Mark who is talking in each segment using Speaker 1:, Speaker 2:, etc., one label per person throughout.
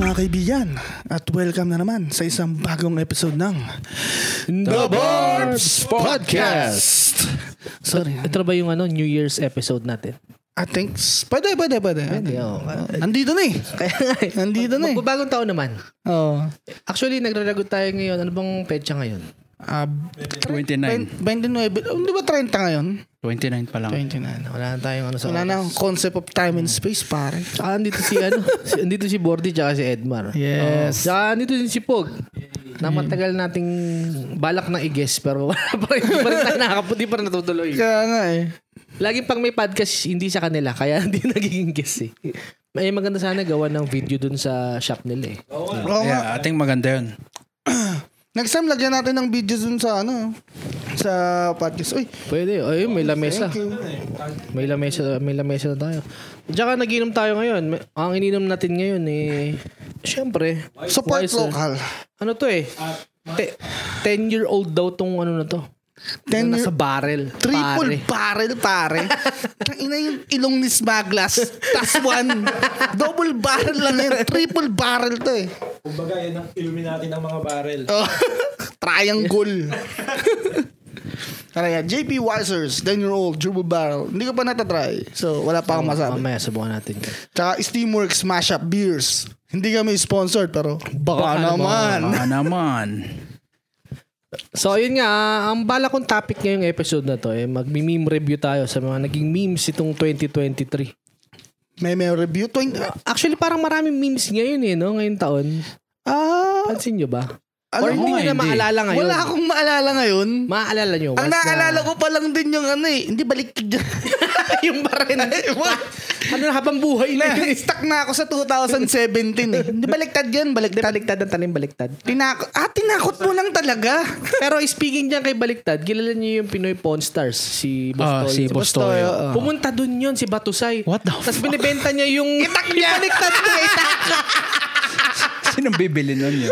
Speaker 1: mga kaibigan at welcome na naman sa isang bagong episode ng
Speaker 2: The Barbs
Speaker 3: Podcast!
Speaker 1: Sorry.
Speaker 2: Ito na ba yung ano, New Year's episode natin?
Speaker 1: I think pwede pwede pwede.
Speaker 2: oo.
Speaker 1: Nandito na eh. Nandito na eh.
Speaker 2: Magbabagong taon naman.
Speaker 1: Oh.
Speaker 2: Actually, nagraragot tayo ngayon. Ano bang petsa ngayon?
Speaker 1: Uh,
Speaker 3: 29.
Speaker 1: 29. Oh, Di ba 30 ngayon?
Speaker 3: 29 pa lang.
Speaker 1: 29.
Speaker 2: Ano, Wala na tayong ano sa
Speaker 1: Wala na ang concept of time and space pare.
Speaker 2: Tsaka andito si ano, si, andito si Bordy tsaka si Edmar.
Speaker 1: Yes.
Speaker 2: Oh, tsaka andito din si Pog. Na matagal nating balak na i-guess pero wala pa rin. Hindi pa rin tayo nakakapu- di pa rin natutuloy.
Speaker 1: Kaya nga eh.
Speaker 2: Lagi pang may podcast, hindi sa kanila. Kaya hindi nagiging guess eh. May maganda sana gawa ng video dun sa shop nila eh.
Speaker 1: Oo nga.
Speaker 3: Yeah, I think maganda yun.
Speaker 1: Next time lagyan natin ng videos dun sa ano sa podcast. Uy,
Speaker 2: Pwede. Ay, may lamesa. May lamesa, may lamesa na tayo. Tsaka nagiinom tayo ngayon. May- Ang ininom natin ngayon eh, syempre.
Speaker 1: support
Speaker 2: Wiser.
Speaker 1: local.
Speaker 2: Ano to eh? Te- 10-year-old daw tong ano na to.
Speaker 1: 10
Speaker 2: Ten
Speaker 1: year
Speaker 2: nasa barrel.
Speaker 1: Triple
Speaker 2: Pare.
Speaker 1: barrel, pare. Ang ina yung ilong ni Smaglas. Tas one. Double barrel lang yun. Triple barrel to eh.
Speaker 4: Kumbaga, yan ang Illuminati ng mga barrel.
Speaker 1: Oh, triangle. Ano yan? JP Wisers, 10 year old, triple barrel. Hindi ko pa natatry. So, wala pa akong masabi.
Speaker 2: Mamaya subukan natin.
Speaker 1: Tsaka Steamworks Mashup Beers. Hindi kami sponsored pero
Speaker 2: Baka
Speaker 1: baka, naman.
Speaker 3: Baka naman.
Speaker 2: So, ayun nga. ah, Ang bala kong topic ngayong episode na to eh, mag-meme review tayo sa mga naging memes itong 2023.
Speaker 1: May may review. Twen-
Speaker 2: Actually, parang maraming memes ngayon eh, no? Ngayong taon.
Speaker 1: Ah,
Speaker 2: Pansin nyo ba?
Speaker 1: alam
Speaker 2: Or
Speaker 1: mo,
Speaker 2: hindi nyo na
Speaker 3: hindi.
Speaker 2: maalala ngayon.
Speaker 1: Ano wala akong maalala ngayon.
Speaker 2: Maaalala nyo.
Speaker 1: Ang naalala ko pa lang din yung ano eh. Hindi baliktad yun.
Speaker 2: yung barren. ano na habang buhay na.
Speaker 1: na, stuck na ako sa 2017 eh. Hindi baliktad yun, baliktad.
Speaker 2: baliktad ang talim, baliktad.
Speaker 1: Tinakot, ah, tinakot mo lang talaga.
Speaker 2: Pero speaking dyan kay Baliktad, kilala niyo yung Pinoy Pawn Stars, si
Speaker 3: Ah,
Speaker 2: Bostoy.
Speaker 3: si Bostoyo.
Speaker 1: Bostoyo,
Speaker 2: Pumunta dun yun, si Batusay.
Speaker 3: What the
Speaker 2: Tapos binibenta niya yung...
Speaker 1: Itak niya. Baliktad niya, itak.
Speaker 3: Sinong bibili nun yun?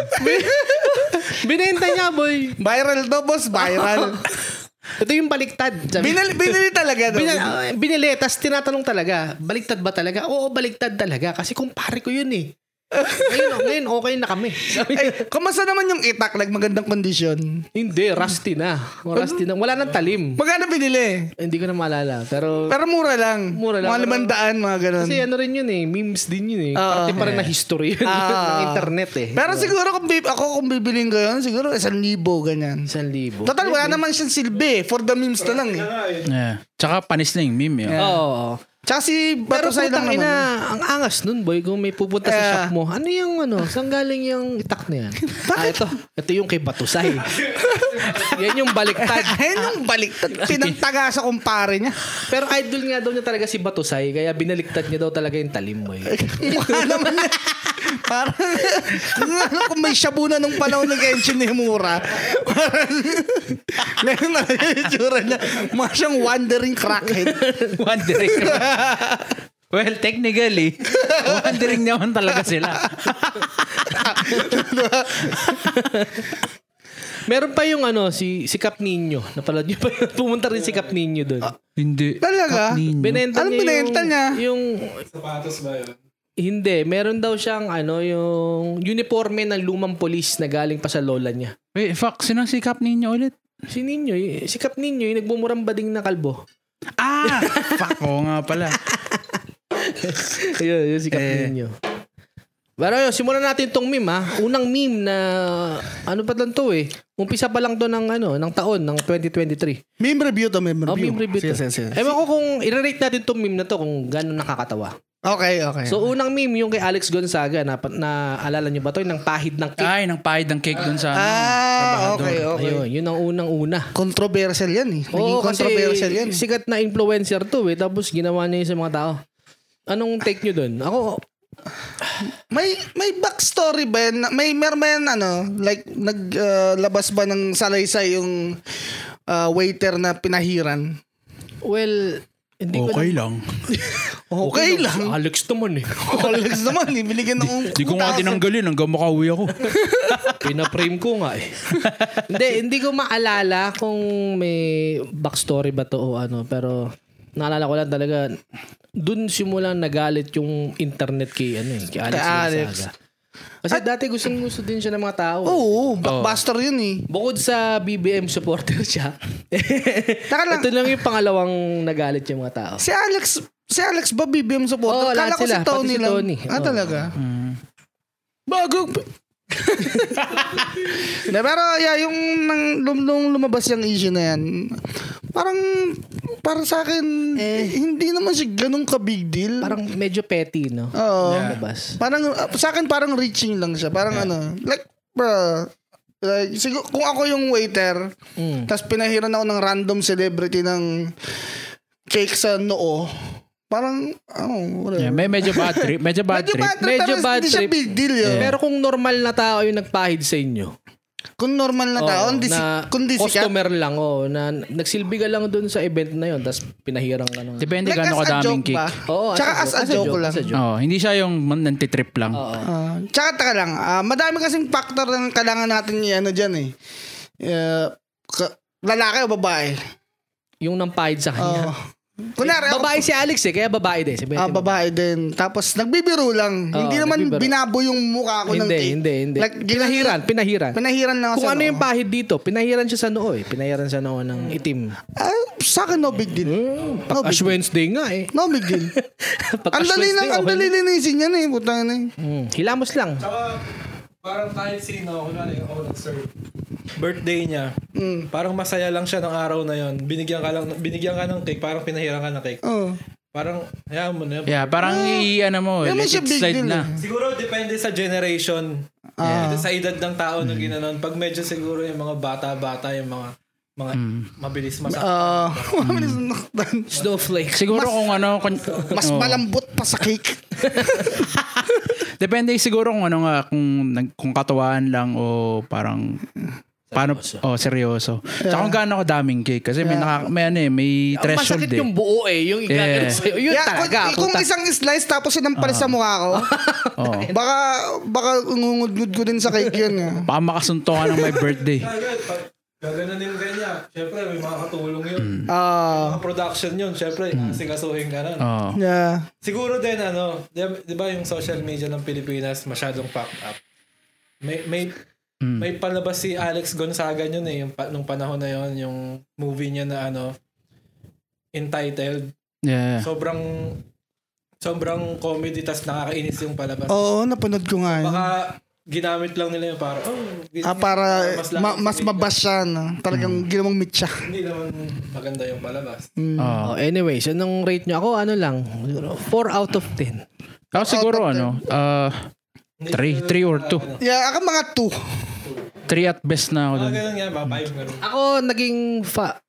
Speaker 2: Binenta niya, boy.
Speaker 1: Viral to, boss, viral.
Speaker 2: Ito yung Baliktad. Sabi,
Speaker 1: Binali, binili talaga to.
Speaker 2: Bin- ah, binili, tapos tinatanong talaga, baliktad ba talaga? Oo, baliktad talaga. Kasi kumpare ko yun eh. ngayon, ngayon, okay na kami. Sabi niya.
Speaker 1: Ay, kumasa naman yung itak, like magandang kondisyon.
Speaker 2: Hindi, rusty na. Rusty na. Wala nang talim.
Speaker 1: Magkano binili?
Speaker 2: Hindi ko na maalala. Pero,
Speaker 1: Pero mura lang.
Speaker 2: Mura
Speaker 1: Mga
Speaker 2: lang. Pero-
Speaker 1: limandaan, mga ganun.
Speaker 2: kasi ano rin yun eh. Memes din yun
Speaker 1: Oo.
Speaker 2: eh. Parte pa rin na history yun. ng internet eh.
Speaker 1: Pero siguro kung bib- ako kung bibiling ko yun, siguro isang libo, ganyan.
Speaker 2: Isang libo.
Speaker 1: Total, wala naman siyang silbi. eh. For the memes na lang eh.
Speaker 3: Yeah. Tsaka panis na yung meme oh. yun.
Speaker 2: Oo.
Speaker 1: Tsaka si
Speaker 2: Pero
Speaker 1: Batosay lang
Speaker 2: putang ina,
Speaker 1: naman.
Speaker 2: ang angas nun boy, kung may pupunta sa
Speaker 1: Eh.
Speaker 2: shop mo, ano yung ano, saan galing yung itak na yan? ah, ito. Ito yung kay Batusay. yan yung baliktad.
Speaker 1: Ayun yung baliktad. Pinagtaga sa kumpare niya.
Speaker 2: Pero idol nga daw niya talaga si Batusay, kaya binaliktad niya daw talaga yung talim boy.
Speaker 1: Mukha naman na. Parang, ano kung may shabu na nung panahon ng Genshin ni Himura. Parang, ngayon na yung itsura niya. Mukha siyang wandering crackhead.
Speaker 3: Wandering. well, technically, wandering naman talaga sila.
Speaker 2: Meron pa yung ano, si, si Cap Nino. Napalad niyo pa yun. Pumunta rin si Cap Nino doon.
Speaker 3: Hindi.
Speaker 1: Talaga?
Speaker 2: Binenta
Speaker 1: Anong
Speaker 2: niya
Speaker 1: binenta
Speaker 2: yung,
Speaker 1: niya?
Speaker 2: Yung,
Speaker 4: Sapatos ba yun?
Speaker 2: hindi. Meron daw siyang ano, yung uniforme ng lumang polis na galing pa sa lola niya.
Speaker 3: Wait, fuck. Sino si Cap Nino ulit?
Speaker 2: Si Nino, y- si Cap Nino, yung nagbumurambading na kalbo.
Speaker 3: Ah! fuck. Oo nga pala.
Speaker 2: Ayun, yun si Cap
Speaker 3: Eh.
Speaker 2: Nino. Pero ayun, simulan natin tong meme ha. Unang meme na, ano pa lang to eh. Umpisa pa lang to ng, ano, ng taon, ng 2023.
Speaker 1: Meme review to, meme
Speaker 2: Oh,
Speaker 1: review.
Speaker 2: meme review to.
Speaker 1: Sige, sige, sige.
Speaker 2: Ewan ko kung i-rate natin tong meme na to kung gano'n nakakatawa.
Speaker 1: Okay, okay.
Speaker 2: So unang meme yung kay Alex Gonzaga na, na alala niyo ba to yung pahid ng cake.
Speaker 3: Ay, nang pahid ng cake dun sa ano.
Speaker 1: ah, okay, okay.
Speaker 2: Ayun, yun ang unang-una.
Speaker 1: Controversial yan eh. Naging
Speaker 2: Oo, kasi
Speaker 1: controversial yan. eh.
Speaker 2: sikat na influencer to eh. Tapos ginawa niya yun sa mga tao. Anong take niyo doon? Ako,
Speaker 1: May may backstory ba yan? May meron ba yan, ano, like naglabas ba ng salaysay yung ah, waiter na pinahiran?
Speaker 2: well, hindi ko
Speaker 3: Okay lang.
Speaker 1: Okay,
Speaker 2: Si
Speaker 1: lang.
Speaker 2: Alex naman eh.
Speaker 1: College naman, eh. binigyan ng
Speaker 3: Di ko
Speaker 1: 2,000.
Speaker 3: nga tinanggalin hanggang makauwi ako.
Speaker 2: Pinaprame ko nga eh. hindi, hindi ko maalala kung may backstory ba to o ano. Pero naalala ko lang talaga, doon simulan nagalit yung internet kay, ano, eh, kay Alex.
Speaker 1: Kay Alex.
Speaker 2: Gonzaga. Kasi dati gustong gusto din siya ng mga tao. eh.
Speaker 1: Oo, blockbuster yun eh.
Speaker 2: Bukod sa BBM supporter siya,
Speaker 1: Taka lang.
Speaker 2: ito lang yung pangalawang nagalit yung mga tao.
Speaker 1: Si Alex, si Alex ba BBM supporter?
Speaker 2: Oo,
Speaker 1: Kala
Speaker 2: lahat
Speaker 1: ko si
Speaker 2: sila,
Speaker 1: Tony
Speaker 2: pati si
Speaker 1: lang.
Speaker 2: Tony.
Speaker 1: Ah,
Speaker 2: Oo. Mm.
Speaker 1: talaga? Bago. Na, pero yeah, yung nang lum, nung lumabas yung issue na yan, parang para sa akin hindi naman siya ganun ka big deal.
Speaker 2: Eh. Parang medyo petty, no?
Speaker 1: Oo.
Speaker 2: Labas.
Speaker 1: Parang uh, sa akin parang reaching lang siya. Parang ano, like bro, like siguro kung ako yung waiter,
Speaker 2: Mm.
Speaker 1: tapos pinahiran ako ng random celebrity ng cake sa noo. Parang, oh, whatever.
Speaker 3: Yeah, may medyo bad trip. Medyo bad
Speaker 1: Medyo
Speaker 3: trip.
Speaker 1: bad trip,
Speaker 2: Medyo
Speaker 1: pero
Speaker 2: bad
Speaker 1: hindi siya
Speaker 2: trip.
Speaker 1: big deal eh. yun.
Speaker 2: Pero kung normal na tao yung nagpahid sa inyo,
Speaker 1: Kung normal na tao, Ah, oh,
Speaker 2: Oo,
Speaker 1: hindi si,
Speaker 2: na
Speaker 1: kundi si Kat.
Speaker 2: customer lang, oh, na nagsilbi ka lang dun sa event na yun, tapos pinahirang ka ng...
Speaker 3: Depende gaano kadaming kick.
Speaker 2: Oo, as
Speaker 1: Tsaka
Speaker 2: a
Speaker 1: as
Speaker 2: joke,
Speaker 1: a joke lang.
Speaker 2: as a joke.
Speaker 3: Oh, hindi siya yung man- nantitrip lang.
Speaker 1: Ah, tsaka taka lang, ah, madami kasing factor na kailangan natin i-ano dyan eh. Eh, ka- lalaki o babae?
Speaker 2: Yung nang pahid sa kanya.
Speaker 1: Oh. Kunwari, ako-
Speaker 2: babae si Alex eh, kaya babae din. Sabihin
Speaker 1: Ah,
Speaker 2: natin,
Speaker 1: babae din. Tapos nagbibiro lang.
Speaker 2: Oo,
Speaker 1: hindi naman
Speaker 2: nagbibiro.
Speaker 1: binabo yung mukha ko ng
Speaker 2: hindi,
Speaker 1: cake.
Speaker 2: hindi, hindi.
Speaker 1: Like,
Speaker 2: pinahiran, pinahiran.
Speaker 1: Pinahiran lang ako
Speaker 2: Kung
Speaker 1: sa
Speaker 2: ano
Speaker 1: noo.
Speaker 2: yung pahid dito, pinahiran siya sa noo eh. Pinahiran sa noo ng itim.
Speaker 1: Ah, sa akin, no big deal. No Oh,
Speaker 2: Pag
Speaker 1: big,
Speaker 2: Ash Wednesday nga eh.
Speaker 1: no big deal.
Speaker 2: Pag
Speaker 1: ang
Speaker 2: Ash
Speaker 1: dali lang,
Speaker 2: Wednesday,
Speaker 1: ang
Speaker 2: okay
Speaker 1: dali
Speaker 2: lang.
Speaker 1: linisin yan eh. Putang na eh.
Speaker 2: Mm, hilamos lang.
Speaker 4: Tsaka, parang kahit sino, kunwari ako nag-serve. Birthday niya.
Speaker 1: Mm.
Speaker 4: Parang masaya lang siya ng araw na yon. Binigyan ka lang binigyan ka ng cake, parang pinahirang ka ng cake.
Speaker 1: Oh.
Speaker 4: Parang hayaan mo na. yun.
Speaker 3: Yeah, parang i-ano mo,
Speaker 1: Hindi naman
Speaker 3: let
Speaker 1: Ah, siya
Speaker 3: it
Speaker 1: big
Speaker 3: slide
Speaker 1: deal eh.
Speaker 3: na.
Speaker 4: Siguro depende sa generation.
Speaker 1: Ah. Mm.
Speaker 4: Ito sa edad ng tao na ginanon. Pag medyo siguro yung mga bata-bata, yung mga mga mabilis masak.
Speaker 1: Mm. Ah, mabilis ang naktan.
Speaker 2: Snowflake.
Speaker 3: Siguro kung ano, kun-
Speaker 1: Mas
Speaker 3: oh.
Speaker 1: malambot pa sa cake.
Speaker 3: Depende siguro kung ano nga, kung, nag- kung katawaan lang o parang paano oh seryoso. Tsaka kung gaano kadaming cake kasi may naka, may ano eh,
Speaker 2: Ang
Speaker 3: may threshold
Speaker 2: masakit
Speaker 3: eh.
Speaker 2: yung buo eh. Yung igagano
Speaker 3: Yeah.
Speaker 2: sa'yo. Yun
Speaker 1: Yeah,
Speaker 2: talaga.
Speaker 1: Kung, kung
Speaker 2: puta.
Speaker 1: isang slice tapos yun ang palis sa mukha ko,
Speaker 3: Oo.
Speaker 1: baka, baka ngungudgud ko din sa cake yun. ah.
Speaker 3: Baka makasunto ka ng my birthday.
Speaker 4: Kagad, pag gaganunin ka niya, syempre may mga katulong yun.
Speaker 1: Ah,
Speaker 4: Mga production yun, syempre,
Speaker 1: Mm.
Speaker 4: sikasuhin ka nun.
Speaker 3: Oo.
Speaker 1: yeah.
Speaker 4: Siguro din, ano, di, di ba yung social media ng Pilipinas masyadong packed up? May, may,
Speaker 1: Hmm.
Speaker 4: may palabas si Alex Gonzaga yun eh, yung, pa- nung panahon na yun, yung movie niya na ano, entitled.
Speaker 1: Ah.
Speaker 3: Yeah.
Speaker 4: Sobrang, sobrang comedy, tas nakakainis yung palabas.
Speaker 1: Oo, napanood ko nga yun.
Speaker 4: Baka ginamit lang nila yung para, oh, gin-
Speaker 1: Ah, para
Speaker 4: mas
Speaker 1: mas,
Speaker 4: lang-
Speaker 1: ma- mas mabas siya, no? Talagang
Speaker 2: Hmm.
Speaker 1: ginawang meet siya.
Speaker 4: hindi naman maganda yung palabas.
Speaker 1: Hmm. Mm.
Speaker 3: Oo.
Speaker 2: Oh, anyways, anong rate nyo? Ako ano lang, 4 out of 10.
Speaker 3: Ako siguro ano, uh, three, three or two.
Speaker 1: Yeah, ako mga two.
Speaker 3: Three at best na ako
Speaker 4: Mga
Speaker 3: dun.
Speaker 4: ganun nga ba, five ganun.
Speaker 2: Ako naging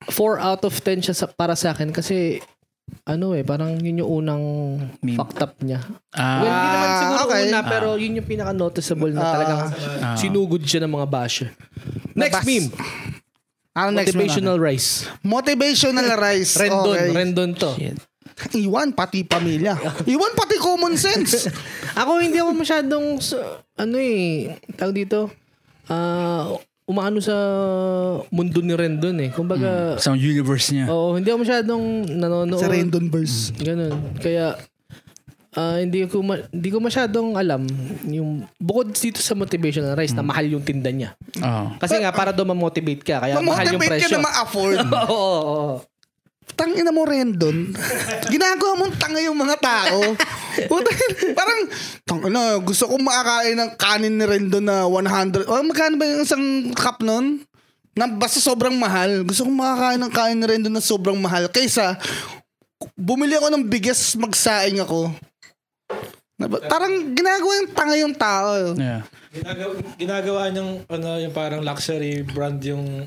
Speaker 2: 4 out of 10 siya sa, para sa akin kasi ano eh, parang yun yung unang fucked up niya.
Speaker 3: Ah,
Speaker 2: well, hindi naman siguro
Speaker 1: okay. Ah.
Speaker 2: una, pero yun yung pinaka-noticeable na talagang sinugod siya ng mga basher. Next
Speaker 1: Nabas.
Speaker 2: meme,
Speaker 1: Ano next
Speaker 2: motivational rice.
Speaker 1: mo na? Motivational rice.
Speaker 2: Rendon,
Speaker 1: Okay.
Speaker 2: rendon to.
Speaker 1: Iwan pati pamilya. Iwan pati common sense.
Speaker 2: Ako hindi ako masyadong sa- ano eh, tawag dito, ah, umaano sa mundo ni Rendon eh. Kumbaga,
Speaker 3: sa
Speaker 1: Oh.
Speaker 3: universe niya.
Speaker 2: oo, hindi ako masyadong nanonood.
Speaker 1: Sa random verse.
Speaker 2: Ganun. Kaya, ah, hindi ko ma- hindi ko masyadong alam yung bukod dito sa motivational rice na mahal yung tinda niya.
Speaker 3: Oo.
Speaker 2: Kasi nga para daw ma-motivate ka kaya mahal yung
Speaker 1: Mamotivate ka
Speaker 2: presyo.
Speaker 1: na ma-afford.
Speaker 2: Oo, oo, oo.
Speaker 1: Tangina mo, Rendon. Ginagawa mong tanga yung mga tao. Putang- Parang, tangina, gusto kong makakain ng kanin ni Rendon na 100. O, magkano ba yung isang cup nun? Na, basta sobrang mahal. Gusto kong makakain ng kanin ni Rendon na sobrang mahal. Kaysa, bumili ako ng bigas, magsaing ako. Na ba- Parang ginagawa yung tanga yung tao.
Speaker 3: Yeah.
Speaker 4: Ginagawa, ginagawa niyang, ano, yung parang luxury brand yung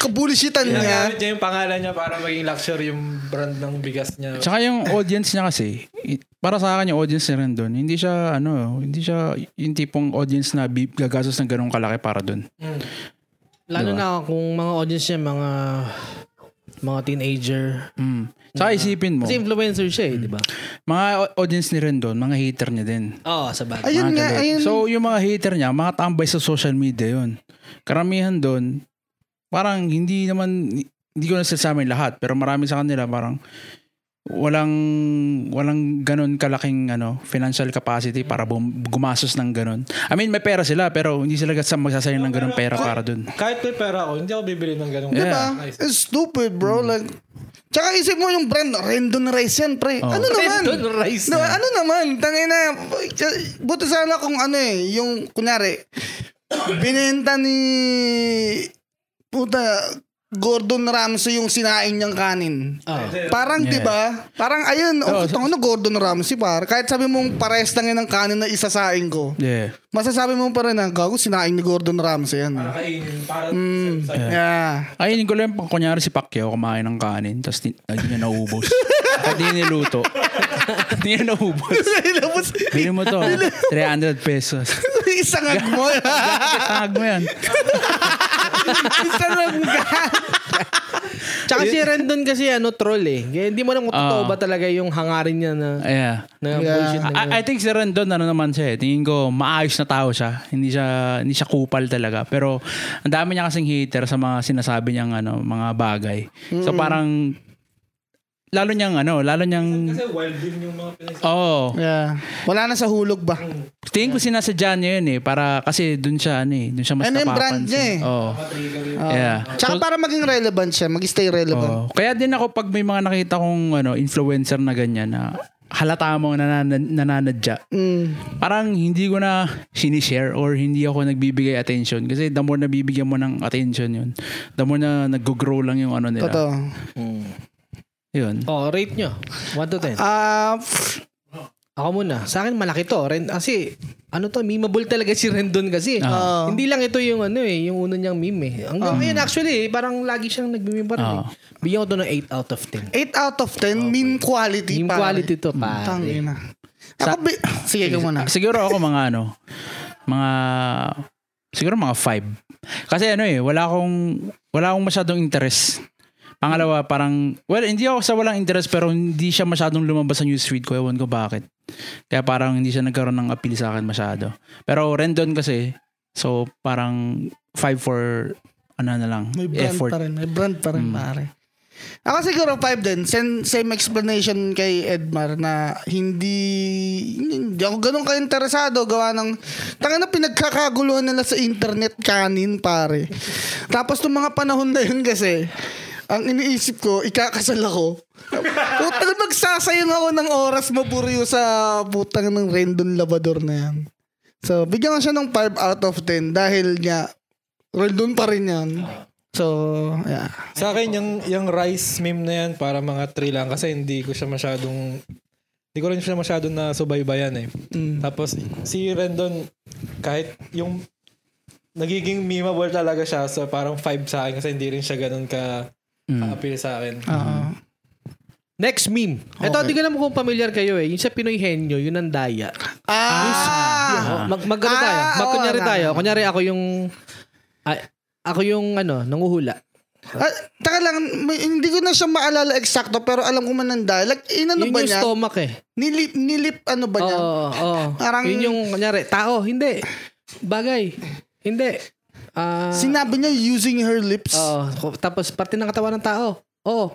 Speaker 1: Kabulisitan niya.
Speaker 4: Ginagamit niya yung pangalan niya para maging luxury yung brand ng bigas niya.
Speaker 3: Tsaka yung audience niya kasi, i- para sa akin yung audience niya rin doon, hindi siya, ano, hindi siya yung tipong audience na bi- gagastos ng ganong kalaki para doon.
Speaker 4: Mm.
Speaker 2: Lalo na kung mga audience niya mga mga teenager.
Speaker 3: Mm. Tsaka isipin mo,
Speaker 2: Kasi influencer siya eh, di ba?
Speaker 3: mga au- audience ni Rendon, mga hater niya din.
Speaker 2: Oo, sa bagay.
Speaker 1: Ayun
Speaker 3: Mga
Speaker 1: nga,
Speaker 3: galit.
Speaker 1: ayun.
Speaker 3: So, yung mga hater niya, mga tambay sa social media yun. Karamihan doon, parang hindi naman, hindi ko nasasamin lahat, pero marami sa kanila parang, walang walang ganun kalaking ano financial capacity para bum, gumastos ng ganun. I mean may pera sila pero hindi sila gasa magsasayang ng ganun pera para dun.
Speaker 4: Kahit may pera ako, hindi ako bibili ng ganung
Speaker 1: Diba? It's stupid, bro. Like, Tsaka isip mo yung brand, Rendon Rice yan, pre. Ano naman?
Speaker 2: Rendon Rice.
Speaker 1: Diba? Ano naman? Tangay na. Buti sana kung ano eh, yung kunyari, binenta ni puta Gordon Ramsay yung sinain niyang kanin. Parang 'di ba? Parang ayun, oh, putang ano Gordon Ramsay par. Kahit sabi mong pares lang yan ng kanin na isasain ko.
Speaker 3: Yeah.
Speaker 1: Masasabi mo pa rin na gago sinain ni Gordon Ramsay yan. Hmm.
Speaker 4: Kainin para sa, sa-
Speaker 1: Ah, Yeah.
Speaker 3: Ayun ko lang pang kunyari si Pacquiao kumain ng kanin tapos di- hindi niya naubos. Hindi niya niluto. Hindi niya naubos.
Speaker 1: Tapos,
Speaker 3: Bili mo to. 300 pesos.
Speaker 1: isang agmo.
Speaker 3: Tag mo yan.
Speaker 1: isang agmo.
Speaker 2: Tsaka si Rendon kasi ano, troll eh. Kaya hindi mo lang kung totoo ba talaga yung hangarin niya na,
Speaker 3: Yeah.
Speaker 2: na bullshit
Speaker 1: ah.
Speaker 2: na
Speaker 3: I, I think si Rendon ano naman siya eh. Tingin ko maayos na tao siya. Hindi siya hindi siya kupal talaga. Pero ang dami niya kasing hater sa mga sinasabi niyang ano, mga bagay. So parang lalo niyang ano, lalo niyang
Speaker 4: Kasi wild din yung mga pinag-
Speaker 3: Oh,
Speaker 1: Yeah. Wala na sa hulog ba?
Speaker 3: tingin ko sinasadya niya yun eh para kasi dun siya ano eh, dun siya mas
Speaker 1: Ano yung brand
Speaker 3: napapansin.
Speaker 1: niya eh.
Speaker 3: Oh. Yeah.
Speaker 1: Tsaka para maging relevant siya, mag-stay relevant.
Speaker 3: Oo. Kaya din ako pag may mga nakita kong ano, influencer na ganyan na halata mo nanan- nananadya. Parang hindi ko na sinishare or hindi ako nagbibigay attention. Kasi the more nabibigyan mo ng attention yun, the more na nag-grow lang yung ano nila.
Speaker 1: Totoo.
Speaker 3: Yun.
Speaker 2: Oh, rate nyo. 1 to 10.
Speaker 1: Ah, pff,
Speaker 2: Ako muna. Sa akin, malaki to. Ren, kasi, ano to, memeable talaga si Rendon kasi.
Speaker 1: Ah.
Speaker 2: Hindi lang ito yung ano eh, yung una niyang meme eh. Hanggang ngayon actually, eh, parang lagi siyang nagmeme pa rin. eh.
Speaker 3: Oo.
Speaker 2: Bigyan ko to ng 8 out of 10.
Speaker 1: 8 out of 10, mean quality
Speaker 2: Meme
Speaker 1: pa.
Speaker 2: quality to, pare.
Speaker 1: Tangina. Ako, bi- sige ka muna.
Speaker 3: Siguro ako mga ano, mga, siguro mga five. Kasi ano eh, wala akong, wala akong masyadong interest. Pangalawa, parang, well, hindi ako sa walang interest pero hindi siya masyadong lumabas sa newsfeed ko. Ewan ko bakit. Kaya parang hindi siya nagkaroon ng appeal sa akin masyado. Pero Rendon kasi, so parang five for, ano na lang,
Speaker 1: May brand
Speaker 3: effort.
Speaker 1: pa rin. May brand pa rin, pare. Ako siguro 5 din. Same, same explanation kay Edmar na hindi, hindi ako ganun ka-interesado. Gawa ng, tanga na pinagkakaguluhan nila sa internet kanin, pare. Tapos nung mga panahon na yun kasi, ang iniisip ko, ikakasal ako. Putang magsasayang ako ng oras mapuriyo sa putang ng Rendon Labador na yan. So, bigyan ko siya ng 5 out of 10 dahil niya, Rendon pa rin yan. So, yeah.
Speaker 4: Sa akin, yung, yung rice meme na yan, para mga three lang. Kasi hindi ko siya masyadong... Hindi ko rin siya masyadong nasubaybayan eh. Tapos, si Rendon, kahit yung... Nagiging memeable talaga siya. So, parang five sa akin kasi hindi rin siya ganun ka... appeal sa akin.
Speaker 1: Ah.
Speaker 2: Uh-huh. Next meme. Ito, hindi ko alam kung familiar kayo eh. Yung sa Pinoy Henyo, yun ang daya.
Speaker 1: Ah!
Speaker 2: Oh, Mag, mag, ano
Speaker 1: Ah,
Speaker 2: tayo. Mag,
Speaker 1: oo,
Speaker 2: kunyari
Speaker 1: nga.
Speaker 2: tayo. Kunyari ako yung... ay, ako yung ano, nanguhula.
Speaker 1: Ah, taka lang, may- hindi ko na siya maalala eksakto pero alam ko man ang dialect. Inano Ano
Speaker 2: yun
Speaker 1: ba
Speaker 2: yung
Speaker 1: niya?
Speaker 2: stomach eh.
Speaker 1: Nilip, nilip ano ba
Speaker 2: Oo,
Speaker 1: niya?
Speaker 2: oo, oo.
Speaker 1: Parang-
Speaker 2: Yun yung, kunyari, tao, hindi. Bagay, hindi. Ah,
Speaker 1: Sinabi niya using her lips.
Speaker 2: oo. Ko- tapos, parte ng katawan ng tao. Oo.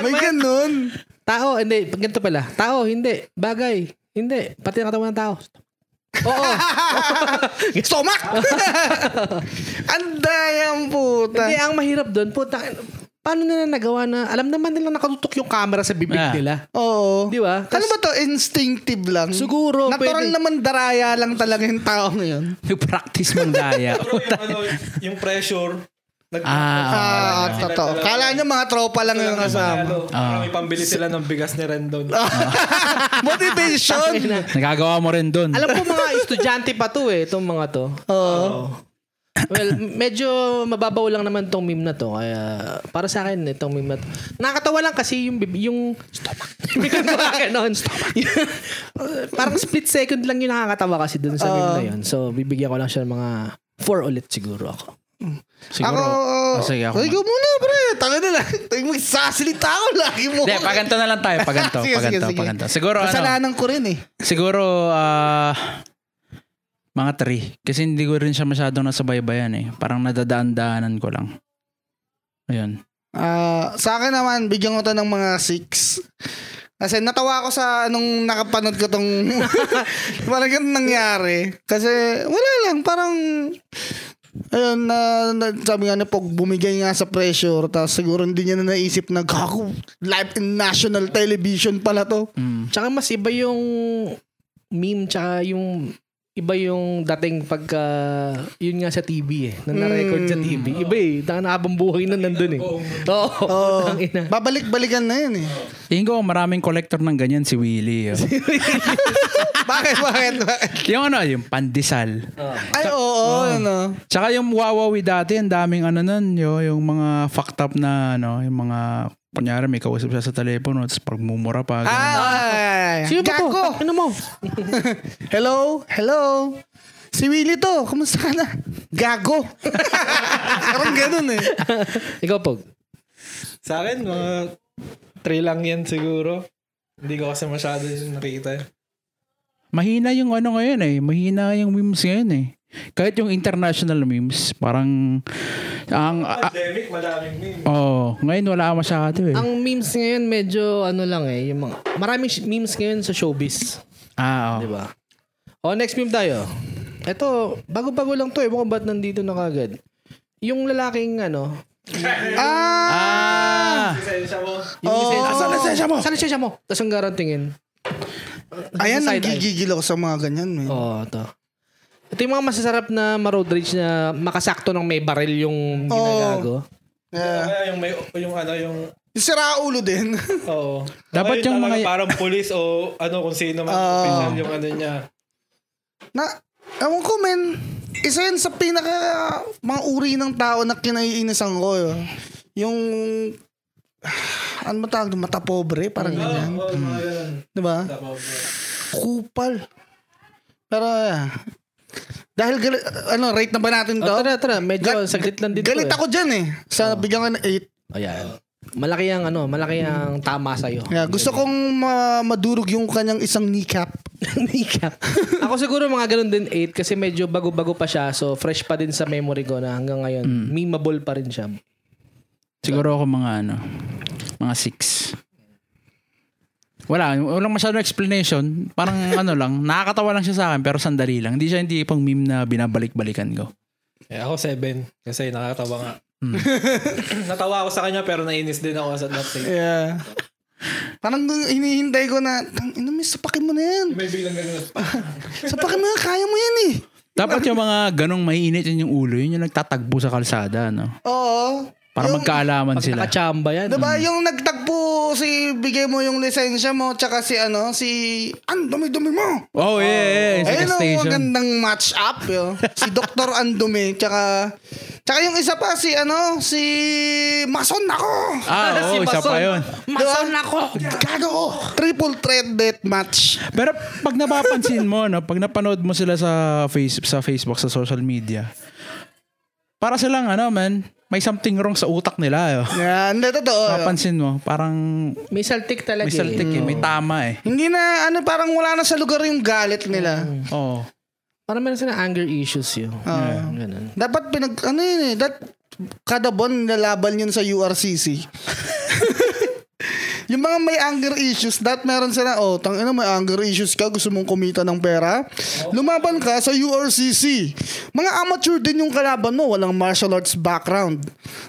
Speaker 1: May ganun.
Speaker 2: Tao, hindi. Ganito pala. Tao, hindi. Bagay, hindi. Parte ng katawan ng tao. Oo.
Speaker 1: Stomach! ang dayang puta.
Speaker 2: hindi, ah. ang mahirap doon, puta, paano nila nagawa na, alam naman nila nakatutok yung camera sa bibig
Speaker 3: Ah.
Speaker 2: nila.
Speaker 1: Oo.
Speaker 2: Di ba?
Speaker 1: Ano ba to? Instinctive lang.
Speaker 2: Siguro,
Speaker 1: Natural
Speaker 2: pwede.
Speaker 1: naman daraya lang talaga yung tao ngayon.
Speaker 3: Nag-practice mong daya.
Speaker 4: Pero yung, ano, yung pressure, nag-
Speaker 1: Ah,
Speaker 4: Sila
Speaker 1: totoo.
Speaker 4: talaga-
Speaker 1: Kala niya mga tropa lang yung kasama.
Speaker 4: Ano,
Speaker 3: Ah.
Speaker 4: parang ipambili sila ng bigas ni Rendon.
Speaker 1: Motivation!
Speaker 3: Nagagawa mo rin dun.
Speaker 2: Alam ko mga estudyante pa to eh, itong mga to.
Speaker 1: Oo.
Speaker 2: Well, m- medyo mababaw lang naman tong meme na to. Kaya para sa akin, itong meme na to. Nakakatawa lang kasi yung, bib- yung stomach. Bigyan ko lang ganun. Parang split second lang yung nakakatawa kasi dun sa meme na yun. So, bibigyan ko lang siya ng mga four ulit siguro ako.
Speaker 3: Siguro.
Speaker 1: Ako,
Speaker 3: Ah, sige, ako.
Speaker 1: Ay, ikaw muna, pre. Tanga na lang. Tayo magsasalita ako. Lagi mo.
Speaker 3: Hindi, paganto na lang tayo. Paganto,
Speaker 1: Sige, sige,
Speaker 3: paganto,
Speaker 1: sige.
Speaker 3: paganto. Siguro ano,
Speaker 1: Kasalanan ko rin eh.
Speaker 3: Siguro, ah, mga three. Kasi hindi ko rin siya masyadong nasabaybayan eh. Parang nadadaan-daanan ko lang. Ayun.
Speaker 1: Ah, sa akin naman, bigyan ko to ng mga 6. Kasi natawa ako sa nung nakapanood ko tong parang ganun nangyari. Kasi wala lang, parang ayun, na, na- sabi nga na pag bumigay nga sa pressure, tapos siguro hindi niya na naisip na gago, live in national television pala to.
Speaker 2: Tsaka mas iba yung meme tsaka yung iba yung dating pagka yun nga sa TV eh na na-record sa TV iba eh na naabang buhay na nandun eh oo
Speaker 1: Oo.
Speaker 2: Tang ina.
Speaker 1: babalik-balikan na yun eh.
Speaker 3: Tingin ko maraming collector ng ganyan si Willie. oh.
Speaker 1: bakit, bakit, bakit?
Speaker 3: yung ano, yung pandesal.
Speaker 1: Ay, oo,
Speaker 2: Oh.
Speaker 1: ano.
Speaker 3: Tsaka yung Wawawi dati, ang daming ano nun, yo, yung mga fucked up na ano, yung mga, kunyari may kausap siya sa telepono, tapos pagmumura pa. ganun.
Speaker 1: Ah, ay.
Speaker 2: sino ba to?
Speaker 1: Gago.
Speaker 2: ano mo?
Speaker 1: Hello? Hello? Si Willie to. Kumusta ka na? Gago. Parang ganun eh.
Speaker 2: ikaw Pog
Speaker 4: Sa akin, mga 3 lang yan siguro. Hindi ko kasi masyado yung nakita.
Speaker 3: Mahina yung ano ngayon eh. Mahina yung memes ngayon eh. Kahit yung international memes, parang ang ah,
Speaker 4: Pandemic, malaming meme.
Speaker 3: oh, ngayon wala masyado eh.
Speaker 2: ang memes ngayon medyo ano lang eh yung mga maraming sh- memes ngayon sa showbiz
Speaker 3: ah,
Speaker 2: di
Speaker 3: oh.
Speaker 2: ba o next meme tayo eto bago-bago lang to eh mukhang ba't nandito na kagad yung lalaking ano
Speaker 1: Ah,
Speaker 3: Ah!
Speaker 4: Sensya mo.
Speaker 2: yung design-
Speaker 1: Asan na sensya mo?
Speaker 2: Saan na sensya Oh! mo? Tapos ang garang tingin.
Speaker 1: ayan,
Speaker 2: Side eye.
Speaker 1: nanggigigil ako sa mga ganyan. eh. Man.
Speaker 2: Oo, oh, to. Ito yung mga masasarap na ma-road rage na makasakto ng may baril yung ginagago.
Speaker 1: Yeah.
Speaker 4: Kaya yung may, yung ano, yung,
Speaker 1: Yung sira ulo din.
Speaker 4: oo.
Speaker 3: Dapat
Speaker 4: Kaya
Speaker 3: yung
Speaker 4: talaga
Speaker 3: mga-
Speaker 4: Parang polis o ano, kung sino man,
Speaker 1: Oo.
Speaker 4: official yung ano niya.
Speaker 1: na, ewan ko men, isa yun sa pinaka mga uri ng tao na kinaiinisan ko. Yun. Yung, ano ba tawag, doon? mata pobre, parang
Speaker 2: Oh.
Speaker 1: ganyan.
Speaker 4: Oo, mga
Speaker 3: Hmm.
Speaker 4: ganun.
Speaker 1: Diba?
Speaker 4: Tama ba?
Speaker 1: Kupal. Pero, eh, dahil, gali- ano, rate na ba natin to?
Speaker 2: Oh, tara, tara. Medyo saglit lang dito.
Speaker 1: Galit
Speaker 2: eh.
Speaker 1: ako dyan eh. Sa bigyan ka ng 8.
Speaker 2: Ayan. Malaki ang ano, malaki ang tama sa'yo.
Speaker 1: Yeah, gusto kong ma- madurog yung kanyang isang kneecap.
Speaker 2: Kneecap. ako siguro mga ganun din 8 kasi medyo bago-bago pa siya. So fresh pa din sa memory ko na hanggang ngayon.
Speaker 3: Mm.
Speaker 2: Memeable pa rin siya.
Speaker 3: Siguro ako mga ano, mga six. Wala, walang masyadong explanation. Parang ano lang, nakakatawa lang siya sa akin pero sandali lang. Hindi siya hindi pang meme na binabalik-balikan ko.
Speaker 4: Eh, ako seven. Kasi nakakatawa nga.
Speaker 3: Hmm.
Speaker 4: Natawa ako sa kanya pero nainis din ako sa nothing.
Speaker 1: Yeah. Parang dun, hinihintay ko na, "Tang, ina may sapakin mo na yan.
Speaker 4: May bilang ganun.
Speaker 1: Sapakin mo yan, kaya mo yan eh.
Speaker 3: Dapat yung mga ganong maiinit yun yung ulo, yun yung nagtatagbo sa kalsada, no?
Speaker 1: Oo.
Speaker 3: Para magkaalaman sila.
Speaker 2: Nakachamba yan.
Speaker 1: Diba, yung nagtagpo si bigay mo yung lisensya mo tsaka si ano, si ang dumi-dumi mo.
Speaker 3: Oh, yeah, yeah, yeah. Sa gas
Speaker 1: Ayun ang
Speaker 3: station.
Speaker 1: magandang match up yo. Si Dr. Andume tsaka tsaka yung isa pa si ano, si Mason ako.
Speaker 3: Ah, oo, isa pa yun.
Speaker 1: Mason
Speaker 2: Diba?
Speaker 1: ako. Gago. Triple threat death match.
Speaker 3: Pero pag napapansin mo, no, pag napanood mo sila sa face sa Facebook, sa social media, para silang ano man, may something wrong sa utak nila. Yo.
Speaker 1: Yan, hindi totoo. yo.
Speaker 3: Napansin mo, parang
Speaker 2: May saltik talaga.
Speaker 3: may saltik eh, may tama eh.
Speaker 1: Hindi na ano parang wala na sa lugar yung galit nila.
Speaker 3: Oo.
Speaker 2: Parang meron sila anger issues yun.
Speaker 1: Ah.
Speaker 2: Ganun.
Speaker 1: Dapat pinag ano yun eh, that kada buwan nilalaban yun sa URCC. yung mga may anger issues, that meron sila, oh, tangina may anger issues ka, gusto mong kumita ng pera, lumaban ka sa URCC. Mga amateur din yung kalaban mo, walang martial arts background.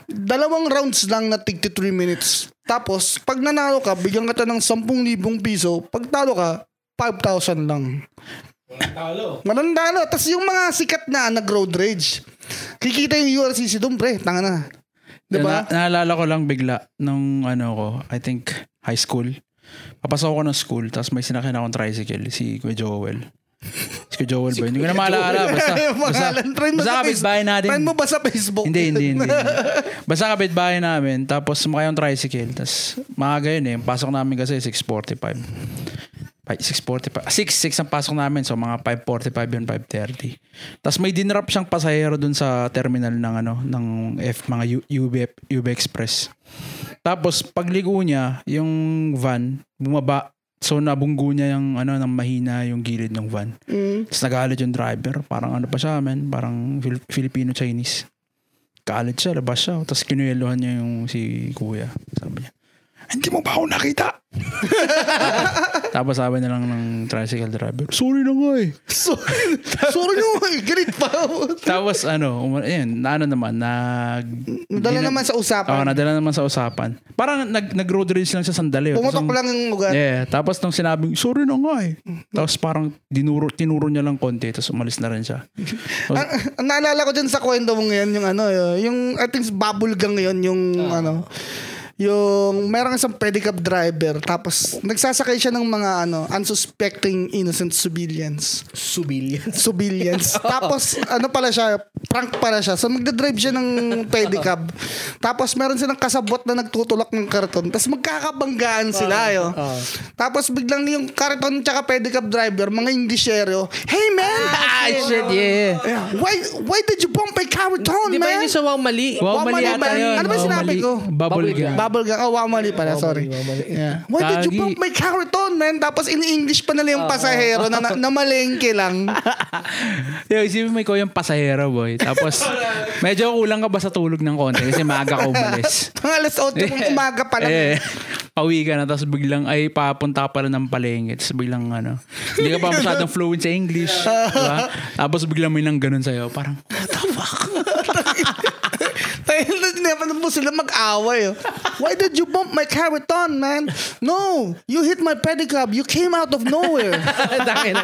Speaker 1: Dalawang rounds lang na tig 3 minutes. Tapos, pag nanalo ka, bigyan ka ta ng 10,000 piso. Pag talo ka, 5,000 lang.
Speaker 4: Talo.
Speaker 1: Manandalo. ano? Tapos yung mga sikat na nag-road rage. Kikita yung URCC doon, pre. Tanga na. Diba?
Speaker 3: Na, naalala ko lang bigla nung ano ko, I think high school. Papasok ko ng school, tapos may sinakyan akong tricycle, si Kuya Joel. Si Kuya Joel ba? yun? Hindi ko na maalala. Basta,
Speaker 1: Yung
Speaker 3: basta,
Speaker 1: pangalan. Friend mo
Speaker 3: basta
Speaker 1: sa
Speaker 3: kapitbahay
Speaker 1: Facebook.
Speaker 3: natin.
Speaker 1: Friend mo ba sa Facebook?
Speaker 3: Hindi, hindi, hindi. Basta kapitbahay namin, tapos sumakay yung tricycle, tapos maaga yun eh. Yung Pasok namin kasi 6.45. Ay, 6.45. 6, 6 ang pasok namin. So, mga 5.45 yun, 5.30. Tapos may dinrap siyang pasahero dun sa terminal ng ano, ng F, mga U, UB, UB Express. Tapos, pagligo niya, yung van, bumaba. So, nabunggo niya yung, ano, ng mahina yung gilid ng van. Tapos nagalit yung driver. Parang ano pa siya, man. Parang Fil- Filipino-Chinese. college siya, labas siya. Tapos kinuyeluhan niya yung si kuya. Sabi niya, hindi mo ba ako nakita? Tapos sabi na lang ng tricycle driver, sorry na nga eh.
Speaker 1: Sorry, sorry nyo, galit pa.
Speaker 3: Tapos ano, um, yun, na ano naman, nag...
Speaker 1: Nadala
Speaker 3: di na-
Speaker 1: naman sa usapan.
Speaker 3: Oo, nadala naman sa usapan. Parang nag, nag-road rage lang siya sandali. oh.
Speaker 1: Pumutok
Speaker 3: Tapos
Speaker 1: lang yung ugat.
Speaker 3: Yeah, tapos nung sinabing, sorry na nga eh. Tapos parang dinuro, tinuro niya lang konti, tapos umalis na rin siya.
Speaker 1: Ang,
Speaker 3: Tapos,
Speaker 1: ang Ah, naalala ko dyan sa kwento mo ngayon, yung ano, yung I think bubble gang yun, yung
Speaker 3: Ah.
Speaker 1: ano, yung merong isang pedicab driver tapos nagsasakay siya ng mga ano unsuspecting innocent civilians
Speaker 2: Subilyan.
Speaker 1: civilians. Tapos, ano pala siya, prank pala siya. So, magdadrive siya ng pedicab. Tapos, meron silang kasabot na nagtutulak ng karton. Tapos, magkakabanggaan sila.
Speaker 2: Ah,
Speaker 1: Yo. Tapos, biglang yung karton tsaka pedicab driver, mga Inglesero, Hey, man!
Speaker 3: ah, shit, yeah.
Speaker 1: Yeah. Why why did you bump my carton,
Speaker 2: Di ba
Speaker 1: man?
Speaker 2: yun yung sa wow mali?
Speaker 3: Oh, Wow, mali
Speaker 1: mali
Speaker 3: yata
Speaker 1: ba?
Speaker 3: yun.
Speaker 1: Ano ba
Speaker 3: Wow,
Speaker 1: sinabi
Speaker 3: mali.
Speaker 1: ko?
Speaker 3: Bubble
Speaker 2: Bubble
Speaker 3: gum.
Speaker 1: Bubble gum. Oh, wamali pala. sorry. Yeah. Why did you
Speaker 3: Tagi.
Speaker 1: bump my carton, man? Tapos, in-English pa
Speaker 2: Ah,
Speaker 1: nila yung pasahero na, na, na malengke lang.
Speaker 3: Yo, isipin mo ikaw yung pasahero, boy. Tapos, medyo kulang ka ba sa tulog ng konti kasi maaga ka umalis.
Speaker 1: Mga alas 8 ng umaga pa lang.
Speaker 3: Eh, pauwi ka na, tapos biglang, ay, papunta ka pala ng palengke. Tapos biglang, ano, hindi ka pa masyadong fluent sa English. diba? Tapos biglang may nang ganun sa'yo. Parang,
Speaker 1: Tayo na tinapan mo sila mag-away. oh. Why did you bump my carroton, man? No, you hit my pedicab. You came out of nowhere.
Speaker 2: Dami na.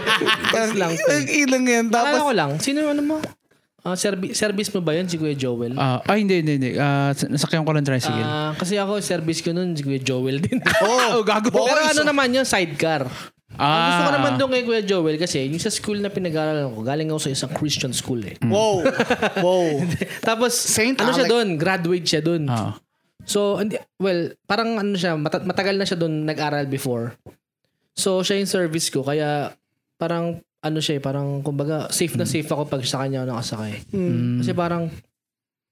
Speaker 2: Yes lang.
Speaker 1: Ang ilang yan. Tapos,
Speaker 2: Alam ko lang, sino yung ano mo? Ah, serbi- service mo ba yun, si Kuya Joel?
Speaker 3: ah, ay, hindi, hindi, hindi. Ah, nasakyan ko lang tricycle.
Speaker 2: Ah,
Speaker 3: Ah,
Speaker 2: kasi ako, service ko nun, si Kuya Joel din.
Speaker 1: oh, gago.
Speaker 2: Pero ano naman yun, sidecar. Ang gusto ko
Speaker 3: Ah.
Speaker 2: naman doon kay Kuya Joel kasi yung sa school na pinag-aralan ko, galing ako sa isang Christian school eh.
Speaker 1: Wow. Wow.
Speaker 2: Tapos,
Speaker 1: Saint
Speaker 2: ano siya
Speaker 1: Alex.
Speaker 2: doon? Graduate siya doon.
Speaker 3: Ah.
Speaker 2: So, hindi, well, parang ano siya, mata- matagal na siya doon nag-aral before. So, siya yung service ko. Kaya, parang, ano siya, eh, parang, kumbaga, safe na
Speaker 3: Hmm.
Speaker 2: safe ako pag sa kanya ako nakasakay. Kasi parang,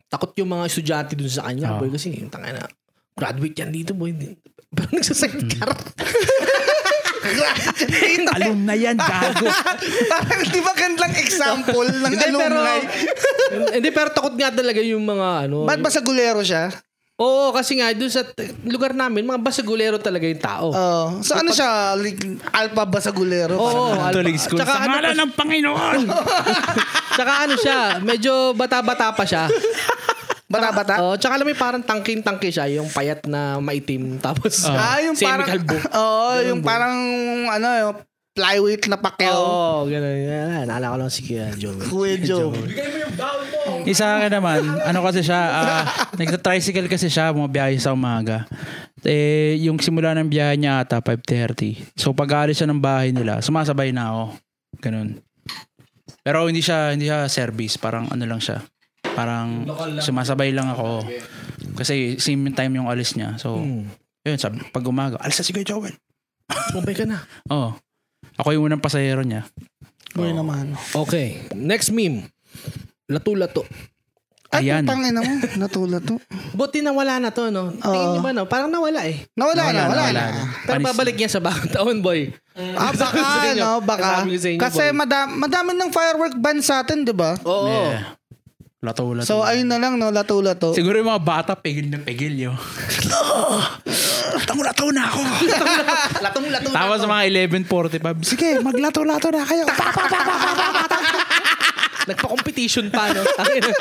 Speaker 2: takot yung mga estudyante doon sa kanya,
Speaker 3: Ah.
Speaker 2: boy. Kasi, tanga na, graduate yan dito, boy. Hindi- Parang
Speaker 3: Hmm.
Speaker 2: nagsasakitkar.
Speaker 3: Alum na yan, gago.
Speaker 1: Parang di ba gandang example ng
Speaker 2: Hindi, pero,
Speaker 1: alumni?
Speaker 2: hindi, pero takot nga talaga yung mga, ano.
Speaker 1: Ba't ba sa gulero siya?
Speaker 2: Oo, kasi nga, doon sa t- lugar namin, mga basagulero talaga yung tao.
Speaker 1: Oh, so, ano siya? Like, alpha ba sa gulero?
Speaker 2: Oo,
Speaker 1: Parang-
Speaker 3: Catholic
Speaker 2: alpa-
Speaker 3: school.
Speaker 2: Tsaka
Speaker 3: Sa
Speaker 2: ano,
Speaker 3: ngala ng Panginoon!
Speaker 2: tsaka ano siya, medyo bata-bata pa siya.
Speaker 1: Bata-bata?
Speaker 2: Oh, tsaka alam mo yung parang tangking-tangke siya, yung payat na maitim. Tapos,
Speaker 1: Ah, yung parang...
Speaker 2: semi-kalbo.
Speaker 1: Oo, yung parang, ano, yung flyweight na pakeo.
Speaker 2: Oo, oh, ganun. Ah, Naalala ko lang si Kuya Joel.
Speaker 1: Kuwedyo.
Speaker 3: Isa sa akin naman, ano kasi siya, ah, nagta-tricycle kasi siya, bumabiyahe sa umaga. Eh, yung simula ng biyahe niya ata, 5.30. So, pag aalis siya ng bahay nila, sumasabay na ako. Ganun. Pero hindi siya, hindi siya service. Parang ano lang siya. Parang sumasabay lang ako. Kasi same time yung alis niya. So, yun, sabi, pag umaga, alis na si Kuya Joel.
Speaker 2: Tumpay ka na.
Speaker 3: Oo. Ako yung unang pasahero niya.
Speaker 1: Uy naman.
Speaker 2: Okay, next meme. Lato-lato.
Speaker 1: Ay,
Speaker 3: Ayan.
Speaker 1: putang ina mo. Natulad to.
Speaker 2: Buti na wala na to, no? Tingin niyo ba, no? Parang nawala eh.
Speaker 1: Nawala, na, wala, na.
Speaker 2: Pero
Speaker 3: Panis-
Speaker 2: babalik niya sa bagong taon, boy.
Speaker 1: Ah, baka,
Speaker 2: Sabi ko sa inyo.
Speaker 1: no, baka.
Speaker 2: Sabi ko sa inyo,
Speaker 1: Kasi
Speaker 2: boy.
Speaker 1: madam, madami ng firework ban sa atin, di ba?
Speaker 2: Oo.
Speaker 3: Eh, Lato-lato.
Speaker 1: So, ayun na lang, no, lato-lato.
Speaker 3: Siguro yung mga bata, pigil na pigil yo. Lato-lato na ako.
Speaker 2: Latong lato.
Speaker 3: Tapos mga 11.45, sige, maglato-lato na kayo. Pa, pa, pa, pa, pa.
Speaker 2: Nagpa-competition pa, no? Tangina.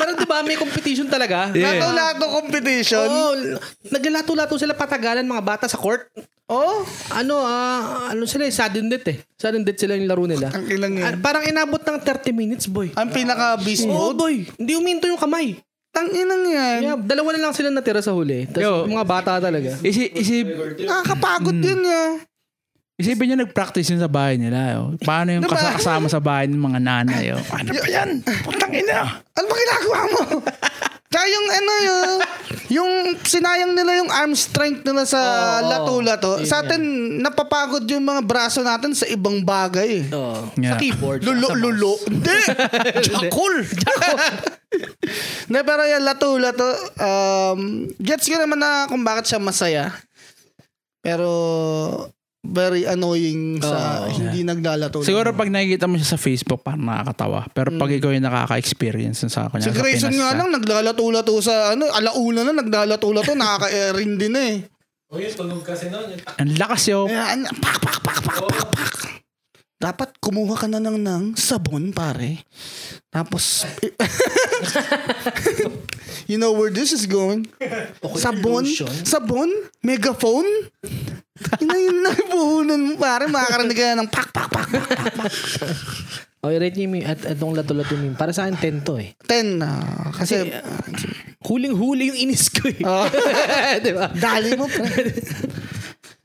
Speaker 2: Pero di ba, may competition talaga.
Speaker 3: Yeah.
Speaker 1: Lato-lato competition.
Speaker 2: Oo, l- naglalato-lato Oh, sila patagalan mga bata sa court.
Speaker 1: Oh,
Speaker 2: Ano, ah, ano sila eh, sudden death eh. Sudden death sila yung laro nila.
Speaker 1: ang ilang
Speaker 2: Ah,
Speaker 1: yun.
Speaker 2: parang inabot ng 30 minutes, boy.
Speaker 1: Ang pinaka-beast
Speaker 2: Oo,
Speaker 1: mode.
Speaker 2: boy. Hindi uminto yung kamay.
Speaker 1: Tang inang yan.
Speaker 2: Kaya dalawa na lang sila natira sa huli.
Speaker 3: Yo.
Speaker 2: Tapos mga bata talaga.
Speaker 3: Isip, isip,
Speaker 1: Nakakapagod yun yun.
Speaker 3: isipin nyo nag-practice yun sa bahay nila. Yo. Paano yung
Speaker 1: Diba?
Speaker 3: kas- kasama sa bahay ng mga nanay? Yo? Ano ba yan? Putang ina.
Speaker 1: Ano ba ginagawa mo? Tsaka yung ano yun, yung sinayang nila yung arm strength nila sa
Speaker 2: Oo,
Speaker 1: lato-lato.
Speaker 2: yun
Speaker 1: Sa atin, napapagod yung mga braso natin sa ibang bagay. eh.
Speaker 2: Oo.
Speaker 3: Yeah.
Speaker 2: Sa keyboard.
Speaker 1: Lulo,
Speaker 2: sa mouse.
Speaker 1: lulo. Hindi! Jakol! Jakol! Hindi, pero yan, lato, lato. Um, gets ko naman na kung bakit siya masaya. Pero very annoying sa hindi naglalato.
Speaker 3: Siguro pag nakikita mo siya sa Facebook, parang nakakatawa. Pero
Speaker 2: Mm.
Speaker 3: pag ikaw yung nakaka-experience nun sa
Speaker 1: si
Speaker 3: kanya.
Speaker 1: Grayson nga lang naglalato-lato sa ano, alauna na naglalato-lato, nakaka-erin din eh.
Speaker 4: O oh, yun, tunog kasi noon. Yung tak-
Speaker 3: ah. Ang lakas yun.
Speaker 1: Kaya, ano, pak, pak, pak, pak, pak, pak. Dapat kumuha ka na ng, ng sabon, pare. Tapos, you know where this is going? sabon?
Speaker 2: lotion.
Speaker 1: Sabon? Megaphone? Ina yun na puhunan mo, pare. Makakarinig ka ng pak, pak, pak, pak, pak, pak.
Speaker 2: O, i-rate niyo yung meme at itong lato-lato meme. Para sa akin, 10 to eh.
Speaker 1: Ten ah, kasi,
Speaker 2: Huling-huli yung inis ko eh.
Speaker 1: ah,
Speaker 2: Di ba?
Speaker 1: dali mo, pre.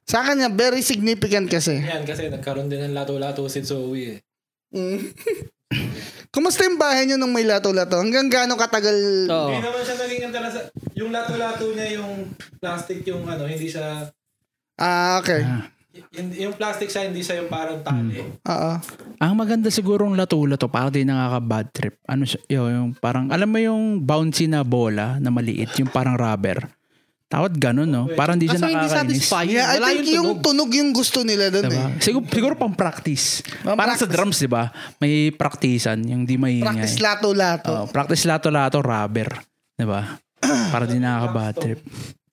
Speaker 1: Sa akin niya, very significant kasi.
Speaker 4: Yan, kasi nagkaroon din ng lato-lato si Zoe eh.
Speaker 1: Mm. Kumusta yung bahay niyo nung may lato-lato? Hanggang gaano katagal
Speaker 2: Oo.
Speaker 4: Hindi naman siya naging antala sa... Yung lato-lato niya, yung plastic, yung ano, hindi siya...
Speaker 1: Ah, okay.
Speaker 4: y- Yung, yung plastic siya, hindi siya yung parang tali.
Speaker 1: Oo.
Speaker 3: Ang maganda siguro ng latula to, para di nakaka-bad trip. Ano siya, yun, yung parang, alam mo yung bouncy na bola na maliit, yung parang rubber. Tawad ganun, no? Parang di siya
Speaker 2: Kaso hindi
Speaker 3: nakakainis.
Speaker 2: satisfying.
Speaker 1: Yeah, I
Speaker 2: Wala
Speaker 1: think yung tunog yung gusto nila doon
Speaker 3: Diba?
Speaker 1: eh.
Speaker 3: Siguro, siguro pang practice.
Speaker 1: Pang
Speaker 3: parang sa
Speaker 1: practice.
Speaker 3: drums, di ba? May practicean, yung di maingay.
Speaker 1: Practice lato-lato.
Speaker 3: Oo, practice lato-lato, rubber. Di ba? Para di nakaka-bad trip.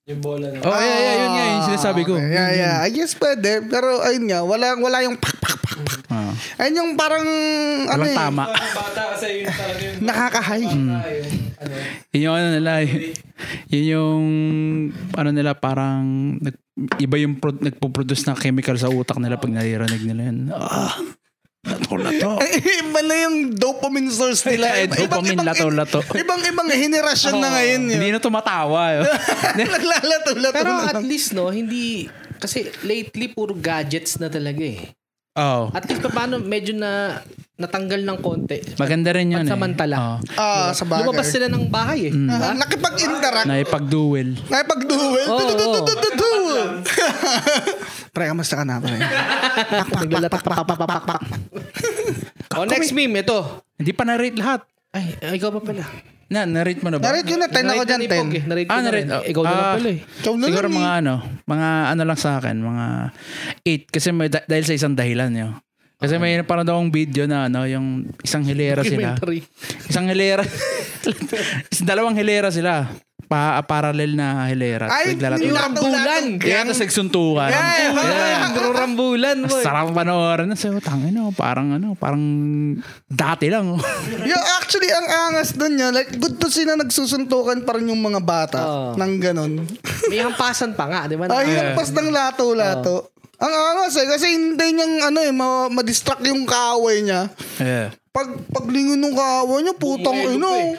Speaker 4: Yung bola na.
Speaker 3: Oh, yeah, yeah, yun nga, yung sinasabi ko.
Speaker 1: Ah, Okay, Yeah, yeah. I guess pwede. Pero ayun nga, wala, wala yung pak, pak, pak, pak.
Speaker 3: Ah,
Speaker 1: Ayun yung parang, ano eh,
Speaker 3: walang tama. Mm.
Speaker 4: Parang bata kasi yun talaga yung...
Speaker 1: nakakahay.
Speaker 4: Bata yung ano.
Speaker 3: Yun yung ano nila, y- yun yung ano nila parang nag, iba yung pro, nagpo-produce ng chemical sa utak nila pag naririnig nila yun. Ah, lato lato.
Speaker 1: Ano Iba na yung dopamine source nila. Iba-
Speaker 3: Yeah,
Speaker 1: ibang-
Speaker 3: dopamine,
Speaker 1: ibang-
Speaker 3: lato-lato.
Speaker 1: Ibang-ibang henerasyon na ngayon yun.
Speaker 3: Hindi na tumatawa. eh. yun.
Speaker 1: Naglalato-lato
Speaker 2: Pero
Speaker 1: na
Speaker 2: at
Speaker 1: lang.
Speaker 2: least no, hindi kasi lately puro gadgets na talaga eh.
Speaker 3: oh,
Speaker 2: At least paano medyo na natanggal ng konti.
Speaker 3: maganda rin yun.
Speaker 2: Pansamantala.
Speaker 3: Eh. Mm. Oh,
Speaker 1: Ah, sa bagay.
Speaker 2: Diba? Lumabas sila ng bahay eh.
Speaker 1: Ah, Nakipag-interact.
Speaker 3: na ipag-duel.
Speaker 1: Nakipag-duel.
Speaker 2: Oo, oo.
Speaker 1: Du-du-du-du-du-du. Pre, kamusta ka na? Pre?
Speaker 2: Naglalatak pak pak pak pak pak. O Oh, next meme ito.
Speaker 3: Hindi pa na-rate lahat.
Speaker 2: Ay, ay, ikaw pa pala.
Speaker 3: Na, na-rate mo na ba?
Speaker 1: Narate yun na, 10 ako
Speaker 2: Narate
Speaker 1: dyan,
Speaker 2: ni Pog, eh.
Speaker 1: 10.
Speaker 2: Narate ko
Speaker 3: Ah,
Speaker 2: na rin.
Speaker 3: na-rate. Oh,
Speaker 2: Ikaw na lang
Speaker 3: ah.
Speaker 2: pala eh.
Speaker 1: Ikaw na
Speaker 3: Siguro
Speaker 1: lang eh.
Speaker 3: mga ano, mga ano lang sa akin, mga 8 kasi may da- dahil sa isang dahilan yun. Kasi may parang daw akong video na ano, yung isang hilera sila.
Speaker 2: Documentary.
Speaker 3: Isang hilera. dalawang hilera sila. Pa ah, parallel na hilera.
Speaker 1: Ay,
Speaker 3: Naglalaro.
Speaker 1: yung
Speaker 2: Rambulan.
Speaker 3: Kaya na nagsuntukan.
Speaker 1: Yeah, yeah.
Speaker 2: Rambulan mo eh.
Speaker 3: Sarap panoorin. Sa tangin no, parang ano, parang dati lang. oh.
Speaker 1: Yo, actually, ang angas dun niya, like, good to sila nagsusuntukan pa rin yung mga bata
Speaker 2: Oo.
Speaker 1: ng ganun.
Speaker 2: May hampasan pa nga, diba? di ba?
Speaker 1: Ay, pas ng lato-lato. Ang angas eh, kasi hindi niyang, ano eh, ma- madistract yung kaaway niya.
Speaker 3: Yeah.
Speaker 1: Pag paglingon ng kaaway niya, putang ino.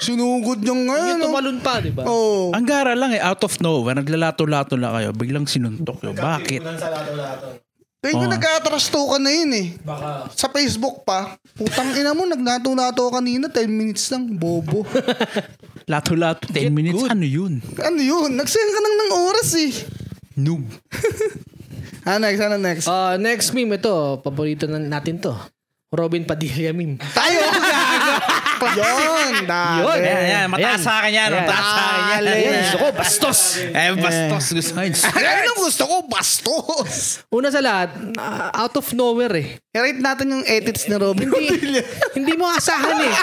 Speaker 1: Sinugod niya ngayon.
Speaker 2: Yung
Speaker 1: oh.
Speaker 2: tumalon pa, diba? di ba?
Speaker 1: Oo.
Speaker 3: Ang gara lang eh, out of nowhere, naglalato-lato lang kayo, biglang sinuntok yun. Bakit?
Speaker 4: Kulang sa lato-lato.
Speaker 1: Tingin ko nagka-atrastukan na yun eh.
Speaker 4: Baka
Speaker 1: Sa Facebook pa, putang ina mo, nagnato-nato ka kanina, 10 minutes lang, bobo.
Speaker 3: Lato-lato, 10 minutes, ano yun?
Speaker 1: ano yun? Nagsayang ka nang ng oras eh.
Speaker 3: Noob.
Speaker 1: Ah, next, ano next?
Speaker 2: Ah, next meme ito, paborito na natin to. Robin Padilla meme.
Speaker 1: Tayo! yun, eh.
Speaker 2: Yun.
Speaker 1: dali.
Speaker 3: Ayan, ayan, mataas
Speaker 2: Ayan.
Speaker 3: sa akin yan, mataas sa akin yan.
Speaker 1: Dali.
Speaker 3: Ayan.
Speaker 2: Gusto ko, bastos.
Speaker 3: Eh, bastos, gusto ko yun.
Speaker 1: Ayun ang ano gusto ko, bastos.
Speaker 2: Una sa lahat, ah, out of nowhere eh.
Speaker 1: I-rate natin yung edits ni Robin
Speaker 2: Hindi,
Speaker 1: Padilla.
Speaker 2: hindi mo asahan eh.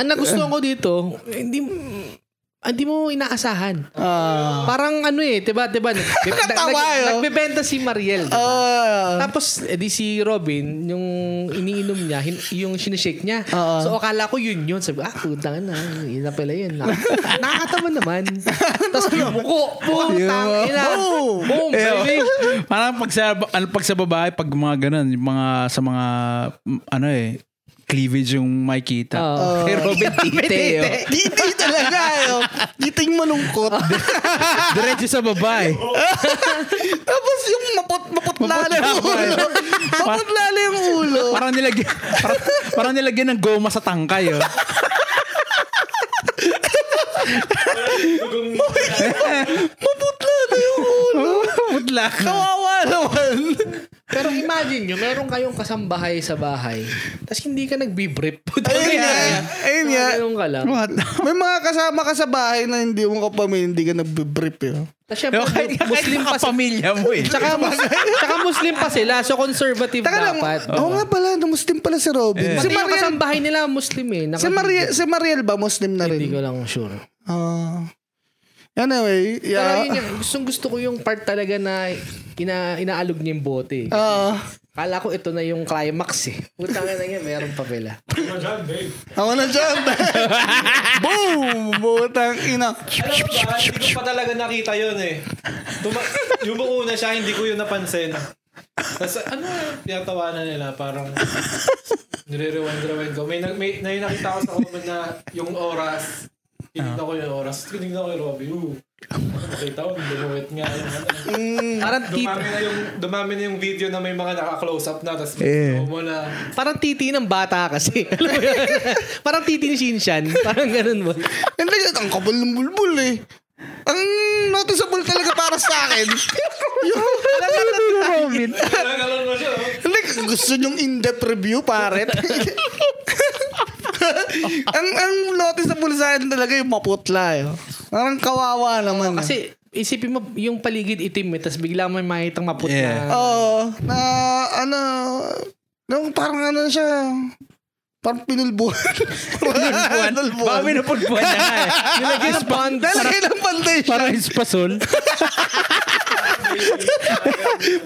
Speaker 2: Ang nagustuhan ko dito, hindi ah, hindi mo inaasahan.
Speaker 1: Ah.
Speaker 2: Parang ano eh, 'di ba? 'Di ba? Nag-
Speaker 1: Nakatawa,
Speaker 2: nag-
Speaker 1: oh.
Speaker 2: Nagbebenta si Mariel. di ba?
Speaker 1: Ah.
Speaker 2: Tapos, edi si Robin, yung iniinom niya, hin- yung sinishake niya.
Speaker 1: Oo.
Speaker 2: So, akala ko yun yun. Sabi, ah, putang na. Yun na pala yun. Nak- Nakakatawa naman. Tapos, bumuko. Boom, tang, ina.
Speaker 1: Ano? Boom.
Speaker 2: Boom, baby.
Speaker 3: Parang pag sa, ano, pag sa babae, pag mga ganun, yung mga, sa mga, mm, ano eh, cleavage yung makikita.
Speaker 2: Oo.
Speaker 3: Kay Robin Tite, yo.
Speaker 2: oh.
Speaker 1: Dito talaga, yo. Dito yung malungkot.
Speaker 3: Diretso sa babae.
Speaker 1: Tapos yung mapot, maputlala yung ulo. Maputlala yung ulo.
Speaker 3: Parang nilagyan, parang, parang nilagyan ng goma sa tangkay, oh.
Speaker 1: Maputlala yung ulo.
Speaker 3: Mutla ka.
Speaker 1: Kawawa naman.
Speaker 2: Pero So imagine nyo, meron kayong kasambahay sa bahay, tapos hindi ka nagbibrip.
Speaker 1: Ayun nga.
Speaker 2: ah.
Speaker 1: Ayun nga.
Speaker 2: Ganun ka lang.
Speaker 3: What?
Speaker 1: May mga kasama ka sa bahay na hindi mo kapamilya, hindi ka nagbe-brief eh. yun.
Speaker 2: Tapos syempre, Muslim pa sila.
Speaker 3: pamilya mo eh.
Speaker 2: Tsaka, mus- tsaka Muslim pa sila, so conservative
Speaker 1: Taka lang,
Speaker 2: dapat. Eh.
Speaker 1: oo nga pala, no, Muslim pala si Robin. Si,
Speaker 2: Pati yung
Speaker 1: Mariel,
Speaker 2: kasambahay nila, Muslim eh. Naka-
Speaker 1: si, Mariel, si Mariel ba, Muslim na
Speaker 2: Hindi ko
Speaker 1: rin?
Speaker 2: lang sure.
Speaker 1: Ah. anyway,
Speaker 2: Pero yun
Speaker 1: yeah.
Speaker 2: yung, gustong gusto ko yung part talaga na ina, inaalog niya yung bote.
Speaker 1: Ah,
Speaker 2: Kala ko ito na yung climax eh. Putang na yan, meron pa pala.
Speaker 1: ako na dyan. Boom! Butang ina.
Speaker 4: Alam mo ba, hindi ko pa talaga nakita yun eh. Tuma- yung buong una siya, hindi ko yun napansin. Tapos ano, pinatawanan nila, parang nire-rewind-rewind ko. May, nag- may, may nakita ko sa comment na yung oras, tinignan ko yung oras, tinignan ko yung Robby, ooh. Nakita ko, lumuwit nga. yung ano.
Speaker 1: Hmm.
Speaker 2: Parang, tit-
Speaker 4: Dumami na yung dumami na yung video na may mga naka-close up na tapos
Speaker 3: Eh.
Speaker 4: slow mo na
Speaker 2: parang titi ng bata kasi. Alam mo yun? parang titi ni Shinshan. Parang ganun mo.
Speaker 1: Hindi, ang kabal ng bulbul eh. Ang noticeable talaga para sa akin. yung,
Speaker 3: Robin.
Speaker 4: Ganun mo siya. oh.
Speaker 1: Like, gusto nyong in-depth review, pare. ang ang lote sa bulsayan talaga yung maputla. Eh. Parang kawawa naman. eh.
Speaker 2: Kasi isipin mo yung paligid itim eh, tapos bigla may makitang maput
Speaker 3: Yeah.
Speaker 2: na.
Speaker 1: Oo. na ano, no, parang ano siya, parang pinulbuhan. pinulbuhan.
Speaker 3: Baka may napagpuan na nga eh.
Speaker 2: Nilagyan ng bond.
Speaker 1: Lalagay ng foundation.
Speaker 3: Parang ispasol.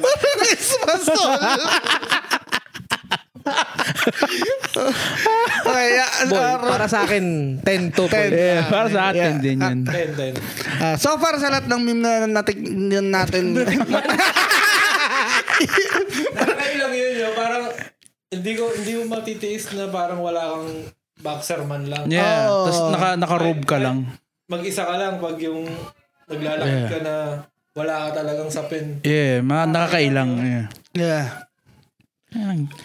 Speaker 1: Parang espasol. okay, ah,
Speaker 2: Boy,
Speaker 1: ah,
Speaker 2: para sa akin, 10 to. boy.
Speaker 1: Ten.
Speaker 3: Yeah, para sa atin
Speaker 1: Yeah.
Speaker 3: din yun.
Speaker 4: Then, then.
Speaker 1: Ah, so far sa lahat ng meme na natin, natin
Speaker 4: Nakakain lang yun yun. Parang hindi ko hindi mo matitiis na parang wala kang boxer man lang.
Speaker 3: Yeah.
Speaker 1: Oh.
Speaker 3: Tapos naka, naka-robe ka lang.
Speaker 4: Mag-isa ka lang pag yung naglalakad ka na wala ka talagang sapin.
Speaker 3: Yeah. Mga nakakailang. Yeah.
Speaker 1: yeah.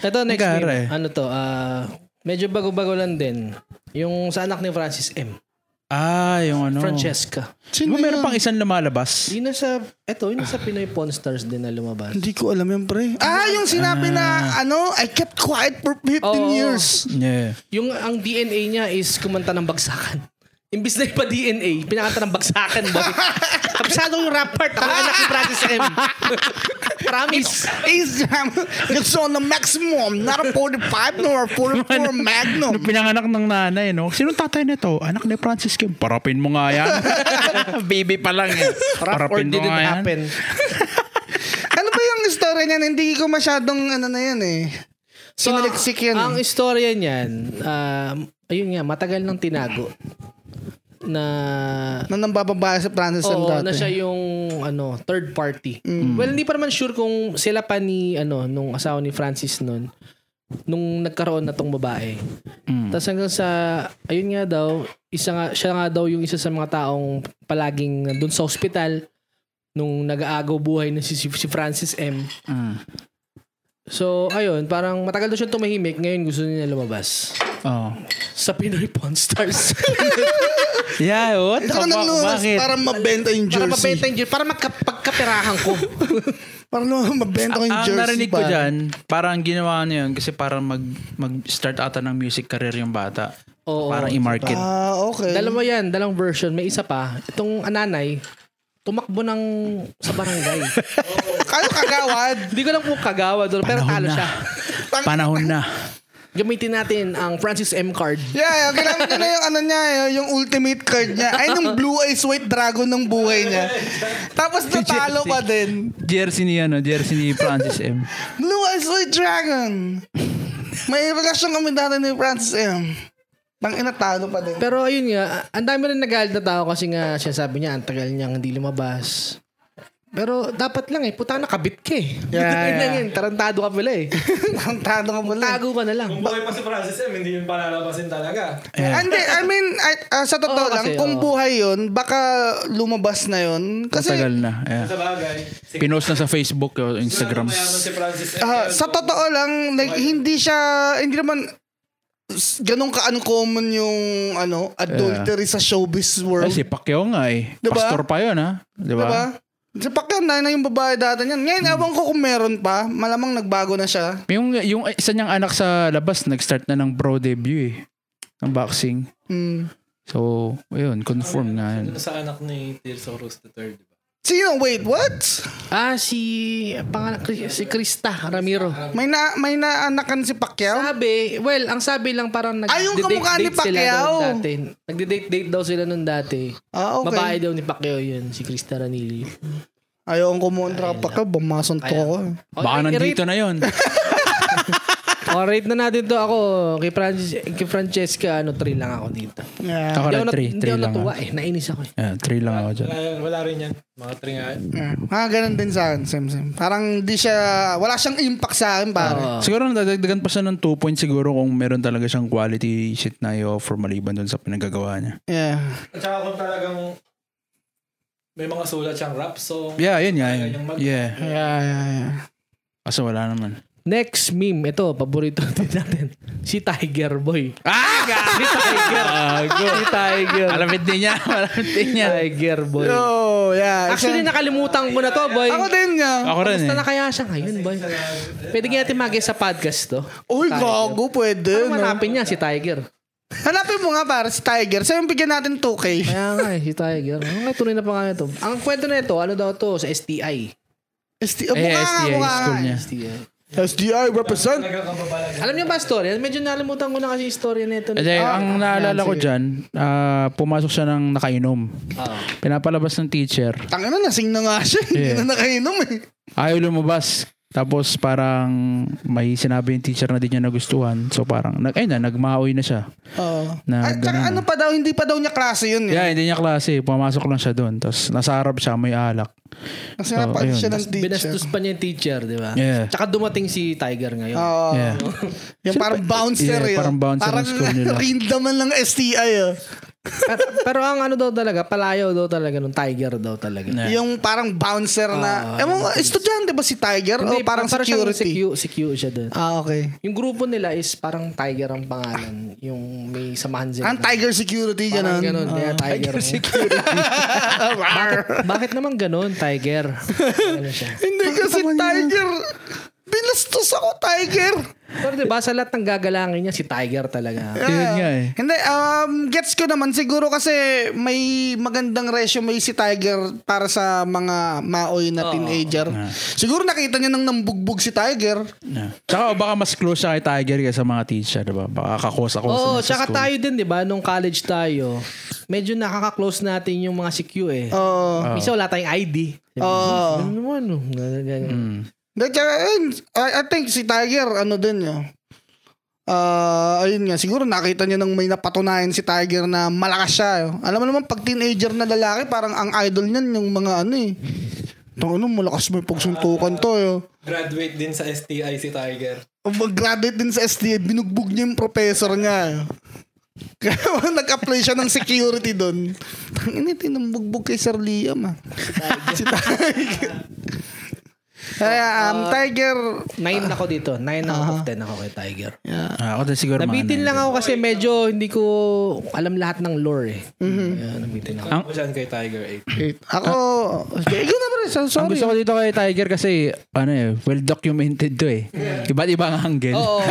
Speaker 2: Ito next
Speaker 3: Gara
Speaker 2: meme.
Speaker 3: eh.
Speaker 2: Ano to? ah, medyo bago-bago lang din. Yung sa anak ni Francis M.
Speaker 3: Ah, yung ano.
Speaker 2: Francesca.
Speaker 3: Di ba meron pang isang lumalabas?
Speaker 2: Yun na sa, eto, yun na sa Pinoy Pawn Stars din na lumabas.
Speaker 1: Hindi ko alam yung pre. Ah, yung sinabi na, ano, I kept quiet for 15
Speaker 3: Oh.
Speaker 2: Oo.
Speaker 1: years.
Speaker 3: Yeah.
Speaker 2: Yung ang DNA niya is kumanta ng bagsakan. Imbis na ipa DNA, pinakanta ng bagsakan boy. Kapisado yung rap part. Ako anak ni Francis M. Promise.
Speaker 1: Ace Jam, it's on the maximum, not a 45 nor a 44
Speaker 3: Nung
Speaker 1: Magnum.
Speaker 3: pinanganak ng nanay, no? Sinong tatay nito? Anak ni Francis Kim. Parapin mo nga yan. Baby pa lang eh.
Speaker 2: Rap or
Speaker 3: Parapin mo
Speaker 2: didn't
Speaker 3: nga yan.
Speaker 2: happen.
Speaker 1: ano ba yung story niyan? Hindi ko masyadong, ano na yan eh. Sinaliksik yan.
Speaker 2: Ang istorya niyan, um, ayun nga, matagal nang tinago na
Speaker 1: na nambababae sa Francis M.
Speaker 2: Oo,
Speaker 1: dati.
Speaker 2: na siya yung ano, third party. Well, hindi pa naman sure kung sila pa ni ano nung asawa ni Francis noon nung nagkaroon na tong babae. Tapos hanggang sa ayun nga daw, isa nga siya nga daw yung isa sa mga taong palaging doon sa ospital nung nag-aagaw buhay na si, si si Francis M.
Speaker 3: Mm.
Speaker 2: So, ayun, parang matagal daw siya tumahimik. Ngayon gusto niya lumabas.
Speaker 3: Oh.
Speaker 2: Sa Pinoy Pawn Stars.
Speaker 3: Yeah, what?
Speaker 1: Saka
Speaker 3: Ba-
Speaker 1: nang lumas
Speaker 3: bakit?
Speaker 1: para mabenta yung
Speaker 2: para
Speaker 1: jersey.
Speaker 2: mabenta yung jersey. Para magkapagkaperahan ko.
Speaker 1: Para naman mabenta ko yung
Speaker 3: Ah, ang
Speaker 1: jersey.
Speaker 3: narinig ko
Speaker 1: pare.
Speaker 3: dyan, parang ginawa niya yun kasi parang mag, mag-start ata ng music career yung bata.
Speaker 2: Oo.
Speaker 3: parang i-market.
Speaker 1: Ah, okay.
Speaker 2: Dalawa yan, dalawang version. May isa pa. Itong ananay, tumakbo ng sa barangay.
Speaker 1: Kayo kagawad.
Speaker 2: Hindi ko lang po kagawa doon, pero
Speaker 3: Panahon
Speaker 2: talo
Speaker 3: na.
Speaker 2: siya.
Speaker 3: Panahon na.
Speaker 2: Gamitin natin ang Francis M. card.
Speaker 1: Yeah, kailangan niya na yung ano niya, eh, yung ultimate card niya. Ay, nung blue eyes white dragon ng buhay niya. Tapos natalo pa din.
Speaker 3: Jersey ni ano, jersey ni Francis M.
Speaker 1: Blue eyes white dragon. May relasyon kami dati ni Francis M. Nang inatalo pa din.
Speaker 2: Pero ayun nga, ang dami rin nagalit na tao kasi nga sinasabi niya, ang tagal niyang hindi lumabas. Pero dapat lang eh, puta nakabit ka eh.
Speaker 1: Yeah,
Speaker 2: Yun lang
Speaker 1: yeah.
Speaker 2: yun, tarantado ka pala eh.
Speaker 1: Nantado ka pala.
Speaker 2: Tago ka na lang.
Speaker 4: Kung buhay pa si Francis M, hindi yun palalabasin talaga.
Speaker 1: Ah, Hindi, I mean, I- ah, sa totoo
Speaker 2: Oo,
Speaker 1: lang,
Speaker 2: kasi,
Speaker 1: kung
Speaker 2: oo.
Speaker 1: buhay yun, baka lumabas na yun. Kasi,
Speaker 3: Matagal na. Yeah.
Speaker 4: Sa bagay. Sige,
Speaker 3: Pinost na sa Facebook o Instagram.
Speaker 4: mayaman si Francis M.
Speaker 1: ah, sa totoo lang, like, hindi siya, hindi naman, s- ganun ka-uncommon yung, ano, adultery sa showbiz
Speaker 3: Ay,
Speaker 1: world.
Speaker 3: si Pacquiao nga eh.
Speaker 1: Diba?
Speaker 3: Pastor pa yun ha. Diba?
Speaker 1: Diba? Sa pakyan na na yung babae data niyan. Ngayon,
Speaker 3: Hmm.
Speaker 1: ewan ko kung meron pa. Malamang nagbago na siya.
Speaker 3: Yung, yung isa niyang anak sa labas, nag-start na ng bro debut eh. Ng boxing.
Speaker 1: Hmm.
Speaker 3: So, ayun, confirm na yan.
Speaker 4: Ano sa anak ni Theosaurus III, di ba?
Speaker 1: Sino? Wait, what?
Speaker 2: Ah, si, pangalan, si Krista Ramiro.
Speaker 1: May na may naanakan si Pacquiao?
Speaker 2: Sabi, well, ang sabi lang parang nag
Speaker 1: Ah, yung
Speaker 2: date-
Speaker 1: kamukha ni
Speaker 2: date sila
Speaker 1: Pacquiao.
Speaker 2: daw Dati. Nagde-date-date daw sila nun dati.
Speaker 1: Ah, okay.
Speaker 2: Babae daw ni Pacquiao yun, si Krista Ranili.
Speaker 1: Ayaw kong kumontra pa ka, bumason to ako.
Speaker 3: Baka nandito na yun.
Speaker 2: O, oh, rate na natin to ako. Kay, Francis, kay Francesca, ano, 3 lang ako dito.
Speaker 1: Yeah.
Speaker 2: Hindi
Speaker 3: Ako rin,
Speaker 2: ako, nat-
Speaker 3: three.
Speaker 2: hindi
Speaker 3: Three
Speaker 2: ako
Speaker 3: lang. ah.
Speaker 2: natuwa
Speaker 3: ako.
Speaker 2: eh. Nainis ako eh.
Speaker 3: Yeah, three lang ako dyan.
Speaker 4: Wala, yan, wala rin yan. Mga tringa.
Speaker 1: Yeah. Ah, ganun din sa akin, same, same. Parang di siya, wala siyang impact sa akin, pare.
Speaker 3: Siguro nadagdagan pa siya ng 2 points siguro kung meron talaga siyang quality shit na i-offer maliban dun sa pinagagawa niya.
Speaker 1: Yeah.
Speaker 4: At saka kung talagang may mga sulat siyang rap song.
Speaker 3: Yeah, yun nga. Yun.
Speaker 4: Yung mag-
Speaker 3: Yeah.
Speaker 1: Yeah, yeah, yeah.
Speaker 3: Kaso wala naman.
Speaker 2: Next meme, ito, paborito din natin. Si Tiger Boy.
Speaker 3: Ah!
Speaker 2: Si Tiger. si Tiger.
Speaker 3: Malamit din niya. Malamit din niya.
Speaker 2: Tiger Boy.
Speaker 1: Oh, yeah.
Speaker 2: Actually,
Speaker 1: Isa-
Speaker 2: nakalimutan ko na to, boy.
Speaker 1: ako din nga.
Speaker 3: Ako rin
Speaker 2: Kamusta
Speaker 3: eh.
Speaker 2: na kaya siya ngayon, boy? Pwede nga natin mag sa podcast to.
Speaker 1: Uy, gago, pwede.
Speaker 2: Ano
Speaker 1: no?
Speaker 2: manapin niya si Tiger?
Speaker 1: Hanapin mo nga para si Tiger. Sa'yo bigyan natin 2K.
Speaker 2: Kaya nga eh, si Tiger. Ano nga, tunay na pangalan to. Ang kwento na ito, ano daw to, sa STI.
Speaker 1: ST, oh,
Speaker 3: Eh,
Speaker 1: mukha nga,
Speaker 3: SDI
Speaker 1: mukha nga.
Speaker 3: school niya.
Speaker 2: STI.
Speaker 1: SDI represent.
Speaker 2: Alam niyo ba ang story? Medyo nalimutan ko na kasi yung story na ito.
Speaker 3: Eh, dahil ang naalala ko dyan, ah, pumasok siya ng nakainom.
Speaker 2: Ah.
Speaker 3: Pinapalabas ng teacher.
Speaker 1: Tangina, nasing na nga siya. Hindi
Speaker 3: Yeah.
Speaker 1: na nakainom eh.
Speaker 3: Ayaw lumabas. Tapos parang may sinabi yung teacher na di niya nagustuhan. So parang, nag, ayun na, nagmaoy na siya.
Speaker 1: Oo.
Speaker 3: Na
Speaker 1: At saka
Speaker 3: ganun.
Speaker 1: ano pa daw, hindi pa daw niya klase yun. Eh.
Speaker 3: Yeah, hindi niya klase. Pumasok lang siya doon. Tapos nasa harap siya, may alak.
Speaker 1: Kasi
Speaker 3: Oh,
Speaker 1: napag
Speaker 3: ayun.
Speaker 1: siya ng teacher.
Speaker 2: Binastos pa niya yung teacher, di ba?
Speaker 3: Yeah.
Speaker 2: Tsaka dumating si Tiger ngayon.
Speaker 1: Oo.
Speaker 3: Yeah.
Speaker 1: Yung parang bouncer eh.
Speaker 3: Yeah, parang bouncer ng school nila.
Speaker 1: rind naman ng STI eh.
Speaker 2: pero, pero ang ano daw talaga, palayo daw talaga nung Tiger daw talaga.
Speaker 3: Yeah.
Speaker 1: Yung parang bouncer na... Ewan ko, estudyante ba si Tiger? o
Speaker 2: Hindi,
Speaker 1: parang
Speaker 2: siyang
Speaker 1: security?
Speaker 2: CQ, CQ siya doon.
Speaker 1: Ah, okay.
Speaker 2: Yung grupo nila is parang Tiger ang pangalan. Yung may samahan sila.
Speaker 1: Ang Tiger Security,
Speaker 2: Parang
Speaker 1: ganun.
Speaker 2: ganun. Kaya Ah. Tiger. Security. bakit, bakit naman ganun, Tiger? ano siya?
Speaker 1: Hindi kasi Tiger. Binastos ako, Tiger.
Speaker 2: Pero diba, sa lahat ng gagalangin niya, si Tiger talaga.
Speaker 3: Yun nga eh.
Speaker 1: Hindi, um, gets ko naman. Siguro kasi may magandang resume si Tiger para sa mga maoy na teenager. Siguro nakita niya nang nambugbog si Tiger.
Speaker 3: Yeah. Tsaka baka mas close siya kay Tiger kaysa mga teacher, diba? Baka kakos ako
Speaker 2: Oo,
Speaker 3: sa
Speaker 2: tsaka tayo din, di ba? Nung college tayo, medyo nakaka-close natin yung mga CQ eh.
Speaker 1: Oo.
Speaker 2: Misa wala tayong ID.
Speaker 1: Oo.
Speaker 2: Ano naman, no? Ganun, ganun.
Speaker 1: Hindi, tsaka, ayun, I, I think si Tiger, ano din yun. Ah, ayun nga, siguro nakita niya nang may napatunayan si Tiger na malakas siya. yo. Alam mo naman, pag teenager na lalaki, parang ang idol niyan yung mga ano eh. Itong ano, malakas mo yung pagsuntukan to. eh. Yo.
Speaker 4: Graduate din sa STI si Tiger.
Speaker 1: mag-graduate din sa SDA, binugbog niya yung professor niya. Kaya nag-apply siya ng security doon. Tangina, tinambugbog kay Sir Liam ah. si Tiger. Kaya, um, Tiger,
Speaker 2: Nine ako dito. Nine out of ten ako kay Tiger.
Speaker 3: Ah, ako din siguro mga
Speaker 2: Nabitin
Speaker 3: ano.
Speaker 2: lang ako kasi medyo hindi ko alam lahat ng lore eh. Kaya nabitin ako.
Speaker 4: Ang dyan kay Tiger 8.
Speaker 1: ako, okay, yun naman rin, so-
Speaker 3: Ang
Speaker 1: sorry.
Speaker 3: gusto ko dito kay Tiger kasi, ano eh, well documented to eh. Iba't ibang angle. Oo.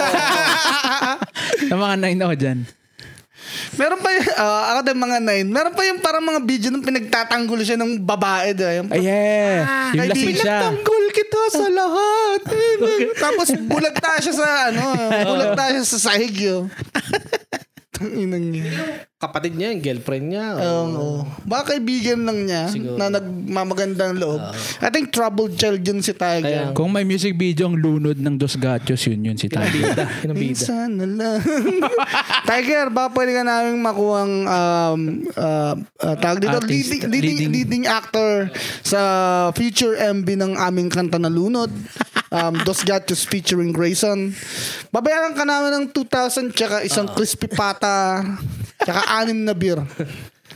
Speaker 3: Yung mga nine ako dyan.
Speaker 1: Meron pa yung, ah, ako din mga nine, meron pa yung parang mga video nung pinagtatanggol siya ng babae doon. Yung
Speaker 3: Ay, yeah.
Speaker 2: Ah,
Speaker 3: yung
Speaker 1: Ay, di-
Speaker 3: lasing siya.
Speaker 1: Pinagtanggol kita sa lahat. Tapos bulagta siya sa ano, bulagta siya sa sahig yun. Tanginang niya.
Speaker 2: Kapatid niya, yung girlfriend niya.
Speaker 1: Oo. Baka kaibigan lang niya na nagmamagandang loob. I think troubled child yun si Tiger.
Speaker 3: Kung may music video ang lunod ng Dos Gatos, yun yun si Tiger.
Speaker 2: Bida. Yun ang bida.
Speaker 1: Minsan na lang. Tiger, baka pwede ka namin makuha ang um, uh, uh, tawag dito,
Speaker 3: Artist.
Speaker 1: leading, leading,
Speaker 3: Leading.
Speaker 1: leading actor sa future MV ng aming kanta na Lunod. Um, Dos Gatos featuring Grayson. Babayaran ka namin ng 2,000 tsaka isang crispy pata tsaka anim na beer.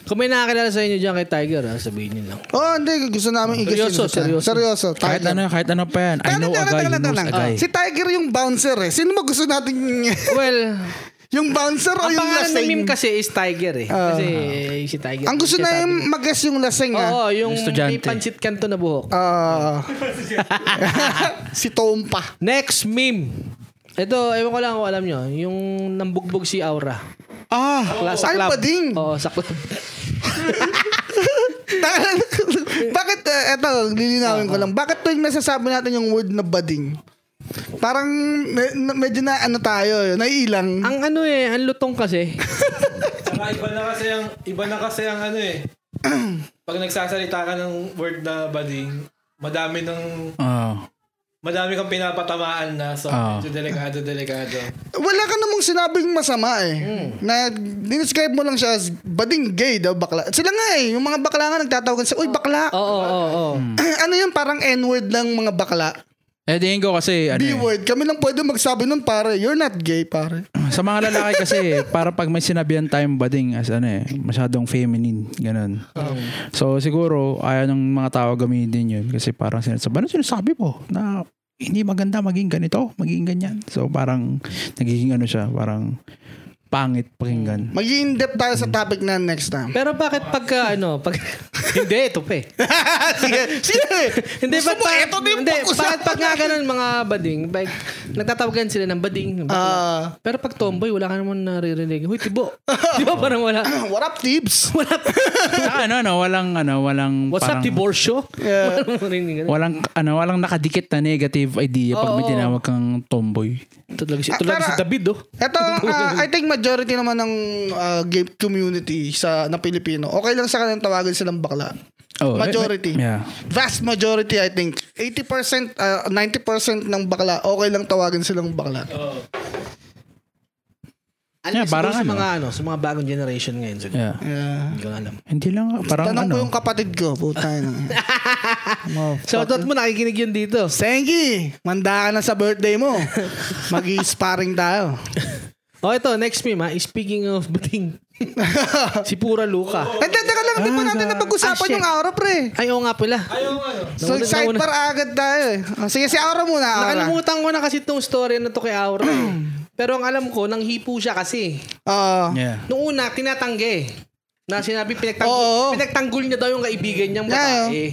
Speaker 2: Kung may nakakilala sa inyo dyan kay Tiger, ha, sabihin niyo lang.
Speaker 1: Oh, hindi. Gusto namin igasin.
Speaker 2: Seryoso,
Speaker 1: sa-
Speaker 2: seryoso.
Speaker 1: Seryoso.
Speaker 3: kahit
Speaker 1: Tiger.
Speaker 3: ano, kahit ano pa yan. I know a guy who knows a guy.
Speaker 1: Si Tiger yung bouncer eh. Sino mo gusto natin
Speaker 2: Well,
Speaker 1: Yung bouncer o
Speaker 2: Ang
Speaker 1: yung
Speaker 2: pangalan ng
Speaker 1: lasing?
Speaker 2: meme kasi is Tiger eh.
Speaker 1: Ah.
Speaker 2: kasi eh, si Tiger.
Speaker 1: Ang gusto
Speaker 2: Siya
Speaker 1: na
Speaker 2: sabi-
Speaker 1: yung mag-guess yung lasing
Speaker 2: Oo,
Speaker 1: ah.
Speaker 2: yung
Speaker 3: Estudyante.
Speaker 2: may pancit kanto na buhok.
Speaker 1: Ah. si Tompa.
Speaker 2: Next meme. Ito, ewan ko lang kung alam nyo. Yung nambugbog si Aura.
Speaker 1: Ah,
Speaker 2: Kla-
Speaker 1: ay
Speaker 2: club. Oh.
Speaker 1: pa din.
Speaker 2: Oo, sa club.
Speaker 1: Bakit, eh, eto, lilinawin ko lang. Bakit tuwing nasasabi natin yung word na bading? Parang me- na- medyo na ano tayo, naiilang.
Speaker 2: ang ano eh, ang lutong kasi.
Speaker 4: Tsaka iba na kasi ang, iba na kasi ang ano eh. Pag nagsasalita ka ng word na bading, madami ng
Speaker 3: Oo.
Speaker 4: madami kang pinapatamaan na so
Speaker 3: Ah.
Speaker 4: medyo delikado delikado.
Speaker 1: Wala ka namang sinabing masama eh. Na dinescribe mo lang siya as bading gay daw bakla. Sila nga eh, yung mga bakla nga nagtatawagan sa, uy bakla.
Speaker 2: Oo, oo, oo.
Speaker 1: ano yun, parang N-word ng mga bakla.
Speaker 3: Eh, tingin ko kasi, ano, eh,
Speaker 1: D-word. Kami lang pwede magsabi nun pare, you're not gay pare.
Speaker 3: sa mga lalaki kasi, para pag may sinabihan tayong bading, as ano eh, masyadong feminine, ganun. So, siguro, ayaw ng mga tao gamitin yun. Kasi parang sinasabi, ano sinasabi po? Na hindi maganda maging ganito, maging ganyan. So, parang nagiging ano siya, parang pangit pakinggan.
Speaker 1: mag in depth tayo sa topic na next time.
Speaker 2: Pero bakit pagka ano, pag... hindi, ito pa eh.
Speaker 1: sige, sige.
Speaker 2: Hindi,
Speaker 1: Gusto
Speaker 2: ba't
Speaker 1: mo,
Speaker 2: pa,
Speaker 1: eto na yung
Speaker 2: hindi,
Speaker 1: pag-usapan
Speaker 2: bakit pag nga ganun mga bading, like, nagtatawagan sila ng bading. ng bakla.
Speaker 1: Ah.
Speaker 2: Pero pag tomboy, wala ka naman naririnig. Huy, tibo. Di ba parang wala?
Speaker 1: What up, tips?
Speaker 2: Wala pa.
Speaker 3: Saka ano, ano, walang, ano, walang,
Speaker 2: What's up,
Speaker 3: parang,
Speaker 2: Tiborcio?
Speaker 1: Yeah.
Speaker 2: Wala mo rinig.
Speaker 3: walang, ano, walang nakadikit na negative idea pag may
Speaker 2: Oo.
Speaker 3: tinawag kang tomboy.
Speaker 2: Ito talaga si,
Speaker 1: Ah,
Speaker 2: ito talaga si
Speaker 1: para-
Speaker 2: David, oh.
Speaker 1: Ito, ah, I think majority naman ng ah, gay community sa na Pilipino, okay lang sa kanilang tawagin silang bakla.
Speaker 3: Oh, eh,
Speaker 1: Majority.
Speaker 3: Yeah.
Speaker 1: Vast majority, I think. 80%, ah, 90% ng bakla, okay lang tawagin silang bakla.
Speaker 2: Alam
Speaker 3: Yeah,
Speaker 2: yeah,
Speaker 3: parang
Speaker 2: sa
Speaker 3: ano.
Speaker 2: mga ano, sa mga bagong generation ngayon. siguro.
Speaker 3: Yeah.
Speaker 1: Yeah.
Speaker 2: Hindi ko alam.
Speaker 3: Hindi lang, parang
Speaker 1: Tanong
Speaker 3: ano.
Speaker 1: ko yung kapatid ko. Puta na.
Speaker 2: So, dot mo nakikinig yun dito.
Speaker 1: Sengi, manda ka na sa birthday mo. Mag-sparring tayo.
Speaker 2: O, oh, ito, next meme, ha? Speaking of buting, si Pura Luca.
Speaker 1: Eh, teka lang, di pa natin napag-usapan
Speaker 2: Ah, shit.
Speaker 1: yung aura, pre.
Speaker 2: Ay, oo nga pala.
Speaker 4: Ayaw ano.
Speaker 1: So,
Speaker 2: Nauna-
Speaker 1: excited
Speaker 2: nauna.
Speaker 1: para agad tayo eh. Oh, sige, si Aura muna, Aura.
Speaker 2: Nakalimutan ko na kasi itong story na to kay Aura. eh. Pero ang alam ko, nanghipo siya kasi.
Speaker 1: Oo.
Speaker 3: Yeah.
Speaker 2: Noong una, tinatanggi. Na sinabi,
Speaker 1: Oo.
Speaker 2: pinagtanggol, pinagtanggol niya daw yung kaibigan niyang
Speaker 1: Yeah,
Speaker 2: babae.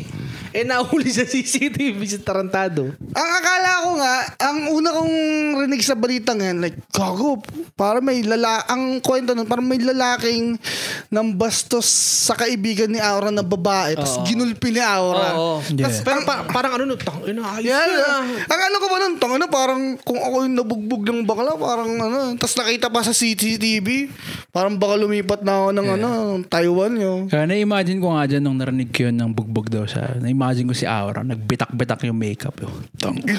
Speaker 2: Eh, nahuli sa CCTV si Tarantado.
Speaker 1: Ang akala ko nga, ang una kong rinig sa balita ngayon, like, gago, para may lala, ang kwento nun, parang may lalaking nang bastos sa kaibigan ni Aura na babae, tapos ginulpi ni Aura.
Speaker 2: Oo.
Speaker 3: Yeah.
Speaker 2: Tas Pero pa- parang ano, no, tang, ina, ayos
Speaker 1: Yeah,
Speaker 2: na.
Speaker 1: Ang ano ko ba nun, tanga na, parang kung ako yung nabugbog ng bakla, parang ano, tapos nakita pa sa CCTV, parang baka lumipat na ako ng ano, Taiwan yun.
Speaker 3: Kaya na-imagine ko nga dyan nung narinig ko yun ng bugbog daw siya. Na-imagine ko si Aura, nagbitak-bitak yung makeup. Yo. Tang-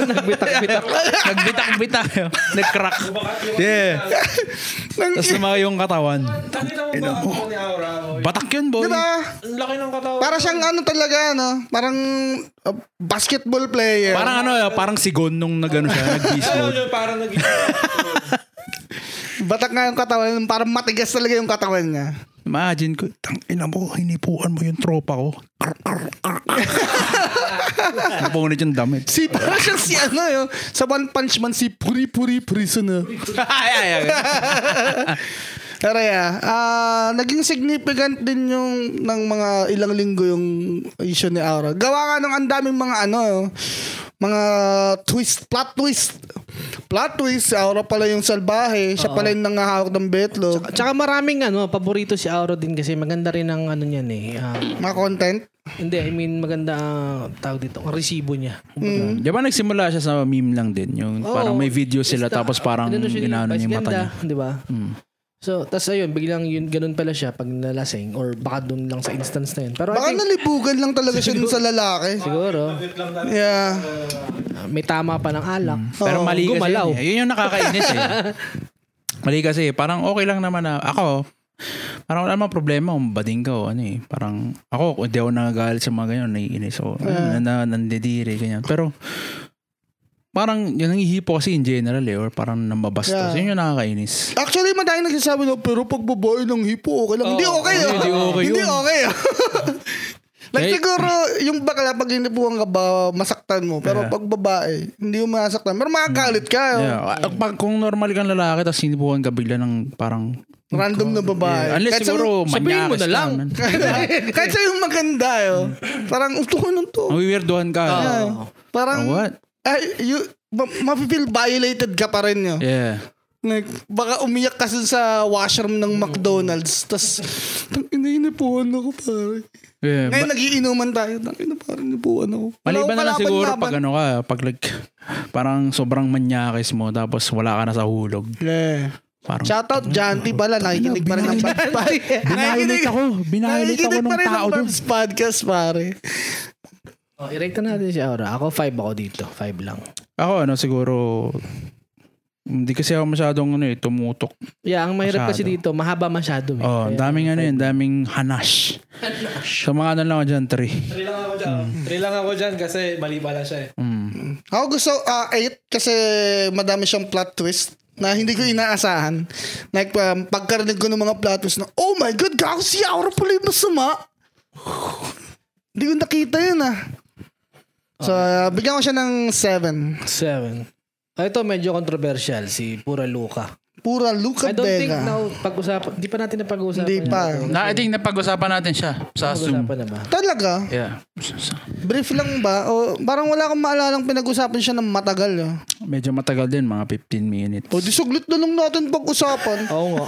Speaker 2: Nagbitak-bitak.
Speaker 3: nagbitak-bitak. Yo. Nag-crack. Yeah.
Speaker 1: Nang,
Speaker 3: Tapos naman yung katawan.
Speaker 4: Nakita mo ba ako ni Aura? boy?
Speaker 3: Batak yun, boy.
Speaker 1: di ba?
Speaker 4: Ang laki ng katawan.
Speaker 1: diba? Para siyang ano talaga, no? Parang uh, basketball player.
Speaker 3: Parang ano, yo, parang sigon nung nag-ano siya, nag-beast
Speaker 4: Alam
Speaker 3: mode.
Speaker 4: nyo, parang nag
Speaker 1: Batak nga yung katawan, parang matigas talaga yung katawan niya.
Speaker 3: Imagine ko, tang ina mo, hinipuan mo yung tropa ko. Krr, krr, krr. Napunit yung damit.
Speaker 1: Si, parang siyang si ano yun. Sa One Punch Man, si Puri Puri Prisoner.
Speaker 3: ay, ay, ay.
Speaker 1: Pero yeah, ah, naging significant din yung ng mga ilang linggo yung issue ni Aura. Gawa nga ng ang daming mga ano, mga twist, plot twist. Plot twist, si Aura pala yung salbahe. Siya pala yung nangahawak ng betlog.
Speaker 2: Tsaka maraming ano, paborito si Auro din kasi maganda rin ang ano niyan eh. Ah,
Speaker 1: Mga content.
Speaker 2: hindi, I mean maganda ang tawag dito, ang resibo niya.
Speaker 3: Di ba nagsimula siya sa meme lang din? Yung Mm. parang may video sila tapos parang
Speaker 2: ano
Speaker 3: inaano niya yung mata niya. Mm.
Speaker 2: Di ba? So, tas ayun, biglang yun, ganun pala siya pag nalasing or baka dun lang sa instance na yun. Pero
Speaker 1: Baka
Speaker 2: I think,
Speaker 1: nalibugan lang talaga siya dun sa lalaki.
Speaker 2: siguro,
Speaker 1: Yeah.
Speaker 2: ah, may tama pa ng alak.
Speaker 3: Pero mali kasi
Speaker 2: Gumalaw.
Speaker 3: yun. eh. Yun yung nakakainis eh. mali kasi parang okay lang naman na ako parang wala namang problema kung bading ka o ano eh. Parang ako, hindi ako nagagalit sa mga ganyan, naiinis ako. Uh, na, nandidiri, ganyan. Pero parang yun ang hihipo kasi in general eh, or parang namabastos.
Speaker 1: Yeah.
Speaker 3: Yun yung nakakainis.
Speaker 1: Actually, madami nagsasabi na, pero pag babae ng hipo, okay lang. Hindi okay.
Speaker 3: Hindi,
Speaker 1: Hindi
Speaker 3: hindi okay
Speaker 1: okay. Hindi
Speaker 3: yun.
Speaker 1: okay. Like
Speaker 3: Eh,
Speaker 1: siguro, yung bakla, pag hinipuan ka ba, masaktan mo. Pero pag babae, hindi mo masaktan. Pero makakalit ka. oh.
Speaker 3: Yeah. Ah, Pag, kung normal kang lalaki, tapos sinibukan ka bigla ng parang...
Speaker 1: Random na babae.
Speaker 3: Unless
Speaker 1: Kahit sa-
Speaker 3: siguro
Speaker 2: sabihin mo
Speaker 3: manyakas
Speaker 2: na lang.
Speaker 3: ka.
Speaker 1: Kahit sa'yo yung maganda, oh. parang utuhan nun to.
Speaker 3: Mawiwirduhan ka.
Speaker 1: Yeah. Parang,
Speaker 3: Mm. Oh. Parang what?
Speaker 1: ay, you, ma- feel violated ka pa rin yun.
Speaker 3: Yeah.
Speaker 1: Like, baka umiyak ka sa- sa washroom ng McDonald's. Tapos, tang inainipuan ako, pare.
Speaker 3: yeah.
Speaker 1: Ngayon, nagiinuman tayo. Tang ina, parang inipuan ako. Wala
Speaker 3: Maliban
Speaker 1: akong
Speaker 3: na lang siguro
Speaker 1: kalaban-laban.
Speaker 3: pag ano ka, pag like, parang sobrang manyakis mo tapos wala ka na sa hulog.
Speaker 1: Yeah.
Speaker 3: Parang,
Speaker 1: Shoutout, Janty pala. Nakikinig pa rin ng Barbs Podcast.
Speaker 3: binayolate ako. Binayolate ako
Speaker 1: Nakikinig pa
Speaker 3: ng
Speaker 1: rin
Speaker 3: tao
Speaker 1: ng
Speaker 3: dun.
Speaker 1: Barbs Podcast, pare.
Speaker 2: Oh, i-rate na natin si Aura. Ako, five ako dito. Five lang.
Speaker 3: Ako ano, siguro, hindi kasi ako masyadong ano eh, tumutok.
Speaker 2: Yeah, ang mahirap kasi
Speaker 3: Masyado.
Speaker 2: dito, mahaba masyado. Eh.
Speaker 3: Oh, ang daming ano yun, daming hanash. Sa mga ano lang ako dyan, three.
Speaker 4: Three lang ako dyan. Three lang ako dyan kasi mali pala siya eh.
Speaker 3: Mm.
Speaker 1: Ako gusto 8 kasi madami siyang plot twist na hindi ko inaasahan. Like, um, pagkarinig ko ng mga plot twist na, oh my God, gago si Aura pala yung masama. Hindi ko nakita yun ah. So,
Speaker 3: Ah.
Speaker 1: uh, bigyan ko siya ng 7.
Speaker 2: Seven. Ah, ito medyo controversial, si Pura Luca.
Speaker 1: Pura Luca
Speaker 2: I don't think
Speaker 1: Vega.
Speaker 2: now pag-usapan, hindi pa natin napag-usapan.
Speaker 1: Hindi
Speaker 2: yan.
Speaker 1: pa.
Speaker 3: Na, I think napag-usapan natin siya sa Zoom.
Speaker 2: Pag-usapan na ba?
Speaker 1: Talaga?
Speaker 3: Yeah. Sa- sa-
Speaker 1: Brief lang ba? O parang wala akong maalalang pinag-usapan siya ng matagal. Ah.
Speaker 3: Medyo matagal din, mga 15 minutes.
Speaker 1: O di suglit na lang natin pag-usapan.
Speaker 2: Oo nga.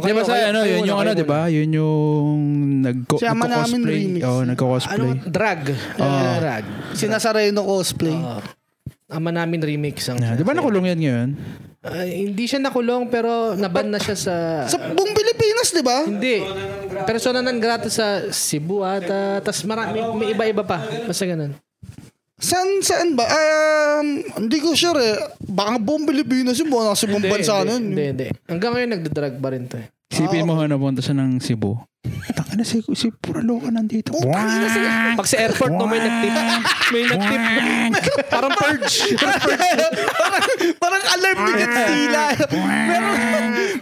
Speaker 3: Di ba sa ano, yun yung ano, di ba? Yun yung nagko-
Speaker 1: Si Ama namin
Speaker 3: nagko-cosplay.
Speaker 1: remix.
Speaker 3: Oo,
Speaker 2: Ano,
Speaker 3: nagko-cosplay.
Speaker 2: drag.
Speaker 3: Oh.
Speaker 2: Eh, Drag.
Speaker 1: Sinasareno cosplay.
Speaker 2: Ah. ama namin remix ang
Speaker 3: Yeah, di ba nakulong yan ngayon?
Speaker 2: Ah, hindi siya nakulong pero naban na siya sa...
Speaker 1: Sa buong Pilipinas, di ba?
Speaker 2: hindi. Persona non grata sa Cebu ata. Tapos marami, may iba-iba pa. Basta ganun.
Speaker 1: Saan, saan ba? Um, hindi ko sure eh. Baka buong Pilipinas yun. Baka nasa ibang bansa nun.
Speaker 2: Hindi, hindi. Hanggang ngayon nagdadrag pa rin to eh.
Speaker 3: Isipin mo, ano, punta siya ng Cebu. Taka na, si, si Puralo ka nandito.
Speaker 1: Ah.
Speaker 2: Pag sa airport, no, may nagtip. May nagtip. Parang purge.
Speaker 1: parang, parang alarm ni Godzilla. merong,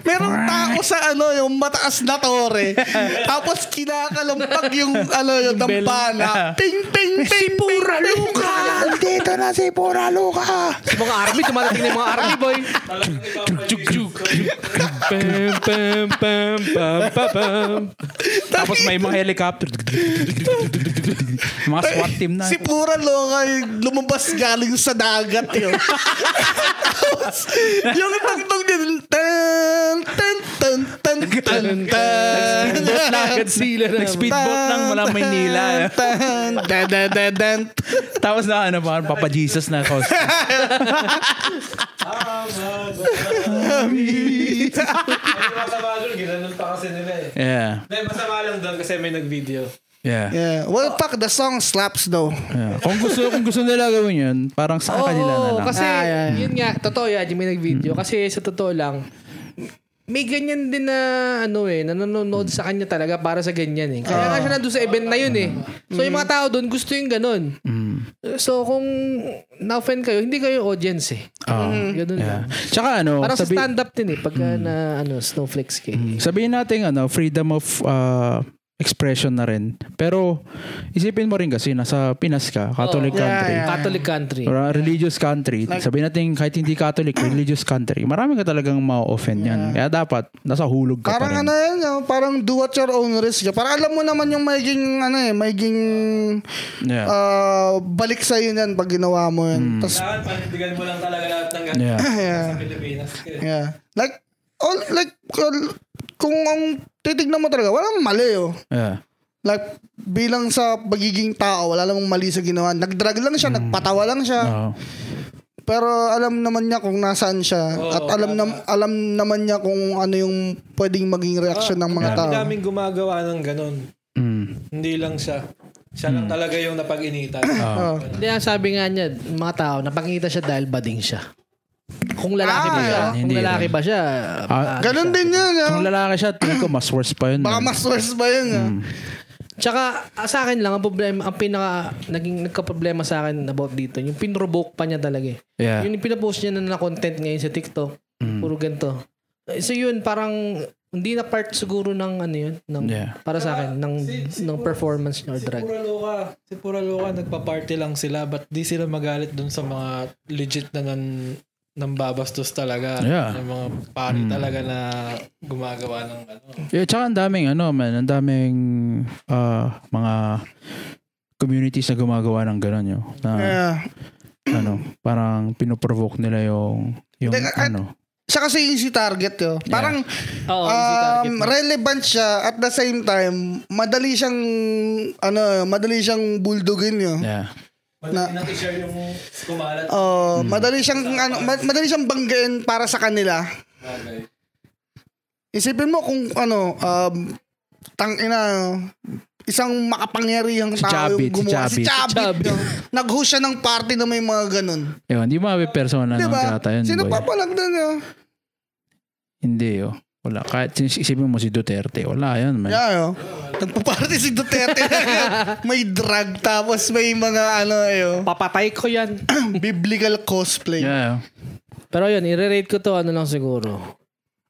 Speaker 1: merong tao sa ano, yung mataas na tore. Tapos kinakalampag yung, ano, yung dampana. Ping, ping, ping, pura luka. Dito na si pura luka.
Speaker 2: Sa mga army, tumatating na yung mga army boy.
Speaker 3: pam, pam, pam, pam, pam, pam. Tapos may mga helicopter. mga SWAT team na.
Speaker 1: Si Pura Loka yung lumabas galing sa dagat yun. Tapos, yung tugtog din, tan, tan, tan, tan, tan, tan.
Speaker 3: Godzilla na. Nag-speedboat lang mula Maynila. eh.
Speaker 1: Tan, tan, da, da, da, dan.
Speaker 3: Tapos na ano pa, Papa Jesus na cosplay.
Speaker 4: Ay, masama dun, ginanon pa kasi nila eh.
Speaker 3: Yeah.
Speaker 4: Hindi, masama lang doon kasi may nag-video.
Speaker 3: Yeah.
Speaker 1: Yeah. Well, fuck, the song slaps though.
Speaker 3: Yeah. Kung gusto kung gusto nila gawin 'yun, parang sa kanila na lang.
Speaker 2: kasi
Speaker 1: Ah, yeah, yeah.
Speaker 2: yun nga, totoo yan, yung may nag-video.
Speaker 1: Hmm.
Speaker 2: Kasi sa totoo lang, may ganyan din na ano eh, na nanonood sa kanya talaga para sa ganyan eh. Kaya
Speaker 1: Ah.
Speaker 2: nga siya nandun sa event na yun eh. So yung
Speaker 1: Hmm.
Speaker 2: mga tao doon gusto yung ganun. So kung na-offend kayo, hindi kayo audience eh.
Speaker 3: Oo.
Speaker 2: Ganun lang.
Speaker 3: Yeah. Tsaka ano,
Speaker 2: Parang
Speaker 3: sabi, Mm.
Speaker 2: sa stand-up din eh, pagka na ano, snowflakes kayo.
Speaker 3: sabihin natin ano, freedom of uh, expression na rin. Pero isipin mo rin kasi nasa Pinas ka, Catholic
Speaker 1: Yeah,
Speaker 3: country.
Speaker 1: Oh. yeah.
Speaker 2: Catholic country.
Speaker 3: Or a religious country. Sabihin natin kahit hindi Catholic, religious country. Marami ka talagang ma-offend yan. Kaya dapat nasa hulog ka
Speaker 1: Parang
Speaker 3: pa rin.
Speaker 1: ano yan, no? parang do at your own risk. eh. Parang alam mo naman yung magiging, ano eh, magiging
Speaker 3: yeah. Hmm.
Speaker 1: ah, balik sa'yo yan pag ginawa mo yun. Tapos
Speaker 4: Dapat panindigan mo lang talaga lahat ng ganito
Speaker 3: yeah.
Speaker 1: yeah.
Speaker 4: sa Pilipinas. Kasi
Speaker 1: Yeah. Like, all, like, all- kung ang titignan mo talaga, walang mali, oh.
Speaker 3: Yeah.
Speaker 1: Like, bilang sa pagiging tao, wala namang mali sa ginawa. Nag-drag lang siya, nagpatawa lang siya.
Speaker 3: Oo.
Speaker 1: Pero alam naman niya kung nasaan siya. At alam nam alam naman niya kung ano yung pwedeng maging reaction ng mga
Speaker 4: Ang
Speaker 1: tao.
Speaker 4: daming gumagawa ng ganun.
Speaker 3: Mm.
Speaker 4: Hindi lang siya. Siya
Speaker 3: Hmm.
Speaker 4: lang talaga yung napag-initan.
Speaker 3: Ah.
Speaker 1: Oh.
Speaker 2: Hindi, ang sabi nga niya, mga tao, napangita siya dahil bading siya. Kung
Speaker 1: Ah,
Speaker 2: lalaki ba siya,
Speaker 1: yeah.
Speaker 2: kung
Speaker 3: Hindi
Speaker 2: lalaki ba siya, ano
Speaker 3: Ah,
Speaker 1: Ganun din yun, ah.
Speaker 3: kung lalaki siya, tingin ko mas worse pa yun.
Speaker 1: Baka
Speaker 3: man.
Speaker 1: mas worse ba yun, ah.
Speaker 2: Tsaka ah, sa akin lang ang problema, ang pinaka naging nagka-problema sa akin about dito, yung pinroboke pa niya talaga eh.
Speaker 3: Yeah. Mm.
Speaker 2: Yun yung pinapost niya na na content ngayon sa TikTok. Puro ganito. Eh, So yun, parang hindi na part siguro ng ano yun, ng,
Speaker 3: Yeah.
Speaker 2: para sa akin, ng, ng performance niya or
Speaker 4: Si
Speaker 2: drag.
Speaker 4: Puraloka, si Puraloka nagpa-party lang sila but di sila magalit dun sa mga legit na nan nambabastos talaga.
Speaker 3: Yeah. Hmm.
Speaker 4: Yung mga pari talaga na gumagawa ng ano.
Speaker 3: Yeah, tsaka ang daming ano man, ang daming ah, mga communities na gumagawa ng ganun yun. Na,
Speaker 1: Yeah.
Speaker 3: ano, parang pinoprovoke nila yung yung
Speaker 1: Teka, at-
Speaker 3: ano.
Speaker 1: Siya kasi easy target yun. Parang
Speaker 2: Oo,
Speaker 3: Oh,
Speaker 2: easy target
Speaker 1: um, relevant siya at the same time, madali siyang ano, madali siyang buldugin yun.
Speaker 3: Yeah.
Speaker 4: Madali na i-share yung kumalat
Speaker 1: Oh,
Speaker 3: Hmm.
Speaker 1: madali siyang ano, ma- madali siyang banggain para sa kanila.
Speaker 4: bagay.
Speaker 1: Isipin mo kung ano, um, tangina, isang makapangyarihang
Speaker 3: Si
Speaker 1: tao
Speaker 3: Chabit,
Speaker 1: yung
Speaker 3: si
Speaker 1: gumawa. Si
Speaker 3: Chabit.
Speaker 1: Chabit. yun. Nag-host siya ng party na may mga ganun.
Speaker 3: Ewan, hindi mga web persona ng
Speaker 1: diba?
Speaker 3: grata yun.
Speaker 1: Sino
Speaker 3: boy.
Speaker 1: pa palag doon yun?
Speaker 3: Hindi oh. Wala. Kahit sinis- isipin mo si Duterte, wala yan man.
Speaker 1: Yeah, yun. Nagpa-party si Duterte. may drag tapos may mga ano yun.
Speaker 2: Papatay ko yan.
Speaker 1: Biblical cosplay.
Speaker 3: Yeah.
Speaker 2: Pero yun, i-rate ko to ano lang siguro.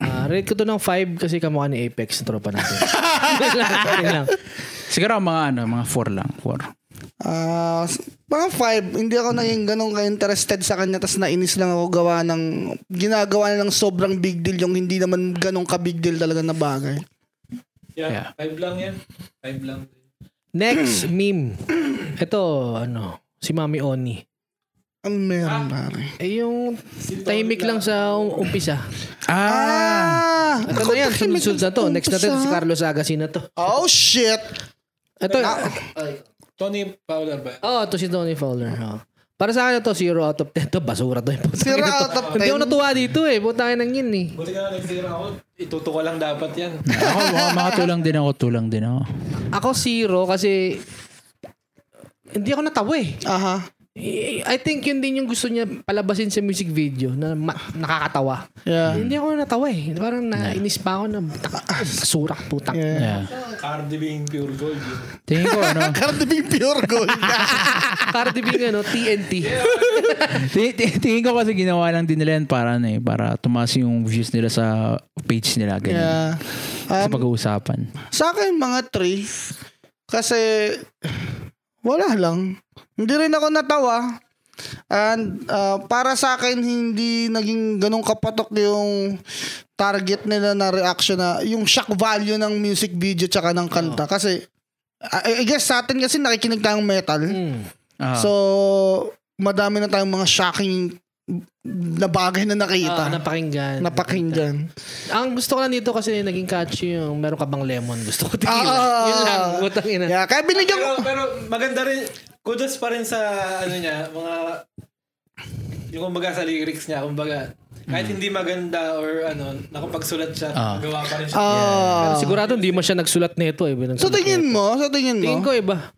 Speaker 2: Ah, rate ko to ng 5 kasi kamukha ni Apex na tropa natin. Yun lang, yun lang.
Speaker 3: Siguro ang mga ano, mga four lang. Four.
Speaker 1: Ah, s- mga five, hindi ako naging ganun ka-interested sa kanya tapos nainis lang ako gawa ng ginagawa na ng sobrang big deal yung hindi naman ganun ka-big deal talaga na bagay.
Speaker 4: Yeah,
Speaker 3: Yeah.
Speaker 4: Five lang yan. Five lang.
Speaker 2: Next meme. Ito, ano, si Mami Oni.
Speaker 1: Ang meron pare.
Speaker 2: Eh, yung tahimik lang sa um- umpisa.
Speaker 1: Ah!
Speaker 3: Ah!
Speaker 2: Ito na yan, sunod-sunod na Ano to. Next natin, si Carlos Agasin na to.
Speaker 1: Oh shit!
Speaker 2: Ito,
Speaker 4: Tony Fowler ba?
Speaker 2: oh, ito si Tony Fowler. oh. Para sa akin ito, 0 out of 10. Ito, basura to. eh,
Speaker 1: Zero out of
Speaker 2: Hindi ako
Speaker 1: 10.
Speaker 2: natuwa dito eh. Buta ng yun eh.
Speaker 4: Buti ka na nag-zero ako. Ituto ko lang dapat yan.
Speaker 3: ako, mga, mga tulang din ako, tulang din ako.
Speaker 2: Ako zero kasi hindi ako natawa eh.
Speaker 1: Aha.
Speaker 2: I I think yun din yung gusto niya palabasin sa music video na ma- nakakatawa.
Speaker 1: Yeah.
Speaker 2: Hindi ako natawa eh. Parang nainis pa ako na "Taka, ah, basura, putang.
Speaker 1: Yeah.
Speaker 3: Yeah.
Speaker 4: Cardi being pure gold. Yun.
Speaker 3: Tingin ko ano,
Speaker 1: Cardi B pure gold.
Speaker 2: Cardi B ano, TNT.
Speaker 3: Ting- ting- Tingin ko kasi ginawa lang din nila yan para ano eh, para tumaas yung views nila sa page nila ganyan.
Speaker 1: yeah.
Speaker 2: Ah,
Speaker 3: sa pag-uusapan.
Speaker 1: Sa akin, mga three. Kasi, wala lang. Hindi rin ako natawa. And ah, para sa akin, hindi naging ganong kapatok yung target nila na reaction na yung shock value ng music video tsaka ng kanta. Kasi, I I guess sa atin kasi nakikinig tayong metal.
Speaker 2: Mm.
Speaker 3: Ah.
Speaker 1: So, madami na tayong mga shocking na bagay na nakita.
Speaker 2: Ah, napakinggan.
Speaker 1: napakinggan.
Speaker 2: Ang gusto ko lang dito kasi naging catchy yung meron ka bang lemon. Gusto ko tequila.
Speaker 1: Ah,
Speaker 2: Yun lang. Utang ina.
Speaker 1: Yeah, kaya binigyan ko.
Speaker 4: Pero, pero maganda rin, kudos pa rin sa ano niya, mga yung kumbaga sa lyrics niya, kumbaga kahit hindi maganda or ano, nakapagsulat siya,
Speaker 3: Hmm. Ah.
Speaker 4: gawa pa rin siya.
Speaker 1: Ah.
Speaker 2: Pero sigurado hindi mo siya nagsulat nito eh.
Speaker 1: Sa tingin mo, sa tingin
Speaker 2: Tingin
Speaker 1: mo,
Speaker 2: ko iba.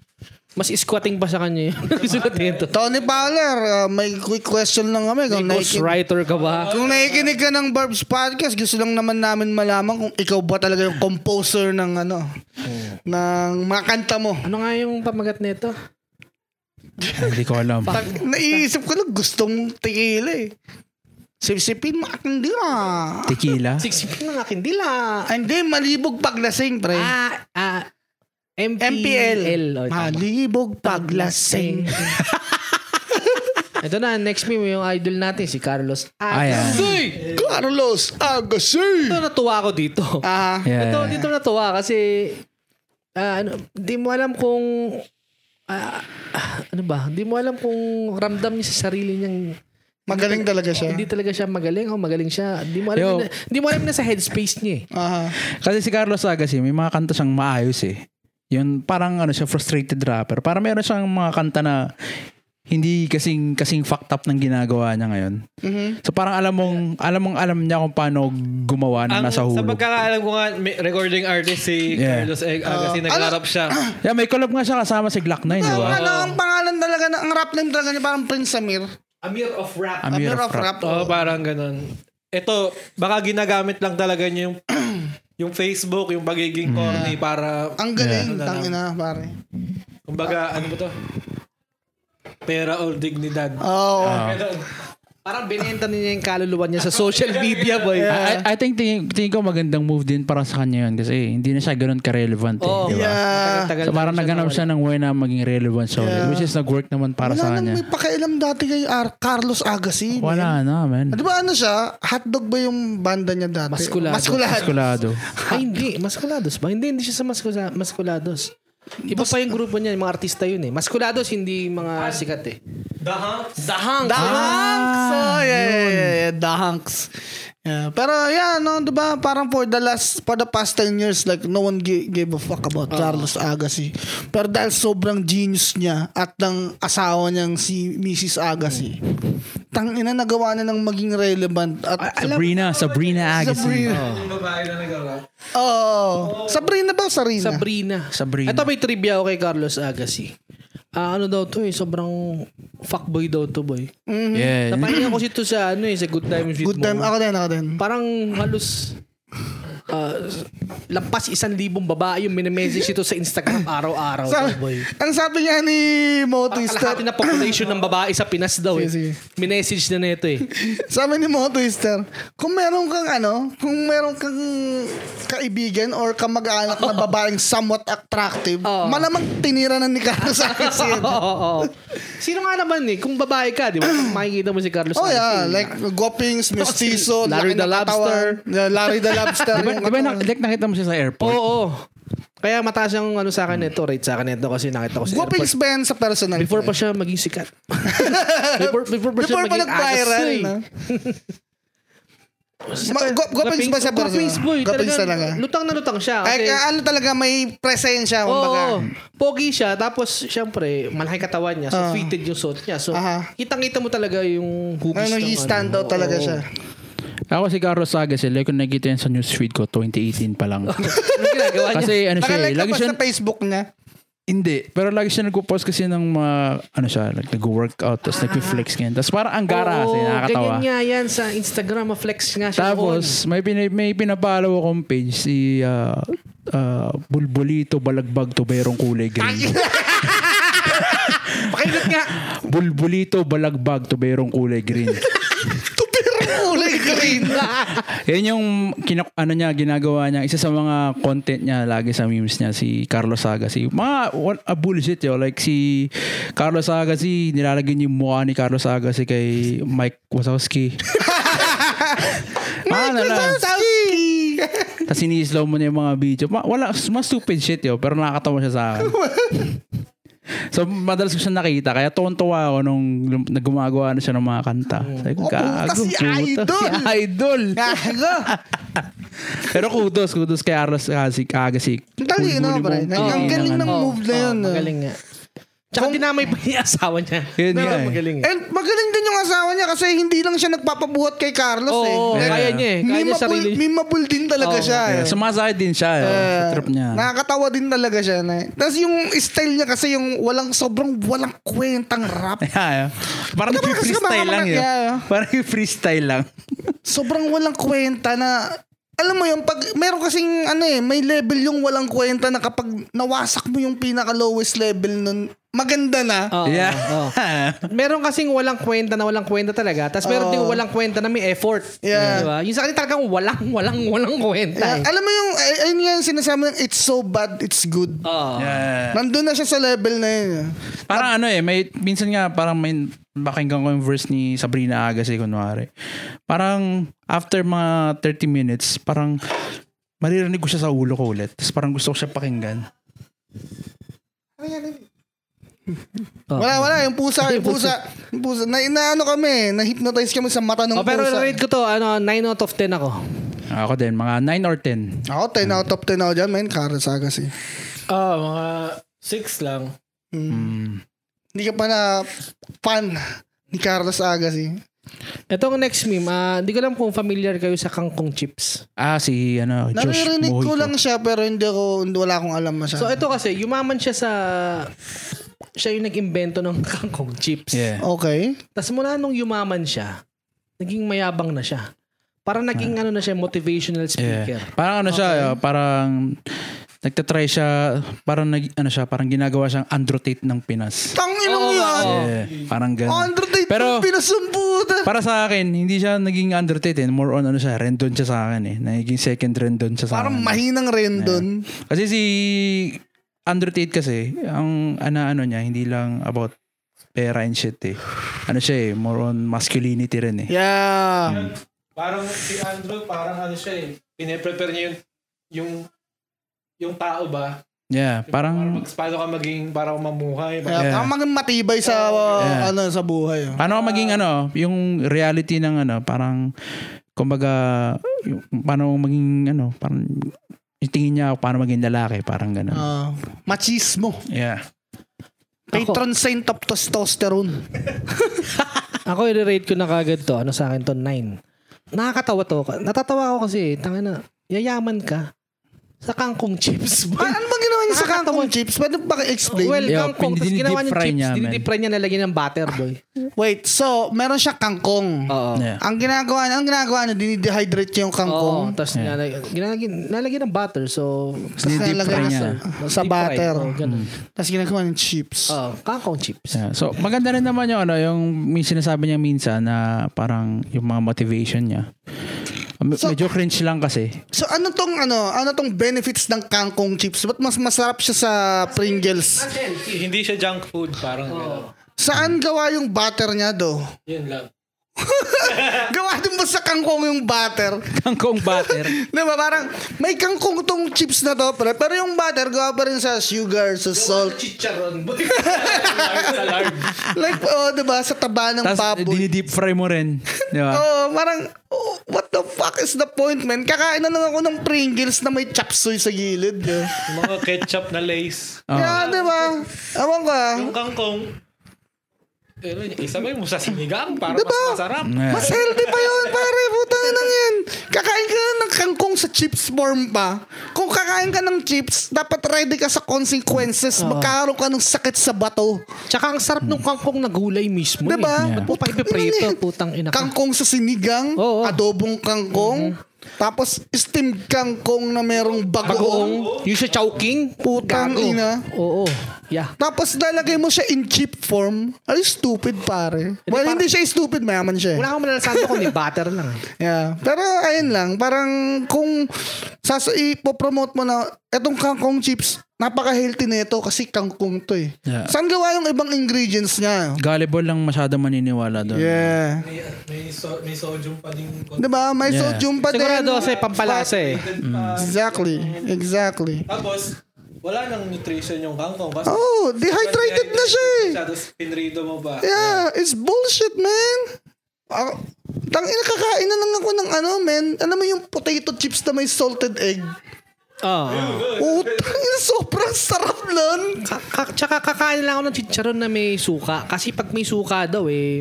Speaker 2: Mas squatting pa sa kanya yung nagsulat nito.
Speaker 1: Tony Fowler, uh, may quick question lang kami. Kung,
Speaker 2: Ghost
Speaker 1: nakikin-
Speaker 2: writer ka ba?
Speaker 1: kung nakikinig ka ng Barb's Podcast, gusto lang naman namin malaman kung ikaw ba talaga yung composer ng ano, ng mga kanta mo.
Speaker 2: Ano nga yung pamagat nito?
Speaker 3: Ah, Hindi ko alam.
Speaker 1: Tag- naiisip ko lang, gustong tequila eh. Sipsipin, makakindila.
Speaker 3: Tequila?
Speaker 2: Siksipin ng akin Ano dila.
Speaker 1: Ah, Hindi, malibog paglasing, pre.
Speaker 2: Ah, ah, MPL.
Speaker 1: MPL.
Speaker 2: Oh, tama.
Speaker 1: Malibog paglasing.
Speaker 2: Ito na, next meme yung idol natin, si Carlos.
Speaker 3: Ayan.
Speaker 2: Agassi!
Speaker 1: Carlos Agassi!
Speaker 2: Ah, Ito natuwa ako dito.
Speaker 1: Ah,
Speaker 3: Yeah.
Speaker 2: Ito, dito natuwa kasi, ah, ano, di mo alam kung, ah, ah, ano ba, di mo alam kung ramdam niya sa sarili niyang
Speaker 1: magaling talaga siya.
Speaker 2: Hindi talaga siya magaling o magaling siya. Hindi mo alam,
Speaker 3: Yo.
Speaker 2: na, hindi mo alam na sa headspace niya eh.
Speaker 1: Aha.
Speaker 3: Kasi si Carlos Agassi, may mga kanta siyang maayos eh. Yun, parang ano siya, frustrated rapper. Parang meron siyang mga kanta na hindi kasing kasing fucked up ng ginagawa niya ngayon. So parang alam mong alam mong alam niya kung paano gumawa ng nasa
Speaker 4: Sa
Speaker 3: hulog.
Speaker 4: pagkakaalam ko nga, may recording artist si
Speaker 3: Yeah.
Speaker 4: Carlos Egg, kasi
Speaker 1: Ah.
Speaker 4: naglarap siya.
Speaker 3: Yeah, may collab nga siya kasama si Glock 9, di
Speaker 1: Ang
Speaker 3: ba?
Speaker 1: ano, ang pangalan talaga, na- ang rap name talaga niya parang Prince Samir.
Speaker 4: Amir of Rap.
Speaker 3: Amir of Rap.
Speaker 4: Oo, parang ganun. Ito, baka ginagamit lang talaga niya yung yung Facebook, yung
Speaker 3: Hmm.
Speaker 4: pagiging corny para,
Speaker 1: Ang galing, tangina, pare.
Speaker 3: Ah,
Speaker 4: kumbaga, ano ba to? Pera or dignidad.
Speaker 1: Oo.
Speaker 4: Ganun.
Speaker 2: Parang binenta niya yung kaluluwa niya sa social media, boy.
Speaker 3: I- I, I think tingin, tingin ko magandang move din para sa kanya yun kasi hindi na siya ganun ka-relevant.
Speaker 2: Oo.
Speaker 3: eh, di ba?
Speaker 1: Yeah.
Speaker 2: Matagal-tagal
Speaker 3: So parang
Speaker 2: na
Speaker 3: naganap siya ng way na maging relevant sa
Speaker 1: Yeah.
Speaker 3: which is nag-work naman para
Speaker 1: Wala
Speaker 3: sa
Speaker 1: nang
Speaker 3: kanya.
Speaker 1: may pakialam dati kay Ar- Carlos Agassi. man.
Speaker 3: Wala na, man.
Speaker 1: Ah, Di ba ano siya? Hotdog ba yung banda niya dati?
Speaker 2: Maskulado.
Speaker 1: Maskulado.
Speaker 3: Maskulado.
Speaker 2: Ay, Ah, hindi. Masculados ba? Hindi, hindi siya sa maskula- Masculados. Iba pa yung grupo niya, yung mga artista yun eh. Masculados, hindi mga sikat eh.
Speaker 4: The Hunks.
Speaker 2: Dahang.
Speaker 1: The Hunks!
Speaker 3: Ah,
Speaker 1: Oh, yeah, yeah, yeah, yeah, The Hunks. Yeah. Pero yeah, no, di ba? Parang for the last, for the past 10 years, like no one gi- gave a fuck about Carlos Agassi. Pero dahil sobrang genius niya at ng asawa niyang si Mrs. Agassi, tangina nagawa na ng maging relevant at
Speaker 3: Sabrina, Sabrina Agassi.
Speaker 1: Sabrina.
Speaker 4: Yung babae na nagawa.
Speaker 1: Oh. Sabrina ba o Sarina?
Speaker 2: Sabrina.
Speaker 3: Sabrina.
Speaker 2: Ito may trivia ako kay Carlos Agassi. Ah, ano daw to eh, sobrang fuckboy daw to boy.
Speaker 3: Yeah.
Speaker 2: Napahinga ko sito sa ano eh, sa Good Times with
Speaker 1: Good time.
Speaker 2: Mo.
Speaker 1: Ako din, ako din.
Speaker 2: Parang halos ah, lampas isang libong babae yung minimessage ito sa Instagram araw-araw.
Speaker 1: Sa-
Speaker 2: daw, boy.
Speaker 1: ang sabi nga ni Mo
Speaker 2: Parang
Speaker 1: Twister,
Speaker 2: kalahati na population ng babae sa Pinas daw eh.
Speaker 1: Sige, sige.
Speaker 2: Minessage na nito eh.
Speaker 1: sabi ni Mo Twister, kung meron kang ano, kung meron kang kaibigan or kamag-anak na babaeng somewhat attractive,
Speaker 2: Oo.
Speaker 1: malamang tinira na ni Carlos Sainz yun.
Speaker 2: Oo, oo, oo. Sino nga naman eh, kung babae ka, di ba? Makikita mo si Carlos
Speaker 1: Oh yeah,
Speaker 2: Sanchez, eh.
Speaker 1: like Gopings, Mestizo, laki ng
Speaker 2: Larry the Lobster.
Speaker 1: katawan. Yeah, Larry the Lobster.
Speaker 3: Di ba,
Speaker 1: yung
Speaker 3: di ba
Speaker 1: katawan.
Speaker 3: na, like, nakita mo siya sa
Speaker 2: Oo,
Speaker 3: airport?
Speaker 2: oo. Kaya mataas yung ano sa akin nito, rate sa akin nito kasi nakita ko si
Speaker 1: Gopings ba yan sa personal?
Speaker 2: Before pa siya maging sikat. before, before pa siya
Speaker 1: Before pa
Speaker 2: maging
Speaker 1: nag-viral.
Speaker 2: agas, eh.
Speaker 1: no? Ma- Go- Gopings ba siya personal?
Speaker 2: Gopings boy.
Speaker 1: Gopings talaga.
Speaker 2: talaga. Lutang na lutang siya.
Speaker 1: Ay,
Speaker 2: Kasi,
Speaker 1: ka- ano talaga, may presensya.
Speaker 2: Oo,
Speaker 1: kumbaga.
Speaker 2: oo. pogi siya. Tapos, syempre, malaki katawan niya. So,
Speaker 1: Ah.
Speaker 2: fitted yung suot niya. So,
Speaker 1: Aha.
Speaker 2: kitang-kita mo talaga yung hugis.
Speaker 1: Ano,
Speaker 2: ng
Speaker 1: he stand out talaga
Speaker 2: Oo.
Speaker 1: siya.
Speaker 3: Ako si Carlos Agassi, like, kung nakikita yan sa newsfeed ko, 2018 pa lang.
Speaker 2: Anong ginagawa niya?
Speaker 3: Kasi ano siya, eh,
Speaker 1: Nakalike ka
Speaker 3: lagi
Speaker 1: ba
Speaker 3: siya,
Speaker 1: sa Facebook niya?
Speaker 3: hindi. Pero lagi siya nagpo-post kasi ng mga, ano siya, like, nag-workout, tapos nag-flex ganyan. Tapos parang ang gara, kasi nakakatawa.
Speaker 2: Ah. Oh, Ganyan niya yan sa Instagram. Ma-flex nga siya.
Speaker 3: Tapos, may, pin- may pinapalo akong page si ah, ah, Bulbulito Balagbag Tuberong Kulay Green.
Speaker 2: Pakinggan nga.
Speaker 3: Bulbulito Balagbag Tuberong Kulay Green.
Speaker 1: Kulay green.
Speaker 2: Ah,
Speaker 3: Yan yung kinak ano niya ginagawa niya isa sa mga content niya lagi sa memes niya si Carlos Agassi. Mga what a bullshit yo like si Carlos Agassi nilalagay niya yung mukha ni Carlos Agassi kay Mike Wazowski. ah, ano lang. Tapos ini-slow mo na yung mga video. Ma- wala, mas stupid shit yo pero nakakatawa siya sa akin. so, madalas ko siya nakita. Kaya tuwan-tuwa ako nung lum- nagumagawa na siya ng mga kanta. Sabi ko,
Speaker 1: Oh, puta,
Speaker 3: gago,
Speaker 1: si
Speaker 3: puta,
Speaker 1: Idol!"
Speaker 3: Si Idol!
Speaker 1: Gago.
Speaker 3: Pero kudos, kudos kay Carlos Agassi. Agassi.
Speaker 1: Ang talino,
Speaker 3: Bulbuli
Speaker 1: pre.
Speaker 3: mong
Speaker 1: Ang
Speaker 3: piliin
Speaker 1: galing ng
Speaker 3: ano.
Speaker 1: move na yun. eh.
Speaker 2: Oo, Ah, Magaling nga. Tsaka dinamay pa yung asawa niya.
Speaker 3: Yun
Speaker 2: Pero
Speaker 3: nga eh.
Speaker 2: Magaling eh.
Speaker 1: And magaling din yung asawa niya kasi hindi lang siya nagpapabuhat kay Carlos
Speaker 2: Oo,
Speaker 1: eh.
Speaker 2: oo,
Speaker 1: Like,
Speaker 2: kaya niya eh. Kaya niya
Speaker 1: memeable,
Speaker 2: sarili.
Speaker 1: memeable din talaga
Speaker 2: Oo,
Speaker 1: siya. eh.
Speaker 3: Yeah, sumasakit din siya. eh, sa trip niya.
Speaker 1: Nakakatawa din talaga siya. Na. Tapos yung style niya kasi yung walang sobrang walang kwentang rap.
Speaker 3: Yeah, yeah. Parang
Speaker 1: Diba, kasi
Speaker 3: freestyle
Speaker 1: mga ah?
Speaker 3: lang yun.
Speaker 1: yeah, yeah.
Speaker 3: Parang freestyle lang.
Speaker 1: sobrang walang kwenta na alam mo yung pag meron kasing ano eh may level yung walang kwenta na kapag nawasak mo yung pinaka lowest level nun maganda na
Speaker 2: Oo,
Speaker 3: yeah.
Speaker 2: oo. Eh, Meron kasing walang kwenta na walang kwenta talaga. Tapos meron
Speaker 1: Oo.
Speaker 2: ding walang kwenta na may effort.
Speaker 1: Yeah.
Speaker 2: Diba? Yung sa akin talagang walang, walang, walang kwenta
Speaker 1: Yeah,
Speaker 2: eh.
Speaker 1: alam mo yung ay, ayun nga yung sinasabi ng it's so bad it's good
Speaker 2: Oo.
Speaker 3: Yeah.
Speaker 1: nandun na siya sa level na yun
Speaker 3: Parang ano eh, may, minsan nga parang may pakinggan ko yung verse ni Sabrina Agassi eh, kunwari. Parang after mga 30 minutes, parang maririnig ko siya sa ulo ko ulit. Tapos parang gusto ko siya pakinggan.
Speaker 1: wala wala yung pusa yung pusa yung pusa na, na ano kami na hypnotize kami sa mata ng
Speaker 2: Oh, pero
Speaker 1: pusa
Speaker 2: rate ko to, ano, 9 out of 10 ako.
Speaker 3: Ako din, mga 9 or 10.
Speaker 1: ako 10 out of 10 ako dyan man Carlos Agassi
Speaker 4: Ah, mga six lang.
Speaker 1: hindi ka pa na fan ni Carlos Agassi
Speaker 2: Itong next meme, ah, hindi ko alam kung familiar kayo sa kangkong chips.
Speaker 3: Ah, si ano, Josh
Speaker 1: naririnig ko
Speaker 3: Mojico.
Speaker 1: lang siya pero hindi ko wala akong alam masyado
Speaker 2: So ito kasi, yumaman siya sa... Siya yung nag-imbento ng kangkong chips.
Speaker 3: Yeah.
Speaker 1: Okay.
Speaker 2: Tapos mula nung yumaman siya, naging mayabang na siya. Parang naging ano na siya, motivational
Speaker 3: Ah. Yeah.
Speaker 2: speaker.
Speaker 3: uh, Parang ano siya, oh, parang nagtatry siya, parang nag, ano siya, parang ginagawa siyang Andrew Tate ng Pinas.
Speaker 1: Tangin mo yan.
Speaker 3: Yeah, parang ganun.
Speaker 1: Andrew Tate
Speaker 3: Pero-
Speaker 1: Pero, pinasumputa.
Speaker 3: Para sa akin, hindi siya naging Andrew Tate. eh. More on ano siya, Rendon siya sa akin eh. Naging second Rendon siya sa
Speaker 1: Parang
Speaker 3: akin.
Speaker 1: mahinang rendon.
Speaker 3: Kasi si Andrew Tate kasi, ang ana-ano niya, hindi lang about pera and shit eh. Ano siya eh, more on masculinity rin eh.
Speaker 1: Yeah.
Speaker 4: Parang si Andrew, parang ano siya eh. Pine-prepare niya yung, yung, yung tao ba?
Speaker 3: Yeah, parang,
Speaker 4: Parang mag- paano ka maging, parang mamuhay.
Speaker 1: Kaya
Speaker 4: Parang,
Speaker 1: yeah. maging matibay sa uh,
Speaker 3: Yeah.
Speaker 1: ano sa buhay. oh.
Speaker 3: paano ka maging ano, yung reality ng ano, parang, kumbaga, yung, paano maging ano, parang, yung tingin niya paano maging lalaki, parang gano'n.
Speaker 1: Ah, machismo.
Speaker 3: Yeah.
Speaker 1: Patron saint of testosterone.
Speaker 2: Ako i-rate ko na kagad to. Ano sa akin to? 9. Nakakatawa to. Natatawa ako kasi. Tanga na. Yayaman ka. Sa kangkong chips.
Speaker 1: Ah, ano bang ginawa niya sa
Speaker 2: Nakakatawa.
Speaker 1: kantong chips? Pwede ba explain?
Speaker 2: well,
Speaker 3: Yeah,
Speaker 2: kangkong. Tapos
Speaker 3: pinidinidip
Speaker 2: ginawa niya
Speaker 3: fry
Speaker 2: chips.
Speaker 3: niya,
Speaker 2: Niya,
Speaker 3: man.
Speaker 2: dinidip fry niya nalagyan ng butter, boy.
Speaker 1: Wait, so meron siya kangkong.
Speaker 2: Oo.
Speaker 3: Yeah.
Speaker 1: Ang ginagawa niya, ang ginagawa niya, dinidehydrate niya yung
Speaker 2: Oo.
Speaker 1: kangkong.
Speaker 2: Tapos nilalagyan, nilalagyan, nilalagyan ng butter. So,
Speaker 1: Tapos
Speaker 3: Dinidip
Speaker 1: nilalagay
Speaker 3: fry niya.
Speaker 1: Sa
Speaker 2: deep fried.
Speaker 1: butter.
Speaker 2: Oo, ganun.
Speaker 1: Tapos ginagawa niya chips.
Speaker 2: Oo, Oh, kangkong chips.
Speaker 3: Yeah. So, maganda rin naman yung, ano, yung may sinasabi niya minsan na parang yung mga motivation niya. Me-
Speaker 1: So-
Speaker 3: medyo cringe lang kasi.
Speaker 1: So ano tong ano, ano tong benefits ng kangkong chips? Ba't mas masarap siya sa Pringles?
Speaker 4: hindi siya junk food, parang gano'n.
Speaker 1: Saan gawa yung butter niya do?
Speaker 4: Yun lang.
Speaker 1: gawa din ba sa kangkong yung butter?
Speaker 3: Kangkong butter.
Speaker 1: Diba parang may kangkong tong chips na to pre, pero yung butter gawa pa rin sa sugar, sa salt.
Speaker 4: Chicharon. Salard.
Speaker 1: like oh, diba sa taba ng
Speaker 3: Tapos eh,
Speaker 1: baboy.
Speaker 3: dinideep fry mo rin. Di ba?
Speaker 1: Oh, parang oh, what the fuck is the point, man? Kakain na lang ako ng Pringles na may chop suey sa gilid. Eh.
Speaker 4: Yung mga ketchup na lace.
Speaker 3: Oo.
Speaker 1: Kaya, diba? Ewan ah. ka.
Speaker 4: Yung kangkong. Eh, isabay mo sa sinigang para
Speaker 1: Diba?
Speaker 4: mas masarap.
Speaker 3: Yeah.
Speaker 1: Mas healthy pa yun, pare. Puta na yan. Kakain ka ng kangkong sa chips form pa. Kung kakain ka ng chips, dapat ready ka sa consequences. Magkakaroon ka ng sakit sa bato.
Speaker 2: Tsaka ang sarap nung kangkong na gulay mismo.
Speaker 1: Diba?
Speaker 2: Eh.
Speaker 1: Yeah.
Speaker 2: Ba't mo pa ipiprito?
Speaker 1: Ano yan?
Speaker 2: Putang ina ka.
Speaker 1: Kangkong sa sinigang,
Speaker 2: Oo.
Speaker 1: adobong kangkong, tapos steamed kangkong na merong bagoong.
Speaker 2: Bagoong. Yung sa chowking.
Speaker 1: Putang
Speaker 2: Gago.
Speaker 1: ina.
Speaker 2: Oo. Yeah.
Speaker 1: Tapos lalagay mo siya in cheap form. Are you stupid, pare? Well,
Speaker 2: parang-
Speaker 1: hindi siya stupid. Mayaman siya. eh.
Speaker 2: Wala akong malalasado kundi butter lang. eh.
Speaker 1: Yeah. Pero ayun lang, parang kung sas ipopromote mo na etong kangkong chips, napaka-healthy nito kasi kangkong to eh.
Speaker 3: Yeah.
Speaker 1: Saan gawa yung ibang ingredients niya?
Speaker 3: Gullible lang masyado maniniwala doon.
Speaker 1: Yeah.
Speaker 4: May, may, so, may sodium pa din.
Speaker 1: Di ba? May
Speaker 3: Yeah.
Speaker 1: sodium pa din.
Speaker 2: Sigurado kasi pampalasa eh.
Speaker 1: Exactly. Exactly.
Speaker 4: Tapos, wala nang nutrition yung kangkong. Kasi
Speaker 1: Oh, dehydrated na siya eh.
Speaker 4: Tapos pinrido mo ba?
Speaker 1: Yeah, it's bullshit, man. Ah, tangina kakain na lang ako ng ano, man. Alam mo yung potato chips na may salted egg?
Speaker 2: Oo.
Speaker 1: Oh, tangina, sobrang sarap nun.
Speaker 2: Ka- ka- tsaka kakain lang ako ng chicharon na may suka. Kasi pag may suka daw eh.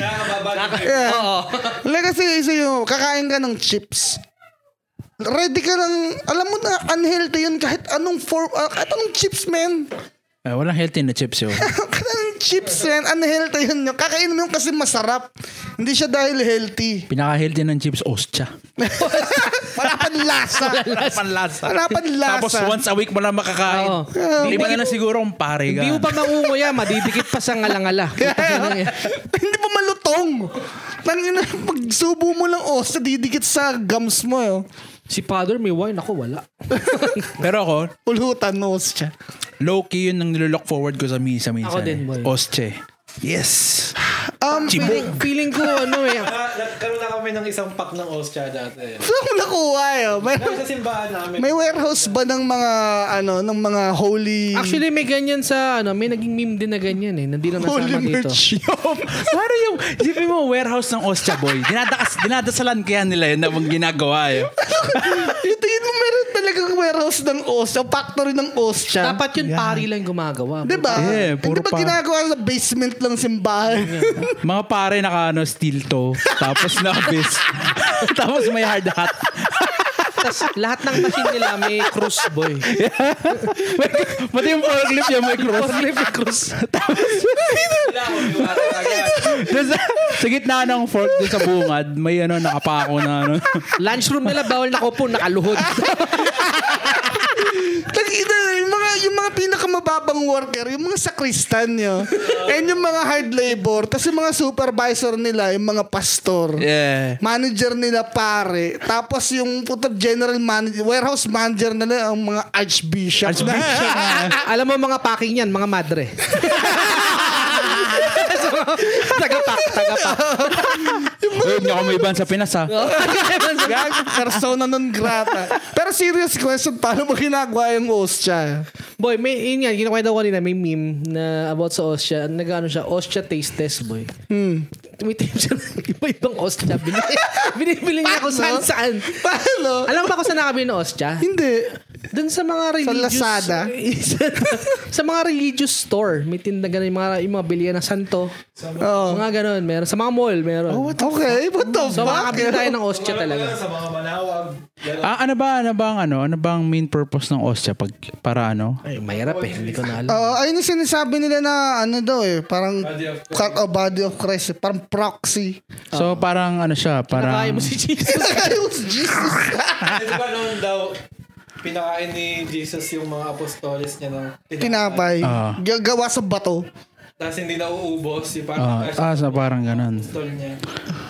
Speaker 4: Nakakababa na kayo.
Speaker 1: Yeah.
Speaker 2: Oo.
Speaker 1: Like, kasi isa yung kakain ka ng chips. Ready ka ng, alam mo na, unhealthy yun kahit anong form, ah, kahit anong chips, man.
Speaker 3: Eh, walang healthy na chips yun.
Speaker 1: kahit anong chips, man. Unhealthy yun. Yung Kakain mo yun kasi masarap. Hindi siya dahil healthy.
Speaker 3: Pinaka-healthy ng chips, ostya.
Speaker 1: Wala pang lasa.
Speaker 3: Panlasa.
Speaker 1: Wala pang lasa.
Speaker 3: Tapos once a week mo lang makakain.
Speaker 2: Oo.
Speaker 3: Iba na na siguro ang pare ka.
Speaker 2: Hindi mo pa mangunguya, madidikit pa sa ngalangala. eh.
Speaker 1: Kaya, hindi pa malutong. Tangina, pag subo mo lang, oh, sa didikit sa gums mo, oh.
Speaker 2: si father may wine, ako wala.
Speaker 3: Pero ako,
Speaker 1: Pulutan, nose siya.
Speaker 3: low-key yun ang nililook forward ko sa misa minsan.
Speaker 2: Ako din,
Speaker 3: eh.
Speaker 2: boy.
Speaker 3: Ostya. Yes.
Speaker 1: Um,
Speaker 2: Feeling, feeling ko ano eh.
Speaker 4: Ah, nagkaroon na kami ng isang pack ng Ostia dati.
Speaker 1: saan mo nakuha, eh? May,
Speaker 4: Dahil sa simbahan namin.
Speaker 1: may warehouse ba ng mga, ano, ng mga holy...
Speaker 2: Actually, may ganyan sa, ano, may naging meme din na ganyan eh. Hindi naman
Speaker 1: holy
Speaker 2: sama dito.
Speaker 1: merch.
Speaker 3: Paano yung, isipin mo, warehouse ng Ostia Boy. Dinadakas, dinadasalan kaya nila yun na mga ginagawa eh. yun.
Speaker 1: Yung tingin mo, meron talagang warehouse ng Ostia, factory ng Ostia.
Speaker 2: Dapat yun pari lang gumagawa.
Speaker 1: Di ba? Eh,
Speaker 3: Yeah,
Speaker 1: di
Speaker 3: puro
Speaker 1: ba
Speaker 3: pa-
Speaker 1: ginagawa sa basement lang simbahan?
Speaker 3: Mga pare naka ano, steel toe, tapos nabis, tapos may hard hat.
Speaker 2: Tapos lahat ng machine nila may cruise boy.
Speaker 3: Pati yung forklift yung may cross.
Speaker 2: Forklift may cruise.
Speaker 3: tapos,
Speaker 4: Wala akong iwala talaga.
Speaker 3: dun sa, sa gitna ng fork dun sa bungad, may ano, nakapako na ano.
Speaker 2: Lunchroom nila bawal na nakaupo, nakaluhod.
Speaker 1: yung mga pinakamababang worker, yung mga sakristan nyo, and yung mga hard labor, tapos yung mga supervisor nila, yung mga pastor,
Speaker 3: Yeah.
Speaker 1: manager nila pare, tapos yung puta general manager, warehouse manager nila, ang mga archbishop.
Speaker 3: Archbishop na.
Speaker 2: Alam mo mga packing yan, mga madre. so, tagapak, tagapak.
Speaker 3: Uy, hindi ako may ban sa Pinas ha.
Speaker 1: Gag, persona non grata. Pero serious question, paano mo ginagawa yung ostya?
Speaker 2: Boy, may, yun yan, ginawa daw kanina, may meme na about sa Ostia. Nag-ano siya, Ostia taste test, boy.
Speaker 1: Hmm.
Speaker 2: Tumitim siya ng iba-ibang Ostia. Binibili, binibili niya kung
Speaker 1: Paano?
Speaker 2: saan-saan.
Speaker 1: Paano?
Speaker 2: Alam mo ba kung saan nakabili ng Ostia?
Speaker 1: Hindi.
Speaker 2: Doon sa mga religious...
Speaker 1: Lazada?
Speaker 2: sa mga religious store. May tindagan yung mga, yung mga bilihan ng santo.
Speaker 1: Oh.
Speaker 2: Mga ganun, meron. Sa mga mall, meron.
Speaker 1: Okay, what the
Speaker 2: so,
Speaker 1: fuck?
Speaker 2: makakabili tayo ng Ostia talaga.
Speaker 4: Sa mga manawag. Yan ang
Speaker 3: Ah, ano ba ano ba ang ano? Ano ba ang main purpose ng OSCA pag para ano?
Speaker 2: Ay, mahirap eh. Hindi ko na alam.
Speaker 1: Oo, Oh, ayun yung sinasabi nila na ano daw eh, parang
Speaker 4: Body of Christ.
Speaker 1: cut of body of Christ, eh, parang proxy.
Speaker 3: So parang ano siya,
Speaker 2: Nakaya
Speaker 3: parang
Speaker 2: mo si Jesus.
Speaker 1: Ayun, Jesus.
Speaker 4: Di ba noon daw, pinakain ni Jesus yung mga apostoles niya ng
Speaker 1: Tinapay.
Speaker 3: Ah.
Speaker 1: Gagawa sa bato.
Speaker 4: Tapos hindi na uubos. Yung
Speaker 3: ah,
Speaker 4: parang
Speaker 3: ah, so parang ganun.
Speaker 4: apostol niya.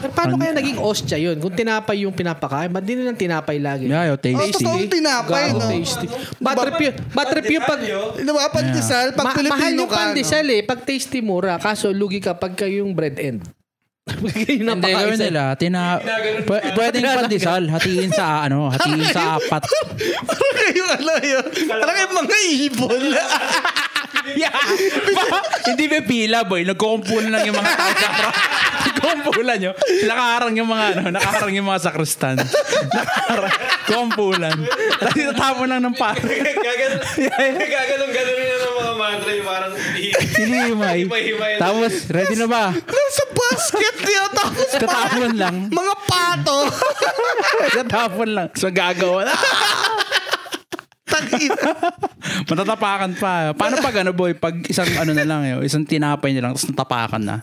Speaker 2: Eh, Paano kaya naging Ostia yun? Kung tinapay yung pinapakain, ba't di nilang tinapay lagi?
Speaker 3: Yeah,
Speaker 1: Oh,
Speaker 3: yo, tasty.
Speaker 1: totoong tinapay, no?
Speaker 2: Gago tasty. Bad trip yun. Bad trip yun pag...
Speaker 4: Diba?
Speaker 1: Di ba, pandesal? Pag
Speaker 2: Ma-
Speaker 1: Pilipino
Speaker 2: mahal yung
Speaker 1: ka, ano?
Speaker 2: pandesal eh. Pag tasty mura, kaso lugi ka pagka yung bread end. Pagka yung
Speaker 3: Hindi, gawin
Speaker 2: napakaisa.
Speaker 3: nila. Tina, pw- pwedeng pandesal. Hatiin sa ano, hatiin sa apat.
Speaker 1: no? Parang kayong ano yun. Parang kayong mga ibon.
Speaker 3: Yeah. Hindi may pila, boy. Nagkukumpulan lang yung mga tao sa harap. Nagkukumpulan nyo. Nakaharang yung mga, ano, nakaharang yung mga sakristan. Nakaharang. Kumpulan. Tapos itatapon lang ng pare.
Speaker 4: Gaganong, gaganong ganun yun ng mga madre. Parang
Speaker 3: Hinihimay.
Speaker 4: Himay-himay.
Speaker 3: Tapos, ready na ba?
Speaker 1: Nasa basket yun. Tapos parang
Speaker 3: Katapon lang.
Speaker 1: mga pato.
Speaker 3: Katapon lang. So, gagawa na.
Speaker 1: Tangin.
Speaker 3: Matatapakan pa. Paano pag ano, boy? Pag isang ano na lang, yun, isang tinapay na lang, tapos natapakan na.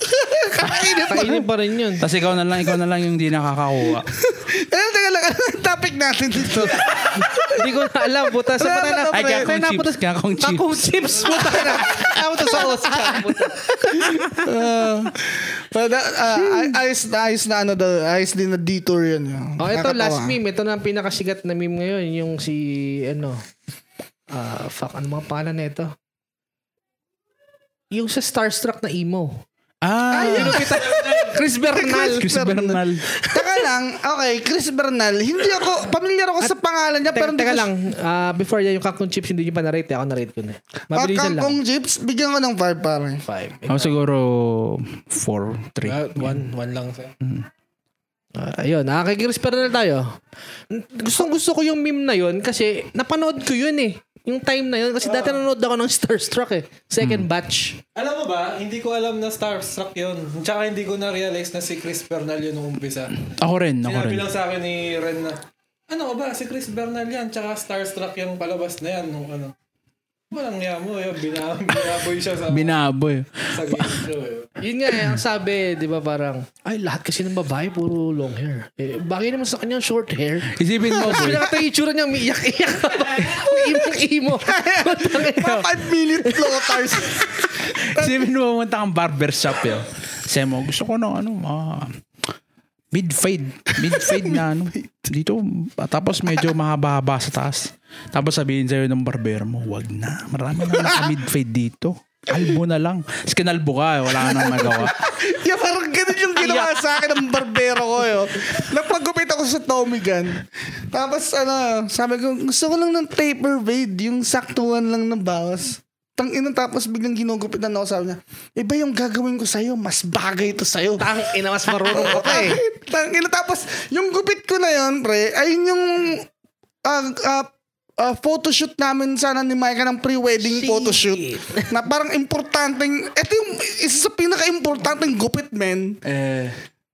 Speaker 1: Kainin pa.
Speaker 2: Kainin pa rin yun.
Speaker 3: Tapos ikaw na lang, ikaw na lang yung di nakakakuha.
Speaker 1: Eh, teka lang. Ano ang topic natin dito?
Speaker 2: Hindi ko na alam. Buta sa
Speaker 1: Wala
Speaker 2: patay na.
Speaker 1: na,
Speaker 3: Ay,
Speaker 1: Kaya
Speaker 3: kakong
Speaker 2: na
Speaker 3: chips. Kakong chips.
Speaker 2: Kakong chips. Buta na. Ako to sa Oscar. puta.
Speaker 1: Ah, Pero na, uh, ayos na, ayos na ano daw, ayos din na detour yun.
Speaker 2: Oh, ito
Speaker 1: Nakakatawa.
Speaker 2: last meme. Ito na ang pinakasigat na meme ngayon. Yung si, ano, ah fuck, ano mga pangalan na ito? Yung sa Starstruck na emo.
Speaker 3: Ah,
Speaker 2: Chris Bernal.
Speaker 3: Chris Bernal.
Speaker 1: Teka lang, okay, Chris Bernal, hindi ako, familiar ako sa pangalan niya, pero
Speaker 2: Teka,
Speaker 1: hindi
Speaker 2: teka
Speaker 1: ko-
Speaker 2: lang, ah, before yan, yung Kakong Chips, hindi nyo pa narate. eh. Ako narate ko na.
Speaker 1: Ah,
Speaker 2: Mabilisan lang.
Speaker 1: Kangkong Jeeps, bigyan ko ng five pare.
Speaker 2: Five.
Speaker 3: Ako siguro 4, 3.
Speaker 4: Ah, one, one lang sa'yo.
Speaker 2: Ah, ayun, ah, kay Chris Bernal tayo. Gustong gusto ko yung meme na yun kasi napanood ko yun eh. Yung time na yun. Kasi
Speaker 1: Ah.
Speaker 2: dati nanonood ako ng Starstruck eh. Second
Speaker 1: Hmm.
Speaker 2: batch.
Speaker 4: Alam mo ba, hindi ko alam na Starstruck yun. Tsaka hindi ko na-realize na si Chris Bernal yun nung umpisa.
Speaker 3: Ako rin, ako
Speaker 4: Sinabi
Speaker 3: rin.
Speaker 4: lang sa akin ni Ren na, ano ka ba, si Chris Bernal yan, tsaka Starstruck yung palabas na yan, nung ano. Walang niya mo, eh. Bina, binaboy siya sa,
Speaker 3: Binaboy.
Speaker 4: sa game show. Eh.
Speaker 2: Yun nga eh, ang sabi, di ba parang, ay lahat kasi ng babae puro long hair. Eh, bagay naman sa kanya ang short hair.
Speaker 3: Isipin mo,
Speaker 2: Tapos
Speaker 3: boy.
Speaker 2: pinakata yung itsura niya, umiiyak-iyak. Umiimong-imo.
Speaker 1: Five minute floaters.
Speaker 3: Isipin mo, pumunta kang barber shop yun. Sabi mo, gusto ko ng ano, ah, mid-fade. Mid-fade na ano. Dito, ah, tapos medyo mahaba-haba sa taas. Tapos sabihin sa'yo ng barber mo, wag na. Marami na naka-mid-fade dito. Albo na lang. Tapos kinalbo ka, eh, wala ka nang magawa.
Speaker 1: yeah, parang ganun yung ginawa sa akin ng barbero ko. Yo. Napagupit ako sa Tommy Gun. Tapos ano, sabi ko, gusto ko lang ng taper fade, yung saktuhan lang ng bawas. Tang ina tapos biglang ginugupitan ako sabi niya, iba yung gagawin ko sa'yo, mas bagay ito sa'yo.
Speaker 2: Tang ina, mas marunong ka pa eh.
Speaker 1: Tang ina tapos yung gupit ko na yon, pre, ayun yung ah ah, ah, photoshoot namin sana ni Micah ng pre-wedding photoshoot na parang importanteng ito yung isa sa pinaka-importanteng gupit men
Speaker 3: eh,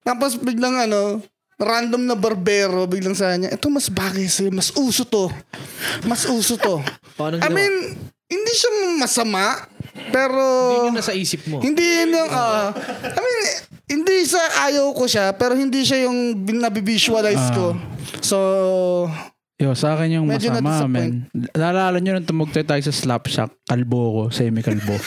Speaker 1: tapos biglang ano random na barbero biglang sa niya ito mas bagay sa'yo mas uso to mas uso to
Speaker 2: Paano
Speaker 1: I
Speaker 2: ginawa?
Speaker 1: mean hindi siya masama pero
Speaker 2: Yun yung nasa isip mo.
Speaker 1: hindi yun yung, ah, I mean, hindi sa
Speaker 3: Ah.
Speaker 1: ayaw ko siya, pero hindi siya yung bin- nabivisualize ko. So,
Speaker 3: Yo, sa akin yung
Speaker 1: Medyo
Speaker 3: masama,
Speaker 1: na-disappoint.
Speaker 3: man. Naalala nyo nung tumugtog tayo sa Slapshot, kalbo ko, semi-kalbo.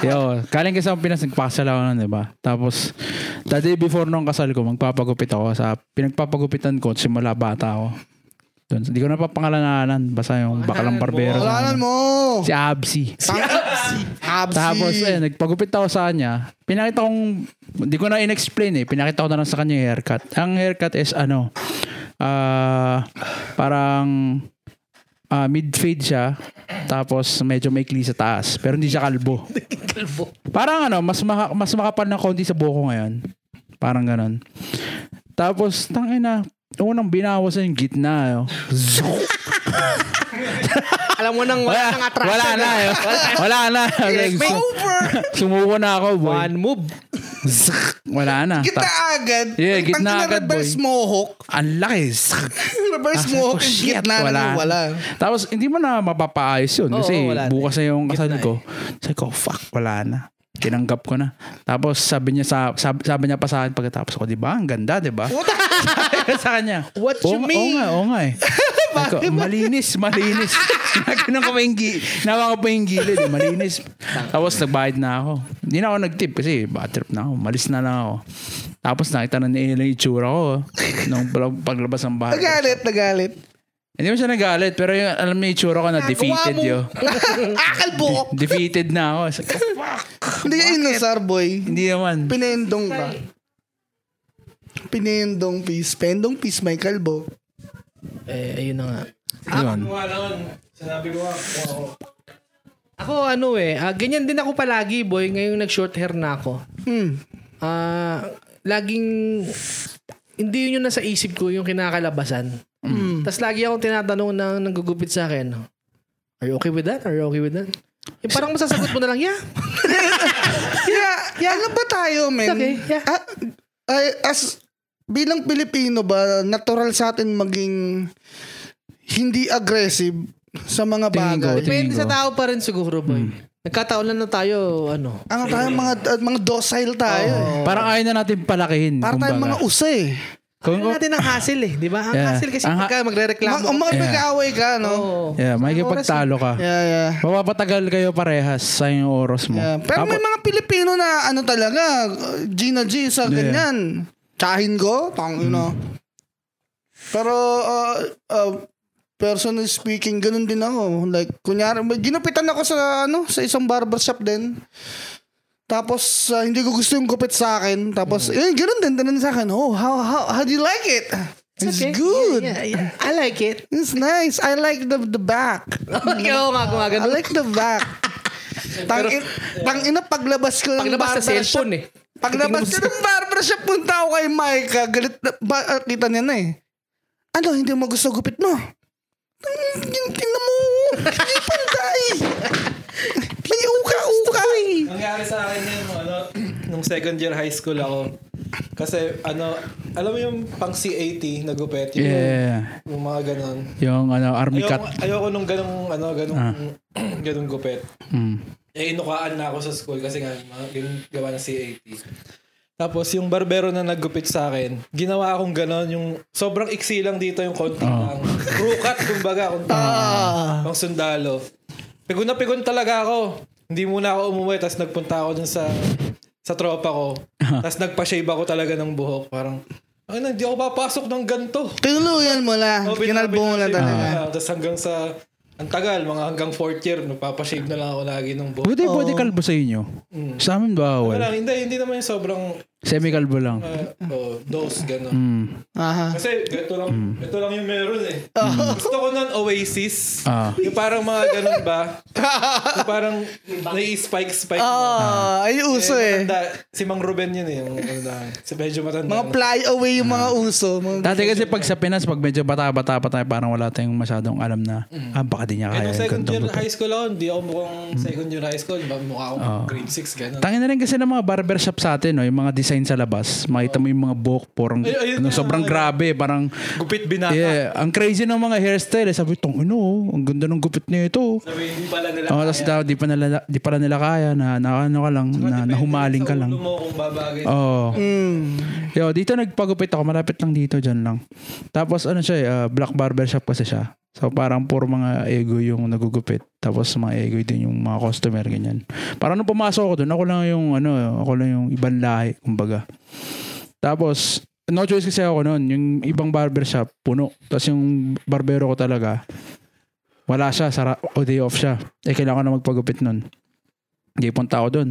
Speaker 3: Yo, kaling kasi ako Pinas, nagpakasal ako nun, di ba? Tapos, the day before nung kasal ko, magpapagupit ako sa, pinagpapagupitan ko, simula bata ako. Doon, hindi ko na papangalanan, basta yung bakalang barbero. sa
Speaker 1: Walanan
Speaker 3: amin.
Speaker 1: mo.
Speaker 3: Si Absi.
Speaker 1: Absi. Absi.
Speaker 3: Tapos, eh, nagpagupit ako sa kanya. Pinakita kong, hindi ko na in-explain eh. Pinakita ko na lang sa kanya yung haircut. Ang haircut is ano, ah, parang ah, mid-fade siya. Tapos, medyo maikli sa taas. Pero hindi siya kalbo.
Speaker 2: Kalbo.
Speaker 3: Parang ano, mas, maka, mas makapal na konti sa buko ngayon. Parang ganon. Tapos, tangin na, unang binawas na yung gitna. Oh. Zook!
Speaker 2: Alam mo nang wala nang attraction.
Speaker 3: wala na. eh. Wala na.
Speaker 2: Clickbait.
Speaker 1: Over.
Speaker 3: Sumuko na ako, boy.
Speaker 2: One move.
Speaker 3: Zzz, Wala na.
Speaker 1: Kita
Speaker 3: Ta-
Speaker 1: agad.
Speaker 3: Yeah,
Speaker 1: Tangka
Speaker 3: gitna
Speaker 1: na
Speaker 3: agad,
Speaker 1: Reverse
Speaker 3: boy.
Speaker 1: mohawk.
Speaker 3: Ang laki. Zzz.
Speaker 1: Reverse
Speaker 3: Sabi
Speaker 1: mohawk.
Speaker 2: Oh,
Speaker 3: ko,
Speaker 1: yung
Speaker 3: "Shit,
Speaker 1: Gitna na lang wala.
Speaker 3: Tapos, hindi mo na mapapaayos yun.
Speaker 2: Oo,
Speaker 3: Kasi
Speaker 2: wala na.
Speaker 3: bukas na yung kasal
Speaker 2: Gitna eh.
Speaker 3: ko. Sabi ko, fuck, wala na. Tinanggap ko na. Tapos sabi niya sa sabi, sabi niya pa sa akin pagkatapos ko, di ba? Ang ganda, di ba? Sabi ko sa kanya.
Speaker 2: What you
Speaker 3: "Oo nga-
Speaker 2: mean?"
Speaker 3: Oo nga, oo nga eh. Sabi ko, malinis, malinis. Nagkanan ko pa yung gilid. Nawa ko pa yung gilid. eh, Malinis. Tapos nagbayad na ako. Hindi na ako nag-tip kasi bad trip na ako. Malis na lang ako. Tapos nakita na ni Ella yung itsura ko. oh, Nung paglabas ng bahay.
Speaker 1: Nagalit, nagalit.
Speaker 3: Hindi mo siya nagalit, pero yung, alam niya yung itsura ko na defeated yo.
Speaker 1: Akal buhok.
Speaker 3: Defeated na ako. Sa-
Speaker 1: Hindi ka inusar, boy.
Speaker 3: Hindi naman.
Speaker 1: Pinendong ka. Pinendong peace. Pendong peace, may kalbo.
Speaker 2: Eh, ayun na nga.
Speaker 3: Yun.
Speaker 4: Wala nun. ano Sinabi ko nga, oo.
Speaker 2: Ako ano eh, ah, ganyan din ako palagi boy. Ngayong nag-short hair na ako.
Speaker 1: Hmm.
Speaker 2: Ah, laging hindi yun yung nasa isip ko yung kinakalabasan.
Speaker 1: Mm.
Speaker 2: Tapos lagi akong tinatanong ng nanggugupit sa akin, Are you okay with that? Are you okay with that? Eh, parang masasagot mo na lang, yeah.
Speaker 1: Yeah, yeah, ano ba tayo, men?
Speaker 2: Okay, yeah.
Speaker 1: Ah, ay- as, bilang Pilipino ba, natural sa atin maging hindi aggressive sa mga
Speaker 3: Tingin ko,
Speaker 1: bagay.
Speaker 3: tingin-
Speaker 2: Depende sa
Speaker 3: ko.
Speaker 2: tao pa rin siguro, boy. Nagkataon lang na tayo, ano.
Speaker 1: Ano tayo, mga, uh, mga docile tayo. eh.
Speaker 3: Parang ayaw na natin palakihin.
Speaker 1: Para
Speaker 3: kumbaga.
Speaker 1: tayong mga usa eh.
Speaker 3: Kung,
Speaker 2: Ano natin ang hassle eh, di ba? Ang
Speaker 3: Yeah.
Speaker 2: hassle kasi
Speaker 3: Ang ha-
Speaker 2: pagka
Speaker 1: Ma-
Speaker 2: magre-reklamo.
Speaker 1: um, mga
Speaker 3: Yeah.
Speaker 1: nag-aaway ka, no?
Speaker 2: Oo.
Speaker 3: yeah, makikipagtalo ka.
Speaker 1: Yeah, yeah.
Speaker 3: Mapapatagal kayo parehas sa yung oras mo.
Speaker 1: Yeah. Ah, Pero may
Speaker 3: Tapos-
Speaker 1: mga Pilipino na ano talaga, uh, Gina G sa
Speaker 3: Yeah.
Speaker 1: ganyan. Tsahin ko, tang ina. Pero, uh, uh, personally speaking, ganun din ako. Like, kunyari, may ginupitan ako sa, ano, sa isang barbershop din. Tapos, uh, hindi ko gusto yung gupit sa akin. Tapos, eh, ganun din, ganun sa akin. Oh, how, how, how do you like it? It's,
Speaker 2: Okay.
Speaker 1: good.
Speaker 2: Yeah, yeah, yeah. I like it.
Speaker 1: It's nice. I like the the back.
Speaker 2: Okay, oo
Speaker 1: I
Speaker 2: nga, gumagano.
Speaker 1: like the back. Tangin, tangina paglabas ko ng
Speaker 2: Paglabas sa
Speaker 1: barbershop-
Speaker 2: cellphone eh.
Speaker 1: Paglabas ko ng barbershop, punta ako kay Mike. ah, Galit na, ba, ah, kita niya na eh. Ano, hindi mo gusto gupit mo? Mm, Yung tingnan mo. Hindi panday. May uka-uka.
Speaker 2: eh.
Speaker 4: Nangyari sa akin yun, nung ano, nung second year high school ako. Kasi, ano, alam mo yung pang C80 na gupet, yung,
Speaker 3: Yeah.
Speaker 4: yung mga ganon.
Speaker 3: Yung ano, army
Speaker 4: Ayoko,
Speaker 3: cut.
Speaker 4: ayoko nung ganong, ano, ganong,
Speaker 3: Ah.
Speaker 4: ganong gupet.
Speaker 3: Mm.
Speaker 4: Eh, inukaan na ako sa school kasi nga, mga ganun gawa ng C80. Tapos, yung barbero na naggupit sa akin, ginawa akong ganon, yung sobrang iksi lang dito, yung konti lang. Crew cut, kumbaga, kung
Speaker 1: Ah.
Speaker 4: pang sundalo. Pigun na pigun talaga ako. Hindi muna ako umuwi, tapos nagpunta ako dun sa sa tropa ko.
Speaker 1: Ah.
Speaker 4: tapos nagpa-shave ako talaga ng buhok. Parang, ay na, hindi ako papasok ng ganito.
Speaker 1: Tinuluyan mo lang.
Speaker 4: Oh,
Speaker 1: Kinalbo mo lang
Speaker 4: pinapashave
Speaker 1: talaga.
Speaker 4: na. Tapos hanggang sa, ang tagal, mga hanggang fourth year, nagpapashave na lang ako lagi ng buhok.
Speaker 3: Buti, buti kalbo sa inyo.
Speaker 1: Hmm.
Speaker 3: Sa amin bawal.
Speaker 4: Parang, hindi, hindi naman yung sobrang
Speaker 3: Semi-kalbo lang.
Speaker 4: uh, oh, dose, gano'n.
Speaker 3: Mm.
Speaker 1: Aha.
Speaker 4: Kasi ito lang, ito lang yung meron eh.
Speaker 1: Oh.
Speaker 4: Gusto ko nun Oasis.
Speaker 3: Ah.
Speaker 4: Yung parang mga ganun ba? yung parang nai-spike-spike mo.
Speaker 1: Ah, ay uso eh.
Speaker 4: Matanda, si Mang Ruben yun eh. Yung, ano na, si medyo matanda.
Speaker 1: Mga fly away yung mga uso. Mga
Speaker 3: Dati kasi pag sa Pinas, pag medyo bata-bata pa tayo, parang wala tayong masyadong alam na,
Speaker 1: Hmm.
Speaker 3: ah, baka di niya
Speaker 4: eh,
Speaker 3: kaya
Speaker 4: nung
Speaker 3: yung
Speaker 4: second
Speaker 3: gantong
Speaker 4: year
Speaker 3: buto.
Speaker 4: high school ako, hindi ako mukhang second year high school. Ba, mukha akong grade 6, gano'n.
Speaker 3: Tangin na rin kasi ng mga barbershop sa atin, no? yung mga design sa labas. Makita mo yung mga buhok, porang,
Speaker 4: Ay- ayun
Speaker 3: ano,
Speaker 4: nga,
Speaker 3: sobrang
Speaker 4: ayun.
Speaker 3: grabe. Parang,
Speaker 4: Gupit binata.
Speaker 3: yeah, ang crazy ng mga hairstyle. eh. Sabi, tong ano, oh, ang ganda ng gupit nito.
Speaker 4: Sabi, hindi pala nila
Speaker 3: Oh, tapos daw, di pa nila, di pala nila kaya na, na ano ka lang, na, nahumaling ka lang.
Speaker 4: Ulo "Ano mo kung babagay.
Speaker 3: Oo.
Speaker 1: Mm.
Speaker 3: Yo, dito nagpagupit ako. Malapit lang dito, dyan lang. Tapos ano siya, eh, ah, black barber shop kasi siya. So parang puro mga ego yung nagugupit. Tapos mga ego din yung mga customer, ganyan. Parang nung pumasok ako doon, ako lang yung ano, ako lang yung ibang lahi, kumbaga. Tapos, no choice kasi ako noon. Yung ibang barber shop, puno. Tapos yung barbero ko talaga, wala siya, sara, o day off siya. Eh, kailangan ko na magpagupit noon. Hindi punta ako doon.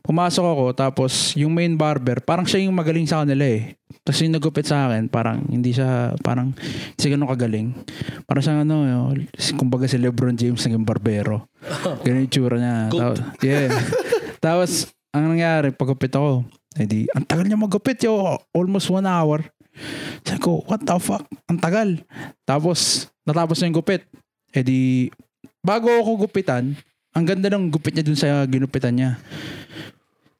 Speaker 3: Pumasok ako, tapos yung main barber, parang siya yung magaling sa kanila eh. Tapos yung nagupit sa akin, parang hindi siya, parang hindi siya ganun kagaling. Parang siya ano, yung- kumbaga si Lebron James naging barbero. Ganun yung tsura niya.
Speaker 4: Goat.
Speaker 3: Tapos, yeah. tapos, ang nangyari, pagupit ako, eh di, ang tagal niya magupit, yo, almost one hour. Sabi ko, what the fuck? Ang tagal. Tapos, natapos na yung gupit. Eh di, bago ako gupitan, ang ganda ng gupit niya dun sa ginupitan niya.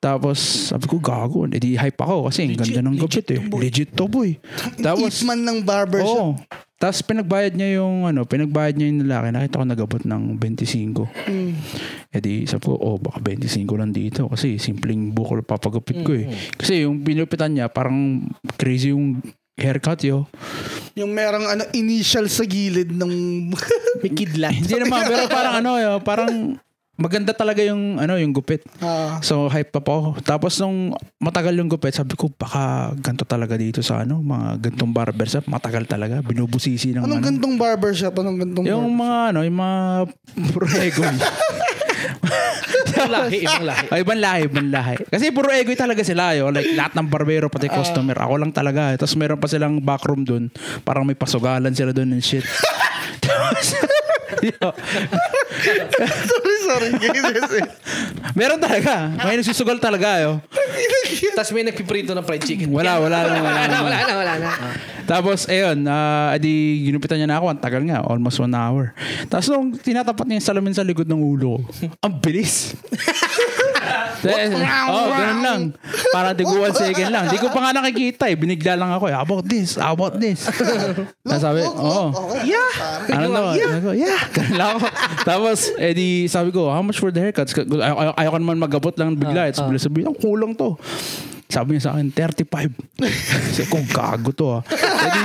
Speaker 3: Tapos, sabi ko, gago. Eh di, hype ako kasi ang ganda ng gupit eh. Legit to boy. Tapos,
Speaker 1: Eatman ng barber
Speaker 2: Oh.
Speaker 1: shop.
Speaker 3: Oo. Tapos pinagbayad niya yung ano, pinagbayad niya yung lalaki. Nakita ko nagabot ng 25.
Speaker 1: Hmm.
Speaker 3: Eh di, sabi ko, oh, baka 25 lang dito. Kasi simpleng bukol papagupit ko eh.
Speaker 1: Hmm.
Speaker 3: Kasi yung pinupitan niya, parang crazy yung haircut yo.
Speaker 1: Yung merang ano, initial sa gilid ng...
Speaker 2: May kidlat.
Speaker 3: Hindi naman, pero parang ano, yo, parang maganda talaga yung ano yung gupit.
Speaker 1: Ah.
Speaker 3: So hype pa po. Tapos nung matagal yung gupit, sabi ko baka ganto talaga dito sa ano, mga gantong barber shop, matagal talaga, binubusisi ng
Speaker 1: anong
Speaker 3: ano.
Speaker 1: gantong barber shop? Anong gantong
Speaker 3: Yung mga ano, yung mga puro ego.
Speaker 2: Ibang lahi, ibang lahi.
Speaker 3: Ay, Oh, ibang lahi, ibang lahi. Kasi puro ego talaga sila. Yo. Like, lahat ng barbero, pati customer. Ako lang talaga. eh. Tapos meron pa silang backroom dun. Parang may pasugalan sila dun and shit. Tapos, yo,
Speaker 1: sorry, sorry. Kasi-
Speaker 3: meron talaga. May nagsusugal talaga. Yo.
Speaker 2: Tapos may nagpiprito ng fried chicken.
Speaker 3: Wala, wala lang.
Speaker 2: Wala na, wala na, wala na.
Speaker 3: Tapos, ayun, ah, adi, ginupitan niya na ako. Ang tagal nga, almost one hour. Tapos nung tinatapat niya yung salamin sa likod ng ulo ko, ang bilis. Then, oh, ganun lang. Parang di ko one second lang. Di ko pa nga nakikita eh. Binigla lang ako eh. How about this? How about this? Tapos sabi, oh.
Speaker 1: Look, Oh,
Speaker 3: oo.
Speaker 1: look, okay.
Speaker 3: Yeah. Ano na? Sabi ko, yeah. Ganun lang ako. Tapos, edi, sabi ko, how much for the haircuts? Ay- ay- ayoko naman magabot lang bigla. Tapos bigla sabi, ang kulang to. Sabi niya sa akin, 35. Sabi ko, gago to ah. Edi,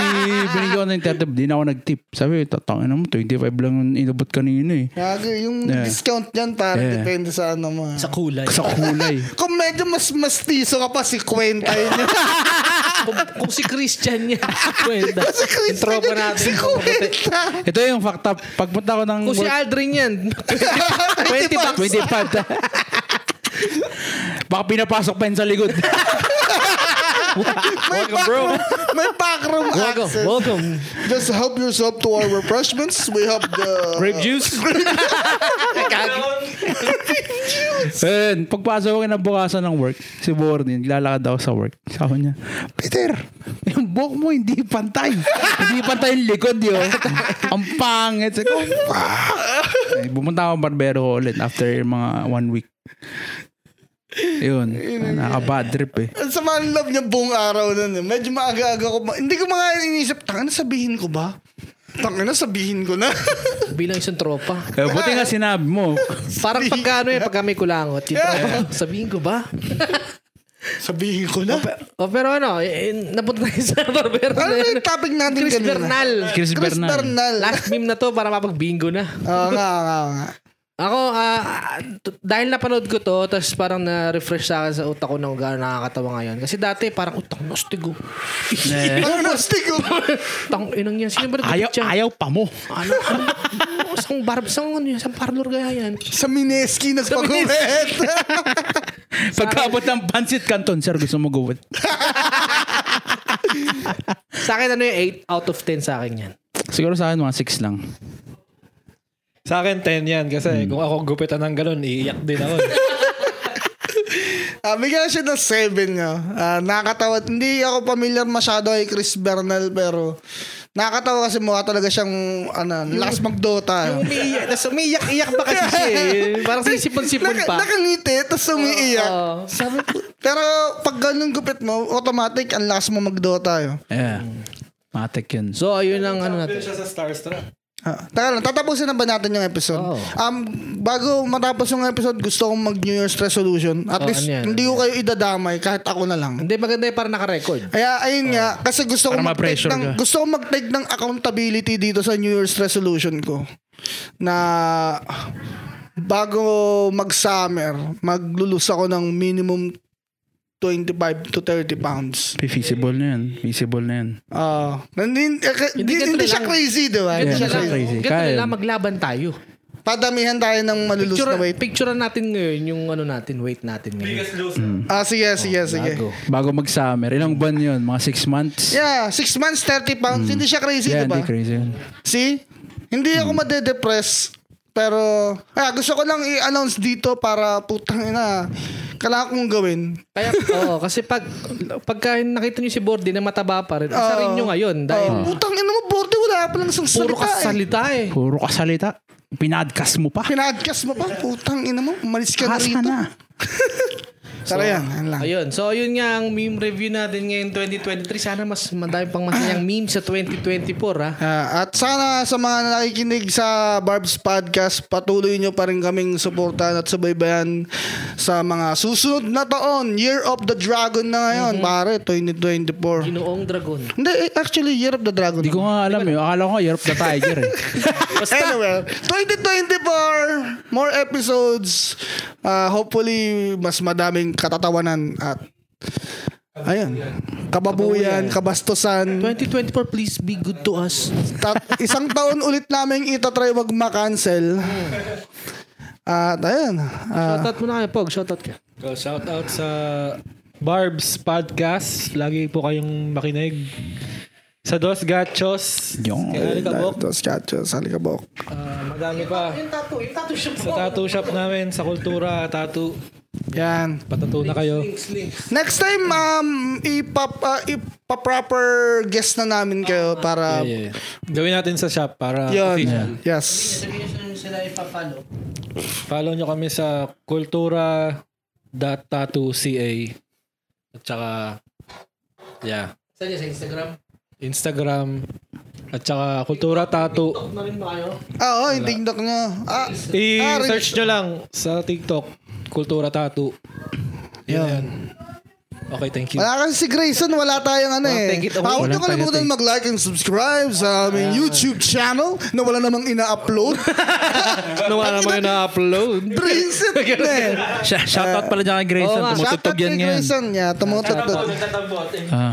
Speaker 3: binigyan ko na yung 35. Di na ako nag-tip. Sabi, tatangin na mo, 25 lang ang inabot kanina eh.
Speaker 1: Gago, yung
Speaker 3: Yeah.
Speaker 1: discount niyan para
Speaker 3: Yeah.
Speaker 1: depende sa ano mo.
Speaker 2: Sa kulay.
Speaker 3: Sa kulay.
Speaker 1: Kung medyo mas mastiso ka pa si Kwenta yun.
Speaker 2: kung, kung si Christian niya. Kwenta.
Speaker 1: si
Speaker 2: Yung tropa
Speaker 1: Kwenta.
Speaker 2: natin.
Speaker 1: Si Kwenta.
Speaker 3: Ito yung fact up. Pagpunta ko ng...
Speaker 2: Kung si
Speaker 3: work-
Speaker 2: Aldrin yan.
Speaker 3: 20 bucks. 20 bucks. Baka pinapasok pa yun sa likod.
Speaker 1: May backroom, may backroom
Speaker 2: Welcome,
Speaker 1: access.
Speaker 2: welcome.
Speaker 1: Just help yourself to our refreshments. We have the...
Speaker 3: Grape juice. Ayun, pagpasok ko kinabukasan ng work, si Bornin, lalakad ako sa work. Sabi niya, Peter, yung buhok mo hindi pantay. hindi pantay yung likod yun. Ang pangit. Sabi ko, "Fuck." Ay, Bumunta ako ng barbero ko ulit after mga one week. Yun, nakaka-bad trip eh.
Speaker 1: Ang sama ng love niya buong araw nun. eh. Medyo maaga-aga ko. pa- Hindi ko mga iniisip, tanga na sabihin ko ba? Tanga na sabihin ko na.
Speaker 2: Bilang isang tropa.
Speaker 3: Eh, buti nga sinabi mo.
Speaker 2: Parang pagka ano eh, pagka may kulangot. Yung tropa, sabihin ko ba?
Speaker 1: sabihin ko na.
Speaker 2: O pero ano, eh, eh, napunta tayo sa barbero
Speaker 1: Ano
Speaker 2: na
Speaker 1: na
Speaker 2: yun.
Speaker 1: yung topic natin
Speaker 2: Chris
Speaker 1: kanina?
Speaker 2: Bernal.
Speaker 3: Chris
Speaker 1: Chris
Speaker 3: Bernal.
Speaker 1: Bernal.
Speaker 2: Last meme na to para mapag-bingo na.
Speaker 1: Oo nga, nga, nga.
Speaker 2: Ako, ah, t- dahil napanood ko to, tapos parang na-refresh sa akin sa utak ko ng gano'n nakakatawa ngayon. Kasi dati parang utak nostigo.
Speaker 3: Eh.
Speaker 1: Ang nasty ko.
Speaker 2: oh." Tang inang yan. Sino ba
Speaker 3: Ayaw,
Speaker 2: nagkupit siya?
Speaker 3: ayaw pa mo.
Speaker 2: Ano? ano ba- Isang barb, isang ano yan, isang parlor gaya yan.
Speaker 1: Sa Mineski nagpagupit.
Speaker 3: Pagkaabot ng pancit canton, sir, gusto mo gawin.
Speaker 2: Sa akin ano yung 8 out of 10 sa akin yan.
Speaker 3: Siguro sa akin, mga 6 lang.
Speaker 4: Sa akin, 10 yan. Kasi kung ako gupitan ng ganun, iiyak din ako.
Speaker 1: Ah, bigyan siya ng 7 nga. Ah, nakakatawa. Hindi ako familiar masyado kay Chris Bernal pero Nakakatawa kasi mukha talaga siyang ano, lakas magdota.
Speaker 2: Yung umiiyak. Tapos umiiyak-iyak pa kasi siya eh. Parang sisipon-sipon
Speaker 1: Naka-
Speaker 2: pa.
Speaker 1: Nakangiti, tapos umiiyak.
Speaker 2: Oo.
Speaker 1: Sabi ko, pero pag ganun gupit mo, automatic ang lakas mo magdota. eh. Yo.
Speaker 3: Yeah. Matik yun.
Speaker 2: So,
Speaker 3: So,
Speaker 2: ayun ang ano natin.
Speaker 4: Champion siya sa Starstruck.
Speaker 1: Ah, Taka lang, tatapusin na ba natin yung episode?
Speaker 2: Oo.
Speaker 1: Um, bago matapos yung episode, gusto kong mag New Year's resolution. At
Speaker 2: Oo,
Speaker 1: least,
Speaker 2: ano yan,
Speaker 1: hindi ko kayo idadamay kahit ako na lang.
Speaker 2: Hindi, maganda yung para nakarecord.
Speaker 1: Kaya ayun nga, kasi gusto ko
Speaker 3: Oh.
Speaker 1: mag-take
Speaker 3: Para ma-pressure
Speaker 1: ng,
Speaker 3: ka.
Speaker 1: gusto ko mag-take ng accountability dito sa New Year's resolution ko. Na bago mag-summer, maglulus ako ng minimum 25 to 30 pounds.
Speaker 3: feasible na yun. Feasible na yun.
Speaker 1: Ah, hindi, hindi,
Speaker 2: ganito
Speaker 1: hindi siya
Speaker 2: lang.
Speaker 1: crazy, di ba? Hindi
Speaker 3: Yeah,
Speaker 1: siya
Speaker 3: ganito
Speaker 1: crazy.
Speaker 3: lang. crazy.
Speaker 2: Ganito
Speaker 3: Kaya-
Speaker 2: na lang, maglaban tayo.
Speaker 1: Padamihan tayo ng malulus
Speaker 2: Picture,
Speaker 1: na weight.
Speaker 2: picturean natin ngayon yung ano natin, weight natin ngayon.
Speaker 4: Biggest loser.
Speaker 1: Ah, sige, sige, sige.
Speaker 2: Bago.
Speaker 3: Bago mag-summer. Ilang buwan yun? Mga six months?
Speaker 1: Yeah, 6 months, 30 pounds. Hindi siya crazy,
Speaker 3: Hmm. Yeah,
Speaker 1: di ba?
Speaker 3: hindi crazy yun.
Speaker 1: See? Hindi ako madedepress. Pero, ah, gusto ko lang i-announce dito para putang ina. Kailangan kong gawin.
Speaker 2: Kaya, oo, kasi pag, pagka nakita niyo si Bordy na mataba pa rin,
Speaker 1: Oo.
Speaker 2: asarin niyo ngayon dahil
Speaker 1: Oh, Putang ina mo, bote. Wala pa lang isang
Speaker 2: puro
Speaker 1: salita. eh.
Speaker 2: kasalita eh.
Speaker 3: Puro kasalita. Pinadcast mo pa.
Speaker 1: Pinadcast mo pa. Putang ina mo. Umalis ka na
Speaker 3: Kas ka
Speaker 1: rito.
Speaker 3: na.
Speaker 1: Tara yan. yan lang.
Speaker 2: Ayun. So, yun nga ang meme review natin ngayon 2023. Sana mas madami pang masayang meme sa 2024, ha?
Speaker 1: Ah, at sana sa mga nakikinig sa Barb's Podcast, patuloy nyo pa rin kaming suportahan at subaybayan sa mga susunod na taon. Year of the Dragon na ngayon, pare, 2024.
Speaker 2: Ginoong Dragon.
Speaker 1: Hindi, eh, actually, Year of the Dragon.
Speaker 3: Hindi ko nga alam eh. Akala ko nga Europe the Tiger eh.
Speaker 1: Anyway, 2024, more episodes. Ah, hopefully, mas madaming katatawanan at ayun, kababuyan, kabastusan.
Speaker 2: 2024, please be good to us.
Speaker 1: Tat- isang taon ulit namin itatry wag ma-cancel. At ayun, ah,
Speaker 2: Shoutout mo na kayo, Pog. Shoutout ka.
Speaker 4: So, shout out sa Barb's Podcast. Lagi po kayong makinig. Sa Dos Gachos.
Speaker 3: Yung-
Speaker 4: Kay Alikabok.
Speaker 1: Dos Gachos, Halikabok.
Speaker 4: Ah, madami pa.
Speaker 2: tattoo. Yung tattoo siya
Speaker 4: Sa tattoo shop namin, sa kultura, tattoo.
Speaker 1: Yan.
Speaker 4: Patato na kayo.
Speaker 1: Next time, um, ipap, ah, ipaproper guest na namin kayo para...
Speaker 4: Yeah, yeah. Gawin natin sa shop para
Speaker 1: Yun.
Speaker 4: official.
Speaker 1: Yes.
Speaker 2: sila ipapalo.
Speaker 4: Follow nyo kami sa kultura.tattoo.ca at saka yeah,
Speaker 2: Saan niya? Sa Instagram?
Speaker 4: Instagram at saka kultura tattoo.
Speaker 2: Na rin ba kayo?
Speaker 1: Ah, oh, yung TikTok nyo. Ah, Ah, rin-
Speaker 4: I-search nyo lang sa TikTok kultura tattoo. Yun.
Speaker 1: Yun.
Speaker 4: Okay, thank you.
Speaker 1: Wala kasi si Grayson, wala tayong ano eh.
Speaker 2: take it
Speaker 1: Ah,
Speaker 2: away.
Speaker 1: Huwag
Speaker 3: Walang
Speaker 1: niyo kalimutan mag-like and subscribe sa aming YouTube channel na wala namang ina-upload.
Speaker 4: Wala naman yung na-upload.
Speaker 1: Brainset na eh.
Speaker 3: Sh- Shoutout pala dyan kay Grayson.
Speaker 2: Oo nga,
Speaker 3: Tumutugtog
Speaker 1: Shoutout
Speaker 3: yan
Speaker 1: kay
Speaker 3: ngayon.
Speaker 1: Grayson. Yeah, tumutugtog.
Speaker 3: Ah.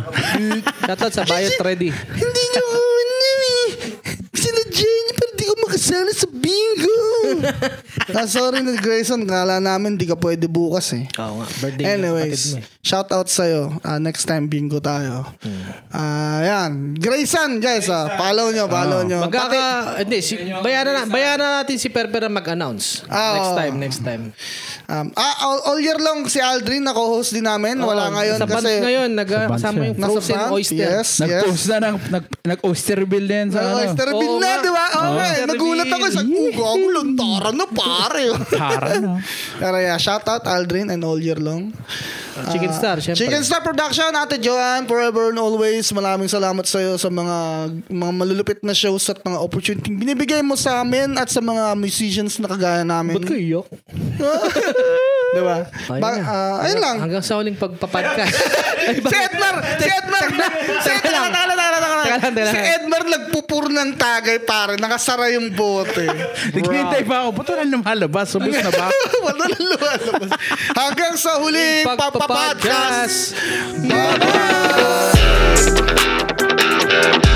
Speaker 2: Shoutout sa Bayot Ready.
Speaker 1: Hindi niyo ko ano eh. Sinadya niyo para di ko makasali sa bingo. ah, sorry na Grayson, kala namin di ka pwede bukas eh.
Speaker 2: Oo nga. Birthday.
Speaker 1: Anyways,
Speaker 2: eh.
Speaker 1: shout out sa'yo. Ah, next time, bingo tayo.
Speaker 2: Hmm.
Speaker 1: Ah, yan. Grayson, guys. Ah, follow nyo, follow nyo.
Speaker 2: Magkaka, hindi, si, bayaran, na, bayaran natin si Perper na mag-announce.
Speaker 1: Ah,
Speaker 2: next
Speaker 1: oo.
Speaker 2: time, next time.
Speaker 1: Um, ah, all, all year long si Aldrin na co-host din namin. Wala
Speaker 2: Oo,
Speaker 1: ngayon
Speaker 2: sa band
Speaker 1: kasi
Speaker 2: ngayon, nagkasama
Speaker 3: siya.
Speaker 2: yung
Speaker 1: nasa
Speaker 2: Frozen
Speaker 1: band.
Speaker 2: Oyster.
Speaker 1: Yes,
Speaker 3: Nag-post
Speaker 1: yes.
Speaker 3: na ng nag, nag-oyster bill din
Speaker 1: Sa
Speaker 3: sa ano.
Speaker 1: Oyster Bill
Speaker 2: Oo
Speaker 1: na,
Speaker 2: nga.
Speaker 1: di ba? Oo
Speaker 2: Oo.
Speaker 1: nga, eh.
Speaker 2: Oyster
Speaker 1: Nagulat ako.
Speaker 2: Bill.
Speaker 1: Sa ang luntara na pare.
Speaker 3: Tara no.
Speaker 1: Pero yeah, shout out Aldrin and all year long.
Speaker 2: Chicken
Speaker 1: Ah,
Speaker 2: Star, syempre.
Speaker 1: Chicken Star Production, Ate Joanne, forever and always. Maraming salamat sa iyo sa mga mga malulupit na shows at mga opportunity binibigay mo sa amin at sa mga musicians na kagaya namin.
Speaker 2: Ba't ko iyok?
Speaker 1: di ba?
Speaker 2: Ayun
Speaker 1: Ba-
Speaker 2: na.
Speaker 1: ah, ayun lang.
Speaker 2: Hanggang sa huling pagpapodcast. Ay,
Speaker 1: Si
Speaker 2: bakit?
Speaker 1: Edmar! Si Edmar! Si
Speaker 2: Diba? teka
Speaker 1: Edmar!
Speaker 2: lang.
Speaker 1: Taka lang, taka lang, taka lang.
Speaker 2: Teka lang, teka lang.
Speaker 1: Si Edmar nagpupuro ng tagay, pare. Nakasara yung bote.
Speaker 3: Naghihintay pa ako. Ba't wala lumalabas? Subos na ba?
Speaker 1: Wala na lumalabas. Hanggang sa huling
Speaker 2: Pagpapodcast.
Speaker 1: pagpapodcast. Bye-bye!